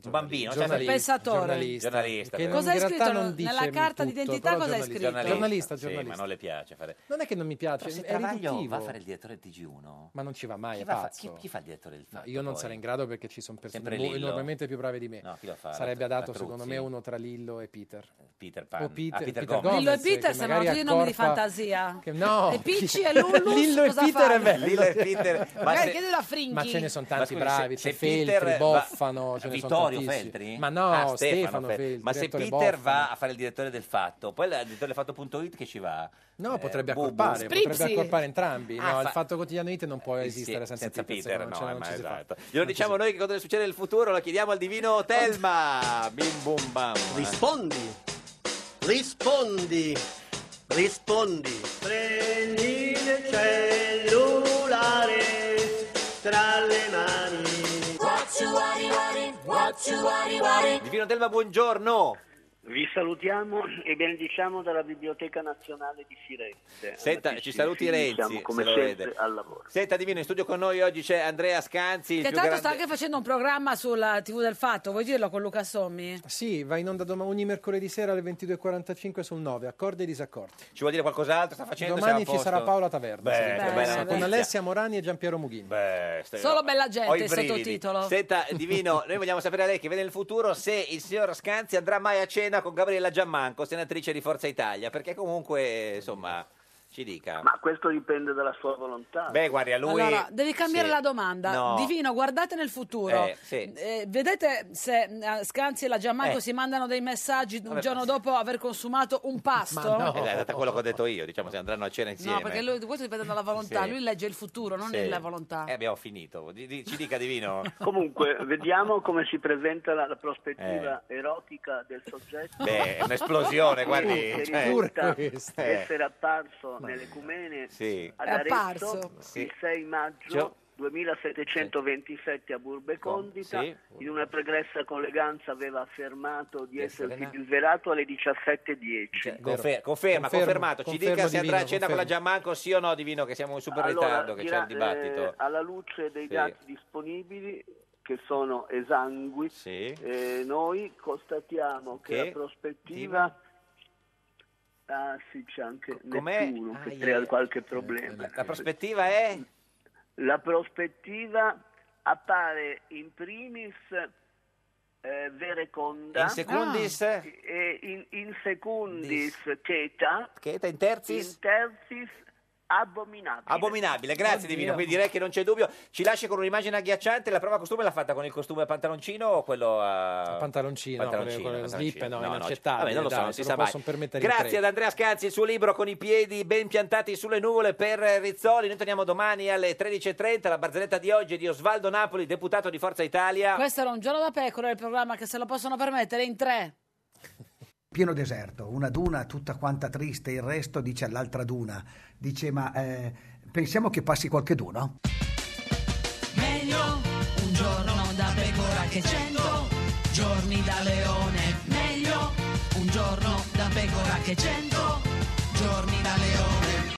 S2: Un bambino, cioè,
S7: giornalista,
S1: Pensatore.
S7: giornalista.
S2: giornalista.
S7: Che
S2: per-
S7: non- in
S1: Cos'è
S7: realtà
S1: scritto
S7: non
S1: nella
S7: dice
S1: carta
S7: tutto,
S1: d'identità?
S7: però
S1: Cos'è
S7: giornalista.
S1: scritto?
S7: Giornalista,
S2: Sì,
S7: giornalista.
S2: ma non le piace fare.
S7: Non è che non mi
S2: Però se
S7: piace, Cioè, è
S2: Travaglio
S7: riduttivo.
S2: va a fare il direttore del TG1.
S7: Ma non ci va mai,
S2: Chi
S7: è
S2: va a fa-
S7: pazzo.
S2: chi- chi fa il direttore del
S7: No,
S2: Fatto
S7: io non
S2: poi?
S7: sarei in grado perché ci sono
S2: Sempre
S7: persone mo-
S2: Lillo?
S7: enormemente più brave di me.
S2: No, chi lo fa?
S7: Sarebbe
S2: La-
S7: adatto,
S2: la
S7: secondo
S2: Truzzi? Eh,
S7: me, uno tra Lillo e Peter.
S2: Peter Pan.
S7: O Peter,
S2: Ah,
S7: Peter
S2: Peter Gomez.
S1: Lillo e
S7: Gomez,
S1: Peter
S7: che
S1: sembrano
S7: magari
S1: tutti nomi di
S7: accorpa-
S1: fantasia.
S7: che- no.
S1: E Picci e Lullus
S7: Lillo e
S1: cosa
S7: Peter è
S1: fanno?
S7: bello. Lillo e Peter,
S2: ma
S1: Magari
S2: se-
S1: chiedelo a Fringhi.
S7: Ma ce ne sono tanti
S2: scusi,
S7: bravi,
S2: se-
S7: c'è
S2: se Peter
S7: Feltri,
S2: va-
S7: Boffano, ce ne sono
S2: Vittorio
S7: tantissimi.
S2: Feltri?
S7: Ma no,
S2: Ah,
S7: Stefano, Feltri,
S2: Ma se
S7: direttore
S2: Peter
S7: Boffano.
S2: va a fare il direttore del fatto, poi il direttore del fatto.it che ci va?
S7: No,
S2: Eh,
S7: potrebbe
S2: Bubu.
S7: accorpare, potrebbe accorpare entrambi.
S2: Ah,
S7: no,
S2: fa-
S7: il fatto quotidiano IT non può
S2: Sì,
S7: esistere senza, Peter, secondo me,
S2: no,
S7: non
S2: ma
S7: ce- non ci si fa.
S2: esatto. Glielo diciamo noi che cosa deve succedere nel futuro, lo chiediamo al divino Telma. Bim bum bam.
S18: Rispondi, rispondi, rispondi. Prendi il cellulare tra le mani.
S2: Divino Telma, buongiorno.
S18: Vi salutiamo e benediciamo dalla Biblioteca Nazionale di Firenze.
S2: Senta, ci saluti
S18: Renzi,
S2: Renzi,
S18: come
S2: se lo
S18: sempre
S2: vede.
S18: al lavoro.
S2: Senta Divino, in studio con noi oggi c'è Andrea Scanzi, il
S1: Che
S2: più
S1: tanto sta
S2: grande...
S1: anche facendo un programma sulla TV del Fatto, vuoi dirlo con Luca Sommi?
S7: Sì, va in onda doma- ogni mercoledì sera alle 22.45 sul 9, accordi e disaccordi.
S2: Ci vuol dire qualcos'altro? Sta facendo?
S7: Domani
S2: siamo a
S7: ci
S2: posto?
S7: sarà Paola Taverna.
S2: Beh,
S7: sì.
S2: che bella notizia.
S7: con Alessia Morani e Giampiero Mughini.
S1: Solo bella gente,
S2: Ho i
S1: il
S2: brividi.
S1: sottotitolo.
S2: Senta, Divino, noi vogliamo sapere a lei che vede nel futuro se il signor Scanzi andrà mai a cena con Gabriella Giammanco, senatrice di Forza Italia, perché comunque, insomma, ci dica.
S18: Ma questo dipende dalla sua volontà.
S2: Beh, guardi, a lui...
S1: Allora, devi cambiare
S2: sì.
S1: la domanda.
S2: No.
S1: Divino, guardate nel futuro.
S2: Eh, sì.
S1: Eh, vedete se eh, Scanzi e la Giammanco
S2: Eh.
S1: si mandano dei messaggi un
S2: Vabbè,
S1: giorno dopo aver consumato un pasto?
S2: Eh, dai, È andata quello che ho detto io, diciamo, se andranno a cena insieme.
S1: No, perché lui, questo dipende dalla volontà.
S2: Sì.
S1: Lui legge il futuro, non
S2: Sì.
S1: la volontà.
S2: Eh, abbiamo finito. Di- di- Ci dica Divino.
S18: Comunque, vediamo come si presenta la, la prospettiva erotica del soggetto.
S2: Eh. Beh, è un'esplosione, guardi,
S18: Che
S2: cioè-
S18: risulta
S2: Pure questa. eh.
S18: essere apparso nelle Cumene
S2: Sì.
S18: ad
S2: È
S18: Arezzo
S2: apparso.
S18: il
S2: Sì.
S18: 6 maggio
S2: Gio-
S18: 2727 a Burbe Condita.
S2: Sì.
S18: In una pregressa colleganza aveva affermato di
S2: Essere
S18: essersi
S2: nato.
S18: svelato alle 17.10.
S2: Confer- conferma, confermato. Ci dica
S18: Confermo,
S2: se andrà a
S18: Divino,
S2: cena con la
S18: confermo.
S2: Giammanco, sì o no, Divino, che siamo in super
S18: Allora,
S2: ritardo, che c'è
S18: gra-
S2: il dibattito.
S18: eh, alla luce dei
S2: Sì.
S18: dati disponibili, che sono esangui, eh, noi constatiamo che,
S2: Che?
S18: la prospettiva... Ah sì, c'è anche
S2: com'è?
S18: Nettuno che
S2: Ah,
S18: crea
S2: yeah.
S18: qualche problema.
S2: La prospettiva è?
S18: La prospettiva appare in primis eh, vereconda.
S2: In secundis? Ah.
S18: E in, in secundis cheta.
S2: Cheta, in terzis?
S18: In terzis abominabile.
S2: Abominabile, grazie Divino, quindi direi che non c'è dubbio. Ci lasci con un'immagine agghiacciante, la prova costume l'ha fatta con il costume a pantaloncino o quello a...
S7: pantaloncino, con le- con le
S2: pantaloncino.
S7: slip, no,
S2: ci-
S7: inaccettabile,
S2: Vabbè, non lo so,
S7: dai,
S2: non si
S7: se
S2: sa
S7: lo
S2: mai.
S7: possono permettere in
S2: Grazie
S7: tre.
S2: ad Andrea Scanzi, il suo libro con i piedi ben piantati sulle nuvole per Rizzoli. Noi torniamo domani alle 13.30, la barzelletta di oggi è di Osvaldo Napoli, deputato di Forza Italia.
S1: Questo era un giorno da pecora, il programma che se lo possono permettere in tre.
S19: Pieno deserto, una duna tutta quanta triste, il resto dice all'altra duna, dice ma eh, pensiamo che passi qualche duno?
S20: Meglio un giorno da pecora che cento giorni da leone. Meglio un giorno da pecora che cento giorni da leone.